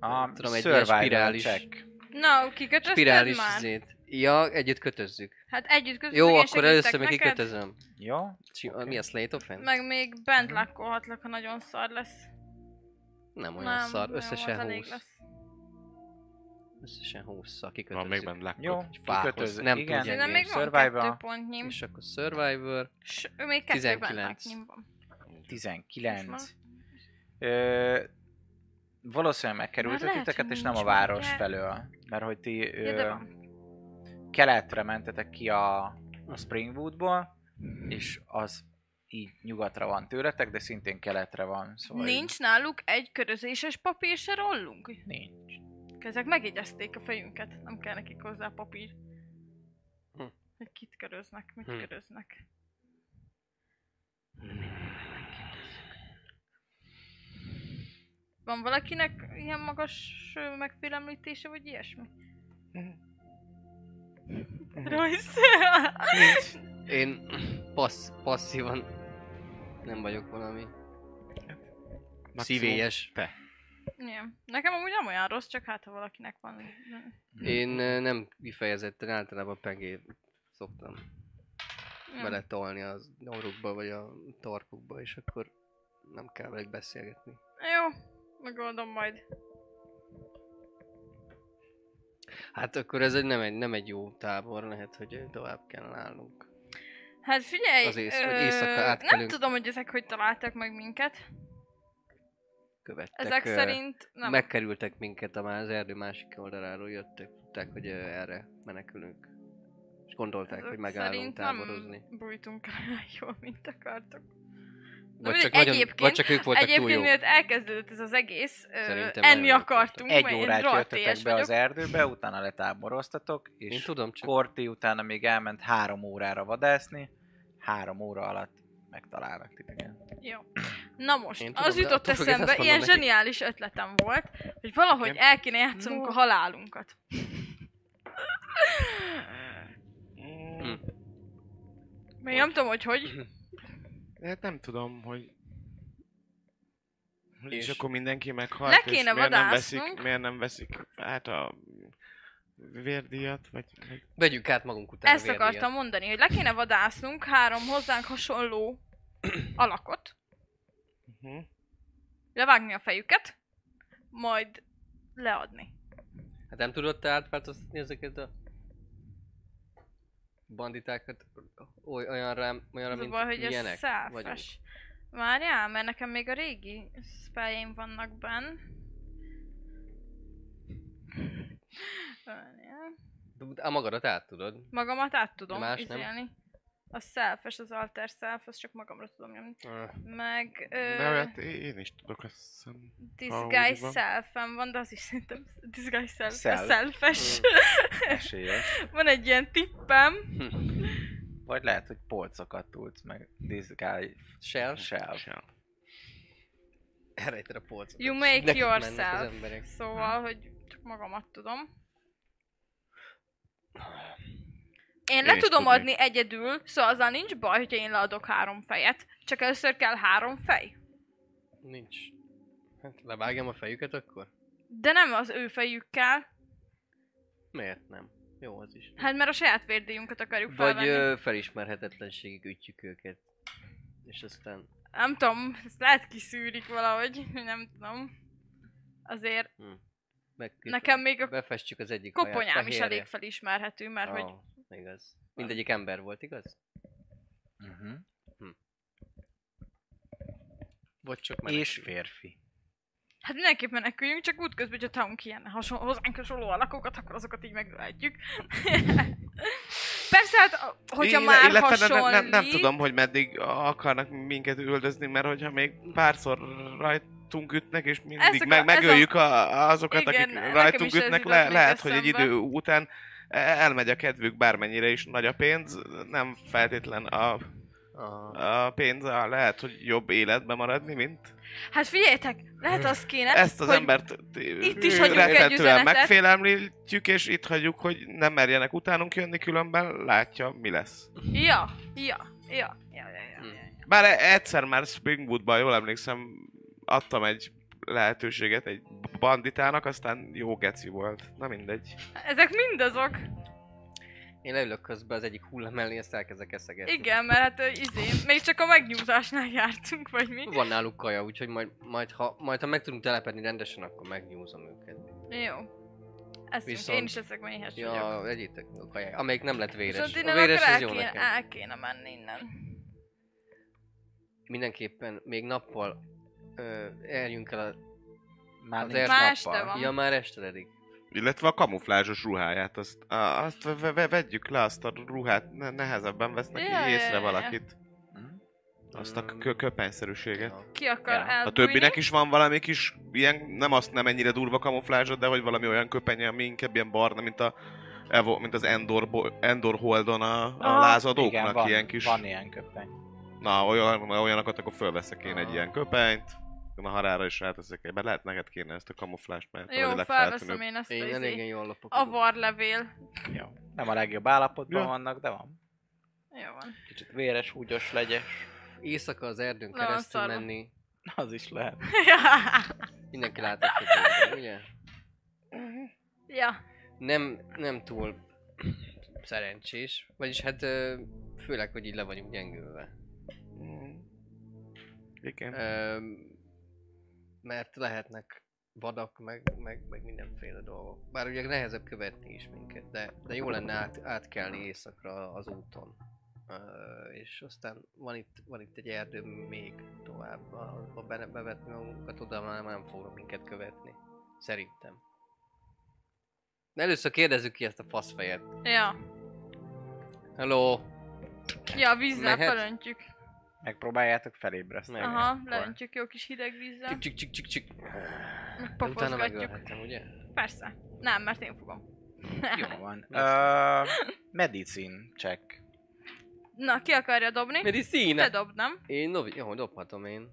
A tudom, egy ilyen survival spirális- check. Na, kikötözted spirális már? izét. Ja, együtt kötözzük. Hát együtt között Jó, meg én akkor segítek először még neked, kikötözöm. Jó? Csi- Oké. Mi a Slate of Hand? Meg még bent Mhm. lakkolhatlak, ha nagyon szar lesz. Nem olyan nem, szar, jó, az összesen elég 20. lesz. Összesen 20 szal Van kikötözzük. még bent lakó. Jó, fákhoz. kikötöz. Nem igen, tudja. Szerintem még van kettő survival pontnyim. És akkor Survivor. S, ő még kettő 19. bentláknyim van. Most már? 19. Ö, valószínűleg megkerültök Hát lehet, titeket, hogy és nem a nincs város mindjárt. felől. Mert hogy ti ö, Ja, de van. keletre mentetek ki a, a Springwoodból, és az így nyugatra van tőletek, de szintén keletre van. Szóval így Nincs náluk egy körözéses papír se rollunk? Nincs. Ezek megjegyezték a fejünket, nem kell nekik hozzá papír. Hm. Hogy kit köröznek, mit Hm. köröznek. Van valakinek ilyen magas ö, megfélemlítése, vagy ilyesmi? Rajz. Én passz, passzívan nem vagyok valami szívélyes. Igen. Nekem amúgy nem olyan rossz, csak hát ha valakinek van. Én ö, nem kifejezetten általában pengé szoktam Ja. beletolni az orrukba vagy a torkukba, és akkor nem kell velük beszélgetni. Jó, megoldom majd. Hát akkor ez egy, nem, egy, nem egy jó tábor, lehet, hogy tovább kell állnunk. Hát figyelj, Az ész- hogy éjszaka átkelünk. nem tudom, hogy ezek hogy találtak meg minket. Követtek, Ezek ö, szerint nem. Megkerültek minket, a már az erdő másik oldaláról jöttek, tudták, hogy ö, erre menekülünk. És gondolták, Ezek hogy megállunk szerint táborozni. Nem bújtunk rá jól, mint akartok. Na, Vagy mindegy, csak, nagyon, egyébként- vagy csak ők voltak túl Egyébként jók. miért elkezdődött ez az egész, ö, Szerintem enni nagyon akartunk, Egy mert én órát rohadt jöttetek éhes be az e- vagyok. erdőbe, utána letáboroztatok, Én és tudom, csak Korti utána még elment három órára vadászni, három óra alatt megtalálnak titeket. Jó. Na most, Én az tudom, de jutott attól függ, ezt eszembe, azt ilyen mondom neki. zseniális ötletem volt, hogy valahogy Oké. el kéne játszanunk a halálunkat. Hm. Mm. Még nem tudom, hogy hogy. Hát nem tudom, hogy... hogy És, És? és akkor mindenki meghalt, Le és kéne miért nem, veszik, vadásznunk. miért nem veszik át a vérdíjat, vagy... vagy- Vegyük át magunk után Ezt a vérdíjat. akartam mondani, hogy le kéne vadásznunk három hozzánk hasonló alakot, Mhm. levágni a fejüket, majd leadni. Hát nem tudod te átváltoztatni ezeket a banditákat oly, olyanra, olyanra Az a mint baj, hogy milyenek ez vagyunk. száfas. Várjál, mert nekem még a régi spelljeim vannak benn. Várjál. De A magadat át tudod. Magamat át tudom De más nem? izélni. A self az alter self, azt csak magamra tudom nyomni. Meg De ö, olyat é- én is tudok, azt hiszem. úgy disguise van. self van, de az is szerintem disguise self, Self. selfes. Mm. Esélyes. van egy ilyen tippem. Vagy lehet, hogy polcokat tudsz, meg diszkálj Shell. sel. Sem. Elrejted a polcot. You make Nekik mennek az yourself. emberek. Mm. Szóval, hogy csak magamat tudom. Én le is tudom tudnék. adni egyedül, szóval azzal nincs baj, hogyha én leadok három fejet. Csak először kell három fej. Nincs. Hát levágjam a fejüket akkor? De nem az ő fejükkel, Miért nem? Jó, az is. hát mert a saját vérdíjunkat akarjuk Vagy felvenni. ö, felismerhetetlenségig ütjük őket. És aztán... Nem tudom, ezt lehet kiszűrik valahogy, nem tudom. Azért Hm. Meg, nekem még a Befestjük az egyik haját koponyám is fehérre. elég felismerhető, mert hogy Ó, Igaz. Mindegyik ember volt, igaz? Mhm. Uh-huh. Vagy csak És férfi. Hát mindenképp meneküljünk, csak útközben, hogyha találunk ilyen hasonló, hozzánk hasonló alakokat, akkor azokat így megölhetjük. Persze, hát, a- hogyha Ille- már illetve hasonlít... nem, nem, nem tudom, hogy meddig akarnak minket üldözni, mert hogyha még párszor rajtunk ütnek, és mindig Ezek a- meg, ez a- megöljük a, azokat, Igen, akik nekem rajtunk is ez ütnek, jutott le, még lehet, hogy egy eszembe. idő után elmegy a kedvük bármennyire is nagy a pénz, nem feltétlen a, Ah, a pénz, a, lehet, hogy jobb életbe maradni, mint Hát figyeljetek, lehet az kéne, ezt az hogy embert itt is hagyjuk egy rettentően üzenetet. megfélemlítjük, és itt hagyjuk, hogy nem merjenek utánunk jönni, különben látja, mi lesz. Ja, ja, ja, ja, ja, ja, ja. Bár e- egyszer már Springwoodban, jól emlékszem, adtam egy lehetőséget egy banditának, aztán jó geci volt. Na mindegy. Ezek mindazok. Én leülök közben az egyik hullám mellé, ezt elkezdek eszegetni. Igen, mert hát ö, izé, még csak a megnyúzásnál jártunk, vagy mi. Van náluk kaja, úgyhogy majd, majd, ha, majd ha meg tudunk telepedni rendesen, akkor megnyúzom őket. Jó. Viszont- Ezt Viszont... én is ezek méhes ja, vagyok. Ja, egyétek meg a kaját, amelyik nem lett véres. Viszont a innen akkor véres el az jó kéne, nekem. el kéne menni innen. Mindenképpen még nappal ö, eljünk el a... Már Az nincs Már nappal. este van. Ja, már esteledik. Illetve a kamuflázsos ruháját, azt, a, azt ve- ve- vegyük le azt a ruhát, ne, nehezebben vesznek Ja, ja, így ja, észre ja. valakit. Mhm. Azt a kö- köpenyszerűséget. Ja. Ki akar Ja. ja. A A többinek is van valami kis, ilyen, nem azt nem ennyire durva kamuflázsa, de hogy valami olyan köpenye, ami inkább ilyen barna, mint a Evo, mint az Endor, bo- Endor Holdon a, a Aha. lázadóknak Igen, van, ilyen kis... van ilyen köpeny. Na, olyan, olyanokat, akkor fölveszek én egy Ah. ilyen köpenyt, a harára is ráteszek egybe. Lehet neked kéne ezt a kamuflást, mert te vagy Jó, a felveszem legfeltűnőbb. én ezt Én a eléggé izé. jól lopok. Avarlevél. Jó. Nem a legjobb állapotban Ja. vannak, de van. Jó van. Kicsit véres, húgyos legyes. Éjszaka az erdőn Na, keresztül szarva. menni. Az is lehet. Mindenki látott, hogy tényleg, ugye? ja. nem, nem túl szerencsés. Vagyis hát ö, főleg, hogy így le vagyunk gyengülve. Mm. Igen. Ö, mert lehetnek vadak, meg, meg, meg mindenféle dolgok. Bár ugye nehezebb követni is minket, de, de jó lenne át, átkelni éjszakra az úton. Ö, és aztán van itt, van itt egy erdő még tovább, ha- ha be, bevetni magunkat, oda már nem fognak minket követni. Szerintem. De először kérdezzük ki ezt a faszfejet. Ja. Hello! Ja, vízzel Mehet? felöntjük. Megpróbáljátok felébreszteni. Meg. Aha, leöntjük jó kis hideg vízzel. Csik csik csik csik csik. De Utána Megpofozgatjuk. megölhetem, ugye? Persze. Nem, mert én fogom. Jó van. Uh, medicine check. Na, ki akarja dobni? Te Medicine! dob, nem? Én dob... Jó, dobhatom én.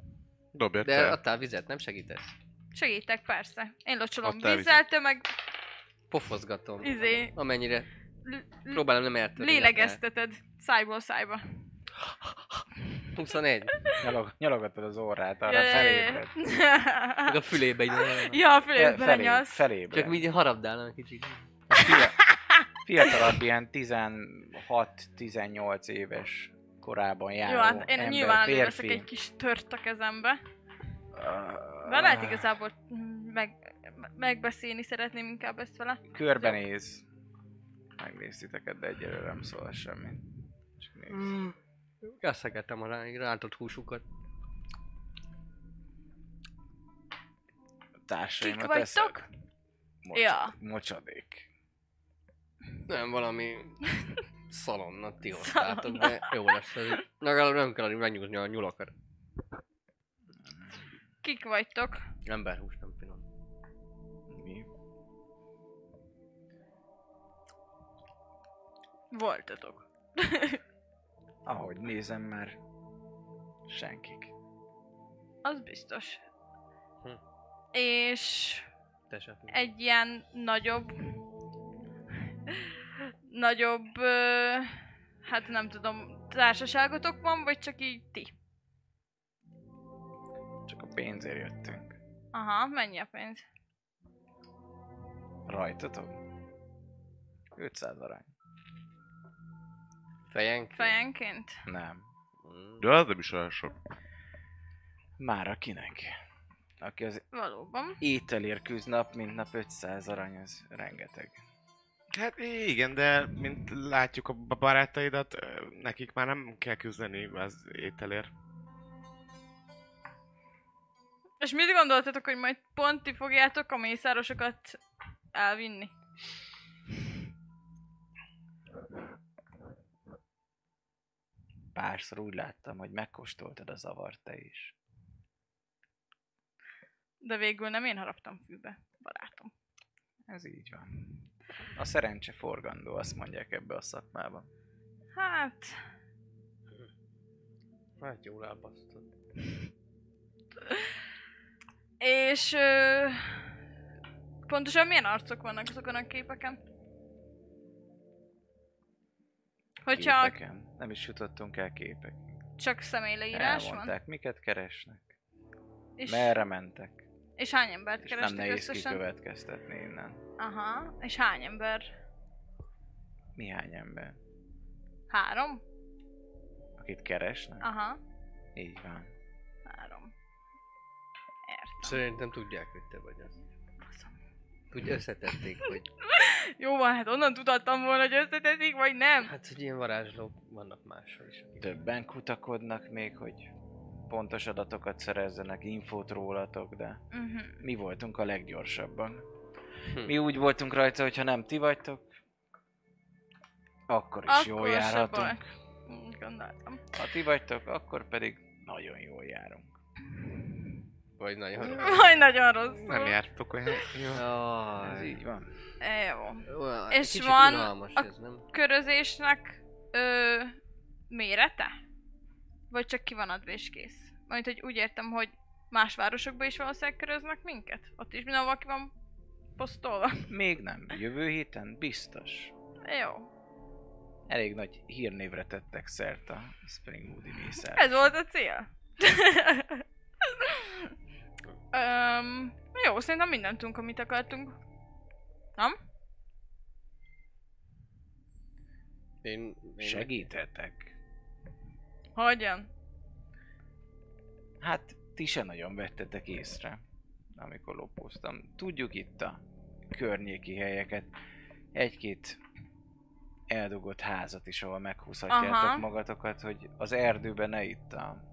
Dobjad De te. adtál vizet, nem segítesz? Segítek, persze. Én locsolom Adtál vízzel, te meg Pofozgatom. Izé. Amennyire l- l- próbálom nem eltörni. lélegezteted szájból szájba. akár. 21. Nyalog, nyalogatod az orrát, arra Ja, ja, felébred. ja. Meg a fülébe így. Ja, a Fe- fülét belenyalsz. felébred. Csak mi így harabdálom egy kicsit. A, fia, fiatalabb, ilyen 16-18 éves korában járó Jó, hát én ember, nyilván férfi. veszek egy kis tört a kezembe. Ah, De lehet igazából mm, meg, megbeszélni szeretném inkább ezt vele. Körbenéz. Megnéztiteket, de egyelőre nem szól semmit. Csak néz. Mm. Gaszegettem a rá- rántott húsukat. A társaimat Kik vagytok? eszek. Mocs- Ja. Mocsadék. Nem, valami szalonna ti hoztátok, de jó lesz ez. így. Legalább nem kell megnyúzni a nyulakat. Kik vagytok? Emberhús nem finom. Mi? Voltatok. Ahogy nézem már, senkik. Az biztos. Hm. És Te se finom. egy ilyen nagyobb, nagyobb, ö, hát nem tudom, társaságotok van, vagy csak így ti? Csak a pénzért jöttünk. Aha, mennyi a pénz? Rajtatok? 500 arány. Fejenk? Fejenként? Nem. Mm. De az nem is olyan sok. Már akinek? Aki az Valóban. ételért küzd nap, mint nap 500 arany, az rengeteg. Hát igen, de mint látjuk a b- barátaidat, ö, nekik már nem kell küzdeni az ételért. És mit gondoltatok, hogy majd pont ti fogjátok a mészárosokat elvinni? Párszor úgy láttam, hogy megkóstoltad a zavart te is. De végül nem én haraptam fűbe, barátom. Ez így van. A szerencse forgandó, azt mondják ebbe a szakmában. Hát, Hát jól elbasztod. és ö, pontosan milyen arcok vannak azokon a képeken? Hogyha Képeken. Nem is jutottunk el képek. csak személyleírás van? Elmondták, miket keresnek. És, Merre mentek. és hány embert És nem kerestek nehéz összesen? kikövetkeztetni innen. Aha, és hány ember? Néhány ember. Három? Akit keresnek? Aha, Így van. három. Értem. Szerintem tudják, hogy te vagy az. Faszom. Úgy összetették, hogy Jó van, hát onnan tudhattam volna, hogy összetetik, vagy nem? hát, hogy ilyen varázslók vannak máshol is. akik- Többen kutakodnak még, hogy pontos adatokat szerezzenek, infót rólatok, de Uh-huh. mi voltunk a leggyorsabban. Hm. Mi úgy voltunk rajta, hogy ha nem ti vagytok, akkor is akkor jól se járhatunk. baj. Mm, Gondoltam. Ha ti vagytok, akkor pedig nagyon jól járunk. Vagy nagyon rossz. Vagy nagyon rosszul. Nem jártok olyan jó. Ez Jaj. így van. E, jó. Uá, És kicsit van unalmas a- ez, nem? Körözésnek ö, mérete? Vagy csak ki van adva és kész? Majd, hogy úgy értem, hogy más városokban is valószínűleg köröznek minket? Ott is mindenhol ki van posztolva. E, Még nem. Jövő héten biztos. Jó. Elég nagy hírnévre tettek szert a Springwoodi mészár. Ez volt a cél. um, jó, szerintem mindent tudunk, amit akartunk. Én, én Segíthetek. Hogyan? Hát, ti se nagyon vettetek észre, amikor lopóztam. Tudjuk itt a környéki helyeket. Egy-két eldugott házat is, ahol meghúzhatjátok Aha. magatokat, hogy az erdőben ne itt a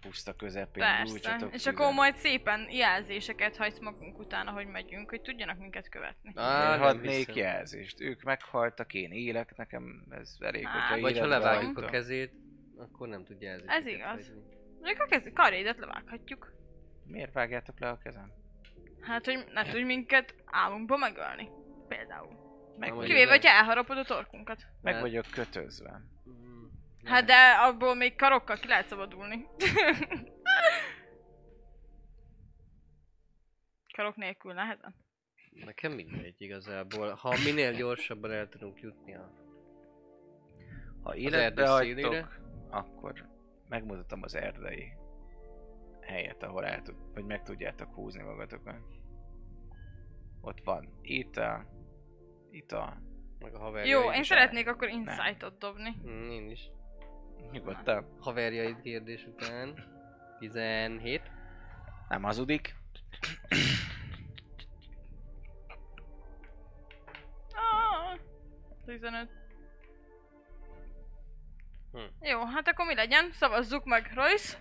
puszta közepén Persze. gyújtsatok És tüzet. akkor majd szépen jelzéseket hagysz magunk után, ahogy megyünk, hogy tudjanak minket követni. Á, Én nem hadnék hiszem. jelzést. Ők meghaltak, én élek, nekem ez elég, Á, hogyha Vagy ha életben levágjuk a vagytok. kezét, akkor nem tudja ez. Ez igaz. Még a kezi karédet levághatjuk. Miért vágjátok le a kezem? Hát, hogy ne tudj minket álmunkba megölni. Például. Meg, Na, vagyok, Kivéve, hogy elharapod a torkunkat. meg Hát- vagyok kötözve. Mm. Hát de abból még karokkal ki lehet szabadulni. Karok nélkül nehezen. Nekem mindegy igazából. Ha minél gyorsabban el tudunk jutni a... Ha erdő életbe hagytok, szélére? akkor megmutatom az erdei helyet, ahol el tud, vagy meg tudjátok húzni magatokat. Ott van étel, ital. Meg a haverjaid Jó, én is. szeretnék akkor insightot dobni. Mm, én is. Nyugodtan. Haverjaid kérdés után. 17. Nem hazudik. Ah, 15. Hm. Jó, hát akkor mi legyen? Szavazzuk meg, Royce.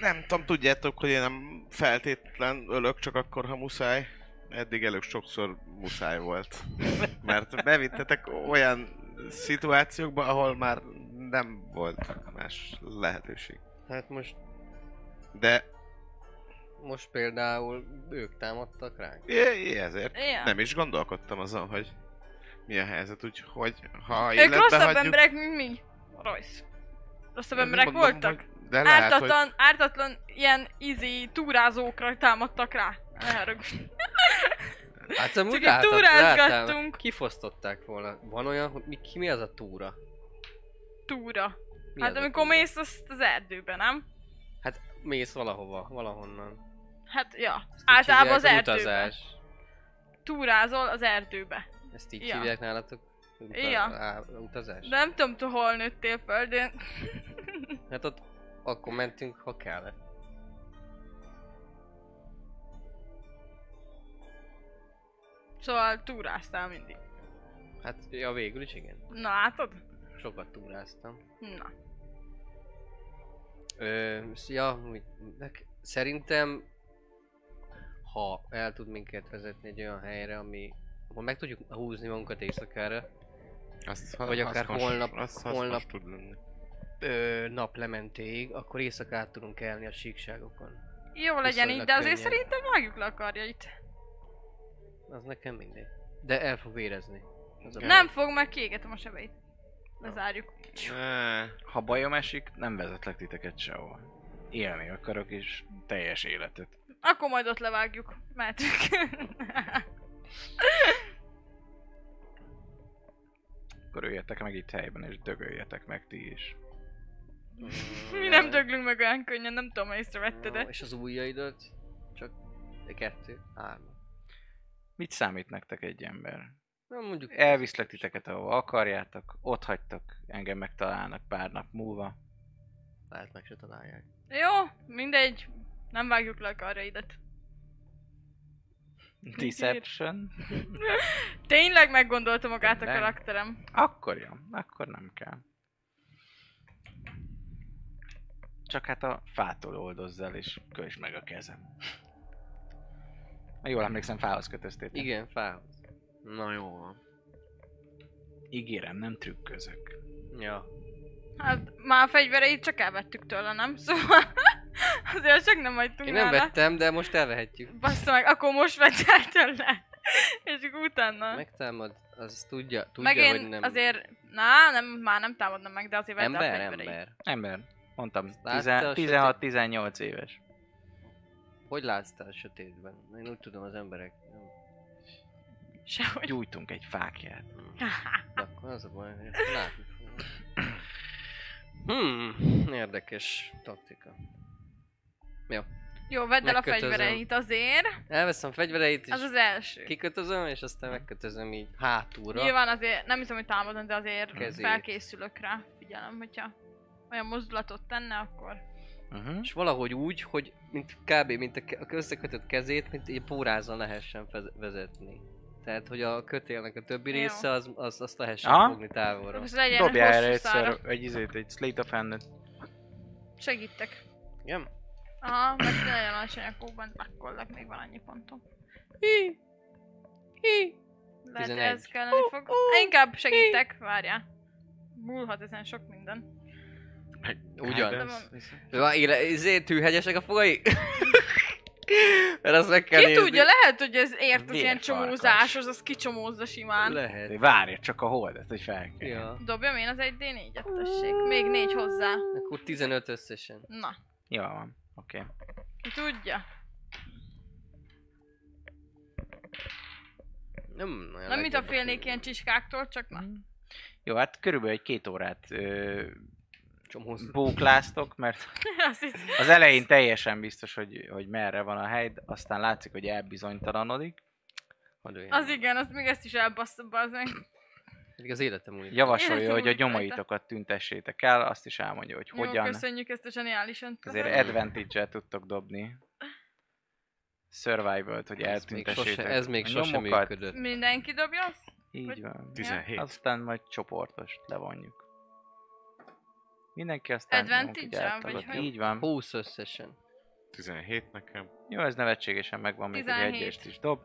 Nem tudom, tudjátok, hogy én nem feltétlen ölök, csak akkor, ha muszáj. Eddig előbb sokszor muszáj volt. Mert bevittetek olyan szituációkba, ahol már nem volt más lehetőség. Hát most, De most például ők támadtak ránk. i- i- ezért Ja. nem is gondolkodtam azon, hogy mi a helyzet, úgyhogy ha Ők életbe rosszabb hagyjuk, emberek, mint mi. Royce. Rosszabb nem emberek mondom, voltak. hogy- De lehet, hogy Ártatlan, ártatlan ilyen izi túrázókra támadtak rá. Ne haragudj. Hát amúgy Csak így láttam- túrázgattunk. láttam, Kifosztották volna. Van olyan, hogy mi, ki, mi az a túra? Túra. Mi hát az a amikor túra? mész azt az erdőbe, nem? Hát mész valahova, valahonnan. Hát, ja. Ezt így Általában az hívják, erdőbe. Utazás. Túrázol az erdőbe. Ezt így Ja. hívják nálatok? Uta- Ja. á- Utazás? De nem tudom, te hol nőttél föl, de... Hát ott akkor mentünk, ha kellett. Szóval túráztál mindig. Hát, ja, végül is igen. Na, látod? Sokat túráztam. Na. Ö, sz- ja, mi- nek- szerintem, ha el tud minket vezetni egy olyan helyre, ami ahol meg tudjuk húzni magunkat éjszakára, azt, vagy akár hasznos- holnap- azt holnap- holnap. tud lenni. ö, naplementéig, akkor éjszaka át tudunk elni a síkságokon. Jó legyen így, de azért könnyen. szerintem vágjuk le a karjait. Az nekem mindegy. De el fog érezni. Az a Jó. Nem fog, mert kiégetem a sebeit. Lezárjuk. Ne. Ha bajom esik, nem vezetlek titeket sehol. Élni akarok is teljes életet. Akkor majd ott levágjuk. Mehetünk. Akkor üljetek meg itt helyben, és dögöljetek meg ti is. Mi nem döglünk meg olyan könnyen, nem tudom, ha észrevette, Jó, de... És az ujjaidat? Csak de kettő, három. Mit számít nektek egy ember? Na mondjuk Elviszlek titeket, ahova akarjátok, ott hagytok, engem megtalálnak pár nap múlva. lehet meg se találják. Jó, mindegy. Nem vágjuk le a karjaidat. Deception. Tényleg meggondolta magát a Nem. karakterem. Akkor jó, akkor nem kell. Csak hát a fától oldozz el, és költsd meg a kezem. Ha jól emlékszem, fához kötöztétek. Igen, fához. Na jó van. Ígérem, nem trükközök. Ja. Hát már a fegyvereit csak elvettük tőle, nem? Szóval azért csak nem hagytunk Én nem nála. vettem, de most elvehetjük. Bassza meg, akkor most vedd el tőle. És akkor utána. Meg, Megtámad, az tudja, tudja meg én hogy nem... azért... Na, nem, már nem támadnom meg, de azért vedd el a Ember, fegyvereit. ember. Ember, mondtam, Látta a 16-18 éves. Hogy látsztál a sötétben? Én úgy tudom az emberek. nem. Sehogy. Gyújtunk egy fákját. De akkor az a baj, hogy ezt látni fogom. Hmm, érdekes taktika. Jó, vedd el a Megkötözöm. fegyvereit azért. Elveszem a fegyvereit, és Az az első. kikötözöm, és aztán megkötözöm így hátulra. Nyilván azért, nem hiszem, hogy támadom, de azért Kezét. felkészülök rá. Figyelem, hogyha olyan mozdulatot tenne, akkor... Uh-huh. És valahogy úgy, hogy mint kb. mint a, ke- a összekötött kezét, mint egy pórázon lehessen fez- vezetni. Tehát, hogy a kötélnek a többi Jó. része, az, az, azt lehessen Aha. fogni távolra. Ez legyen Dobjál erre hosszú szára. egyszer egy izét, egy slate of hand-et. Segítek. Igen? Aha, mert nagyon alacsony a kóban, blakkollak, még van annyi pontom. Hi! Hi! Lehet, hogy 11. ez kelleni fog. Inkább segítek, várjál. Múlhat ezen sok minden. Ugyan. Hát, de- Vá, éle, ezért izé, tűhegyesek a fogai? Mert azt meg kell Ki nézni. tudja, lehet, hogy ez ért az ilyen Vérfarkas. csomózáshoz, az kicsomózza simán. Lehet. Várj csak a holdat, hogy fel kell. Ja. Dobjam én az 1D4-et, tessék. Még négy hozzá. Akkor 15 összesen. Na, Jól van, oké. Okay. ki tudja. Nem, nagyon Nem, mint a legjobb félnék ilyen csiskáktól, csak na. Mhm. Jó, hát körülbelül egy két órát ö, Csomóz. bókláztok, mert Azt hiszem. az elején teljesen biztos, hogy, hogy merre van a hely, de aztán látszik, hogy elbizonytalanodik. Hadd öljön Az meg. igen, azt még ezt is elbassza az meg. Pedig az életem múlik. Javasolja, hogy a Életem úgy nyomaitokat tüntessétek el, azt is elmondja, hogy Jó, hogyan. köszönjük ezt a zseniálisan. Ezért Köszönöm. advantage-el tudtok dobni. Survival-t, hogy ez még eltüntessétek. sose, ez még a sose nyomokat. működött. Mindenki dobja azt? Így van. 17. Aztán majd csoportos levonjuk. Mindenki aztán magunk így Advantage-el, vagy átadott. hogy? Így van. 20 összesen. 17 nekem. Jó, ez nevetségesen megvan, még egy 17. egyest is dob.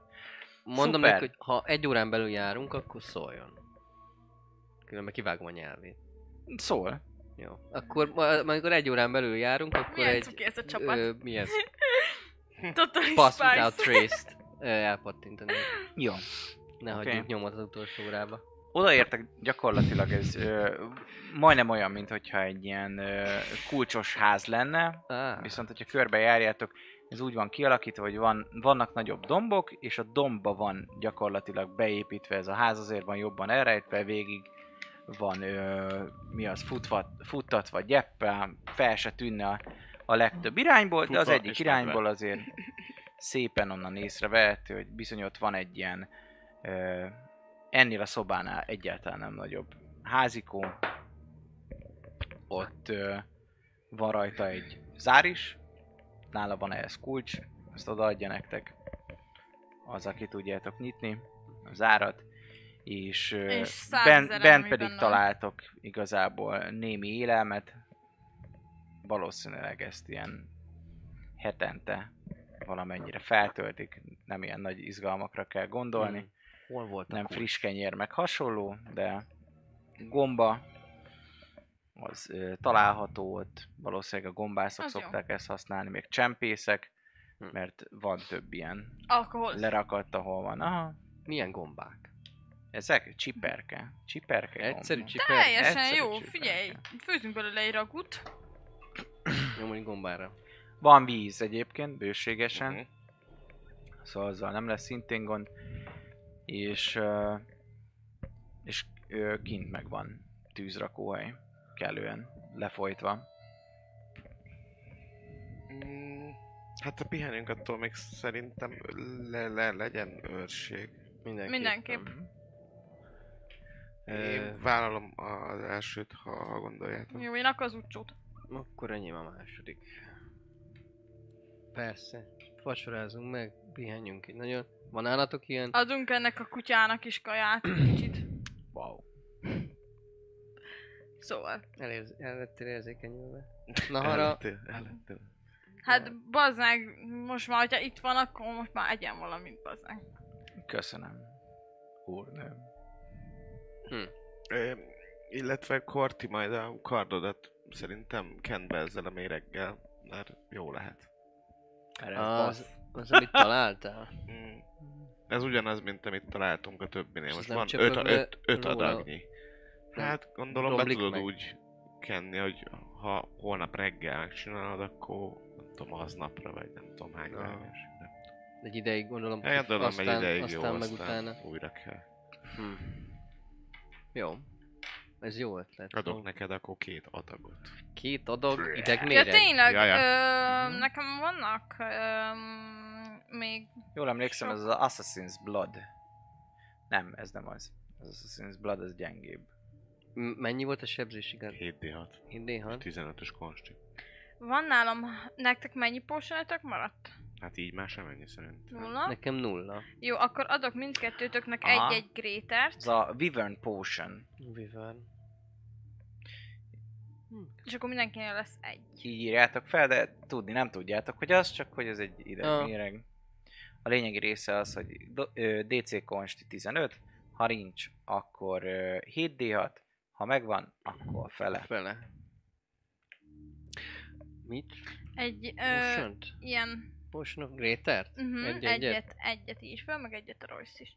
Mondom Szuper. neki, hogy ha egy órán belül járunk, akkor szóljon. Különben kivágom a nyelvét. Szól. Jó. Akkor, ma- amikor egy órán belül járunk, akkor Milyen egy... cuki ez a csapat. Ö, mi ez? Totally Pass Spice. without trace-t ö, elpattintani. Jó. Ne Oké. hagyjuk nyomot az utolsó órába. Odaértek, gyakorlatilag ez ö, majdnem olyan, mint hogyha egy ilyen ö, kulcsos ház lenne, Ah, Viszont, hogyha körbejárjátok, ez úgy van kialakítva, hogy van, vannak nagyobb dombok, és a dombba van gyakorlatilag beépítve ez a ház, azért van jobban elrejtve, végig van, ö, mi az, futva, futtatva gyeppel, fel se tűnne a, a legtöbb irányból, de az Futva egyik és medve. irányból azért szépen onnan észrevehető, hogy bizony ott van egy ilyen, ö, ennél a szobánál egyáltalán nem nagyobb házikó, ott ö, van rajta egy zár is, nála van ehhez kulcs, ezt odaadja nektek az, aki tudjátok nyitni a zárat, és, ö, És száz ben, ezer, ben ami pedig benne van. találtok igazából némi élelmet, valószínűleg ezt ilyen hetente valamennyire feltöltik, nem ilyen nagy izgalmakra kell gondolni, hmm. Hol volt a nem kulcs? friss kenyér, meg hasonló, de gomba az ö, található ott, valószínűleg a gombászok Az jó. szokták ezt használni, még csempészek, Hm. mert van több ilyen Alkohol. lerakadt, ahol van. Aha, Milyen gombák? ezek csiperke, csiperke gomba. Egyszerű csiper. Teljesen Egyszerű jó, csirke. figyelj. Főzünk belőle egy ragut. Nyomulj gombára. Van víz egyébként, bőségesen, Mhm. szóval azzal nem lesz szintén gond, és, ö, és ö, kint meg van tűzrakóhely, kellően lefolytva. Mm, Hát a pihenünk attól még szerintem le, le, legyen őrség. Mindenki. Mindenképp. Én vállalom az elsőt, ha gondoljátok. Jó, én akkor az utcsót. Akkor enyém a második. Persze. Vacsorázunk meg, pihenjünk egy nagyon. Van állatok ilyen? Adunk ennek a kutyának is kaját kicsit. Wow. Szóval. Elérz- el lettél érzékenyülve. Nahara, Ellettél- ellettél. Hát baznák, most már, hogyha itt van, akkor most már egyen valamit baznák. Köszönöm. Úrnő. Ö, Illetve Korti majd a kardodat szerintem kend be ezzel a méreggel, mert jó lehet. Erre az, az, amit találtál? Mm. Ez ugyanaz, mint amit találtunk a többinél. És Most ez nem van csöpög 5 öt, le öt, öt róla? adagnyi. Nem Hát gondolom be romlik tudod meg? úgy kenni, hogy ha holnap reggel megcsinálod, akkor nem tudom, aznapra, vagy nem tudom hány Ah. vágás. Egy ideig gondolom, Ja, Hát, gondolom, egy aztán, ideig jó, aztán meg utána. aztán újra kell. Hm. Jó. Ez jó ötlet. Adok neked akkor két adagot. Két adag Ja idegméreg. tényleg, Ja, ja. Ö, Mhm. nekem vannak ö, még Jól emlékszem, ez az Assassin's Blood. Nem, ez nem az. Az Assassin's Blood az gyengébb. M- Mennyi volt a sebzés, igen? 7D6, Indéhan? 15-ös konsti. van nálam, nektek mennyi potionetek maradt? Hát így már sem ennyi szerintem. Nulla? Nekem nulla. Jó, akkor adok mindkettőtöknek Aha. egy-egy grétert, Ez a Wyvern Potion. Viván. és akkor mindenkinél lesz egy. Így írjátok fel, de tudni nem tudjátok, hogy az, csak hogy ez egy Ah. idegméreg. A lényegi része az, hogy do- ö, DC Consti 15, ha nincs, akkor ö, 7D6, ha megvan, akkor fele. Fele. Mit? Egy ö, Motion? ilyen, Motion of Greater? uh-huh, Egy- egyet. egyet? egyet, egyet így fel, meg egyet a Royce is.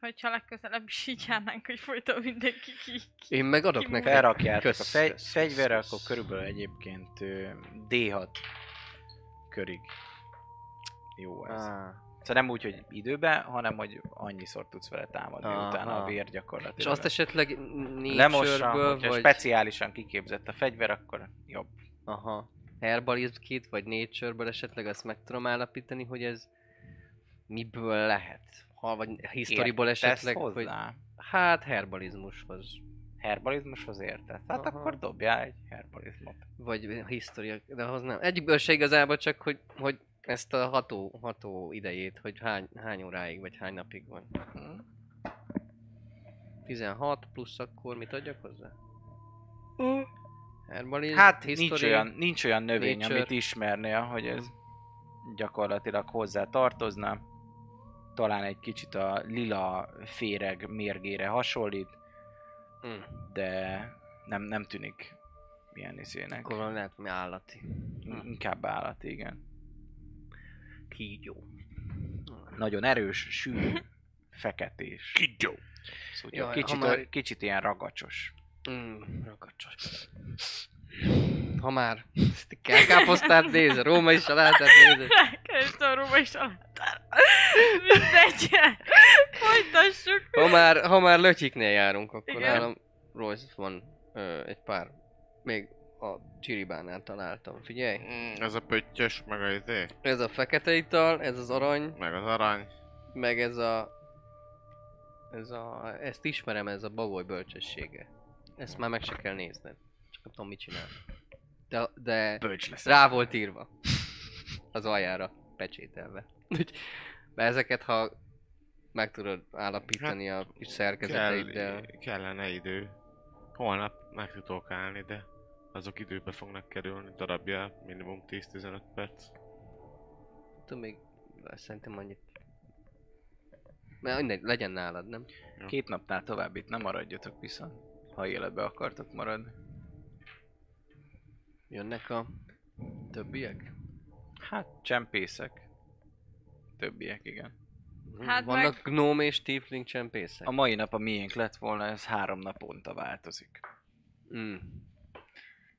Hogyha legközelebb is így járnánk, hogy folyton mindenki ki. ki. Én meg adok Ki neked. Felrakjátok a Kösz, fegy- kösz, fegyverre, kösz. akkor körülbelül egyébként ö, D6 körig. Jó ez. Ah. Szóval nem úgy, hogy időben, hanem hogy annyiszor tudsz vele támadni Aha. Aha. utána a vér gyakorlatilag. És azt esetleg lemossa, nature-ből hogyha vagy... speciálisan kiképzett a fegyver, akkor jobb. Aha. herbalizm kit, vagy nature esetleg azt meg tudom állapítani, hogy ez miből lehet. Ha, vagy historyból Értesz esetleg, hogy hozzá. hát herbalizmushoz. Herbalizmushoz értesz. Hát Aha. akkor dobjál egy herbalizmot. Vagy history, de ahhoz nem. Egyikből se igazából csak, hogy, hogy ezt a ható, ható idejét, hogy hány, hány óráig, vagy hány napig van. 16 plusz akkor mit adjak hozzá? Herbalizm, Hát history, nincs olyan, nincs olyan növény, nature. Mm. amit ismernél, hogy ez gyakorlatilag hozzá tartozna. Talán egy kicsit a lila féreg mérgére hasonlít, Mm. de nem, nem tűnik ilyen izének. Akkor van lehet, mi állati. Inkább állat, igen. Kígyó. Nagyon erős, sűrű, feketés. Kigyó! Szóval Jaj, kicsit, ha már- kicsit ilyen ragacsos. Mm, ragacsos. Ha már kell káposztát néz, Róma is salátát néz. Kerestem a római salátát. Mindegy. Folytassuk. Ha már, ha már lötyiknél járunk, akkor Igen. nálam Royce van ö, egy pár. Még a csiribánál találtam. Figyelj, Ez a pöttyös, meg a izé, ez a fekete ital, ez az arany, meg az arany. meg ez a... Ez a... Ezt ismerem, ez a bagoly bölcsessége. Ezt már meg se kell nézned. Csak nem tudom, mit csinál. De, de Bölcs lesz. Rá volt írva. Az aljára pecsételve. Úgy, Mert ezeket, ha meg tudod állapítani a kis szerkezeteiddel. Kell, kellene idő. Holnap meg tudok állni, de azok időbe fognak kerülni, darabja minimum 10-15 perc. Tudom, még szerintem annyit. Mert mindegy, legyen nálad, nem? Két napnál tovább itt nem maradjatok viszont, ha életbe akartok maradni. Jönnek a többiek? Hát, csempészek. Többiek, igen. Hát meg- Vannak gnóm és tiefling csempészek? A mai nap a miénk lett volna, ez három naponta változik. Mm.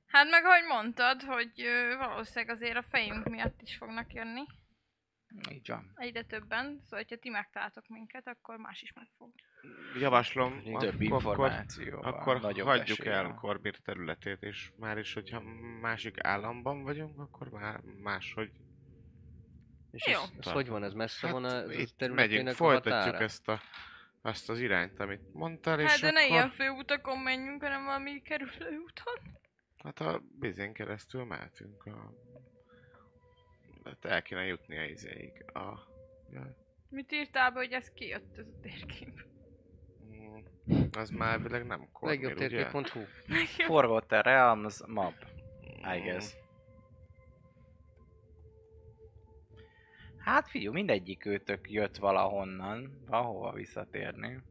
Hát meg ahogy mondtad, hogy ö, valószínűleg azért a fejünk miatt is fognak jönni. Így van. Egyre többen. Szóval, hogyha ti megtaláltok minket, akkor más is meg fog. Javaslom, Több akkor, információ. akkor hagyjuk el Korbir területét, és már is, hogyha másik államban vagyunk, akkor már máshogy. És Jó. ez, ez hogy van, ez messze van a Hát itt megyünk, területének a folytatjuk határa? ezt a, azt az irányt, amit mondtál, Hát és de ne akkor... ilyen főutakon menjünk, hanem valami kerülő úton. Hát a bizén keresztül mehetünk a... Hát el kéne jutni a izéig. A... Ja. Mit írtál be, hogy ez kijött ez a térkép? Mm, Az már elvileg nem kornél, Legjobb térkép.hu Forgotten Realms map, I Mm. guess. Hát figyú, mindegyik őtök jött valahonnan, valahova visszatérni.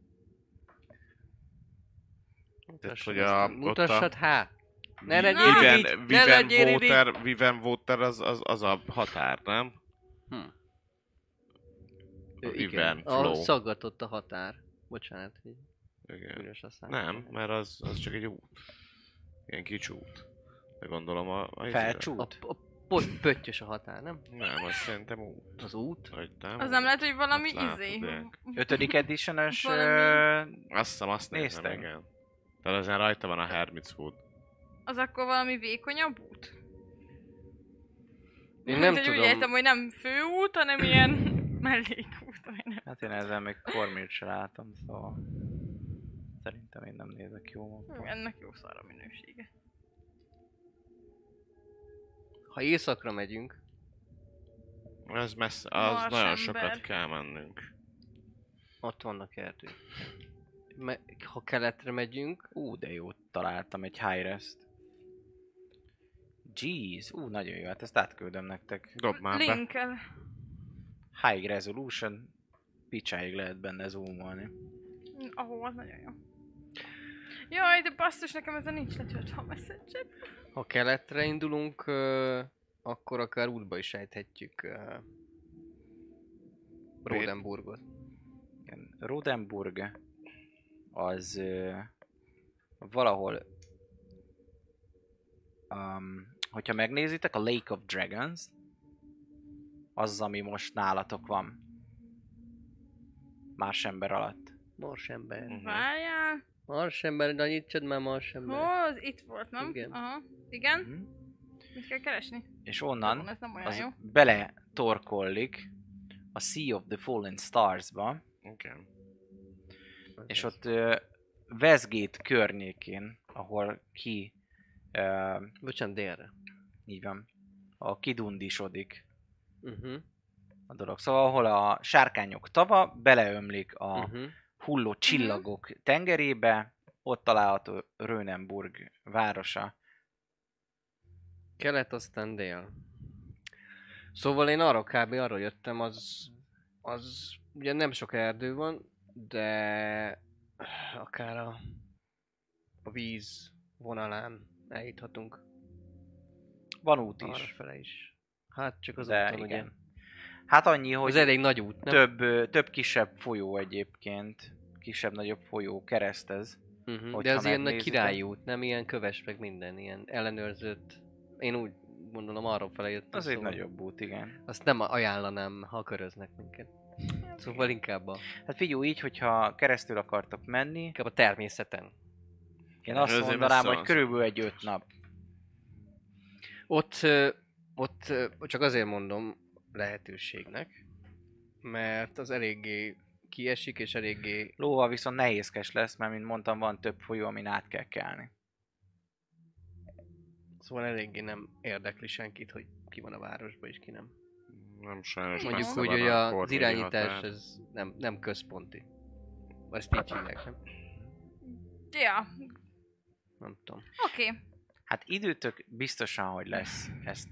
Tehát, Mutassad, hogy a, ott a mutassad hát! Ne Vi- legyél Viven- irigy! Ne Viven legyél irigy! Water, Viven Water az, az, az a határ, nem? Hm. A Ö, Viven a Flow. szaggatott a határ. Bocsánat, hogy Igen. üres a szám. Nem, mert az, az csak egy út. Ilyen kicsi út. De gondolom a... a izére. A, Felcsút. a pot, pöttyös a határ, nem? Nem, az szerintem út. Az út? Vagy nem? Az nem lehet, hogy valami Azt látod, izé. de- Ötödik editionös Valami- ö, Azt hiszem, azt néztem, Néztem. igen. Tehát ezen rajta van a Hermit's Wood. Az akkor valami vékonyabb út? Én Hát, nem hogy tudom. Úgy értem, hogy nem főút, hanem ilyen mellékút, vagy nem. Hát én ezzel még kormit se látom, szóval szerintem én nem nézek jó Hú, Ennek jó szar a minősége. Ha éjszakra megyünk, Ez messze, az Mars nagyon ember. sokat kell mennünk. ott vannak erdők. Me- ha keletre megyünk, Ú, de jó, találtam egy high rest. Jeez, ú, nagyon jó, hát ezt átküldöm nektek. Dob már be. Linkkel. High resolution, picsáig lehet benne zoomolni. Ahol, nagyon jó. Jaj, de basszus, nekem ezzel nincs letöltve a messenger. ha keletre indulunk, ö, akkor akár útba is ejthetjük ö, Rodenburgot. Igen, Rodenburg az ö, valahol, um, hogyha megnézitek a Lake of Dragons, az, az, ami most nálatok van. Más ember alatt. Marsember. Mhm. Várjál. Marsember, de nyitsad már Marsember. Hol? Itt volt, nem? Igen. Aha. Igen? Mhm. Mit kell keresni? és onnan Jó, Ez nem olyan az jó. bele torkollik a Sea of the Fallen Stars-ba, Mhm, Igen. és ott ö, Westgate környékén, ahol ki, ö, Bocsánat, délre. így van, a kidundisodik Mhm. Uh-huh. a dolog. Szóval, ahol a sárkányok tava beleömlik a Uh-huh. hulló csillagok tengerébe, ott található Rönenburg városa. Kelet, aztán dél. Szóval én arra kb. arra jöttem, az, az ugye nem sok erdő van, de akár a, a víz vonalán eljuthatunk. Van út Arra is, fele is. Hát csak az de úton, ugye. igen. Hát annyi, Hogy hogy ez elég nagy út, nem? több, ö, több kisebb folyó egyébként, kisebb-nagyobb folyó keresztez. Uh-huh. De hogyha az ilyen nagy megnézitek. királyi út, nem ilyen köves, meg minden, ilyen ellenőrzött. Én úgy gondolom, arra fele jöttem. Az egy szóval nagyobb út, igen. Azt nem ajánlanám, ha köröznek minket. Szóval inkább a, Hát figyelj így, hogyha keresztül akartok menni, inkább a természeten. én azt Előző mondanám, messze hogy az. körülbelül egy öt nap. Ott, ö, ott ö, csak azért mondom lehetőségnek, mert az eléggé kiesik, és eléggé... Lóval viszont nehézkes lesz, mert mint mondtam, van több folyó, amin át kell kelni. Szóval eléggé nem érdekli senkit, hogy ki van a városban, és ki nem. Nem sajnos Mondjuk messze úgy, van hogy a a- az kormányi irányítás határ. ez nem, nem központi. Ezt így hívják, nem? Ja, Nem tudom. oké. Hát időtök biztosan, hogy lesz ezt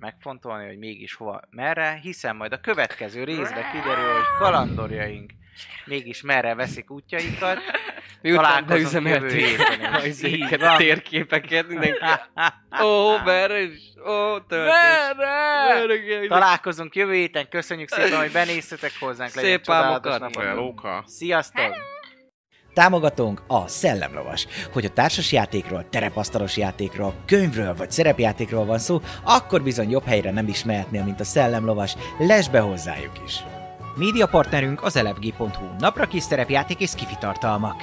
megfontolni, hogy mégis hova, merre, hiszen majd a következő részben kiderül, hogy kalandorjaink mégis merre veszik útjaikat. Hát Miután Találkozunk beüzemeltük jövő héten a is. izéket, Így van. térképeket, mindenki. Ó, merre is, ó, történt. Merre! Merre! Találkozunk jövő héten, köszönjük szépen, hogy benéztetek hozzánk, legyen Szép csodálatos álmokat! napot. Lóka. Sziasztok! Támogatónk a Szellemlovas. Hogy a társasjátékról, terepasztalos játékról, könyvről vagy szerepjátékról van szó, akkor bizony jobb helyre nem is mehetnél, mint a Szellemlovas. Lesz be hozzájuk is! Média partnerünk az elefg.hu, napra kis szerepjáték és kifitartalmak.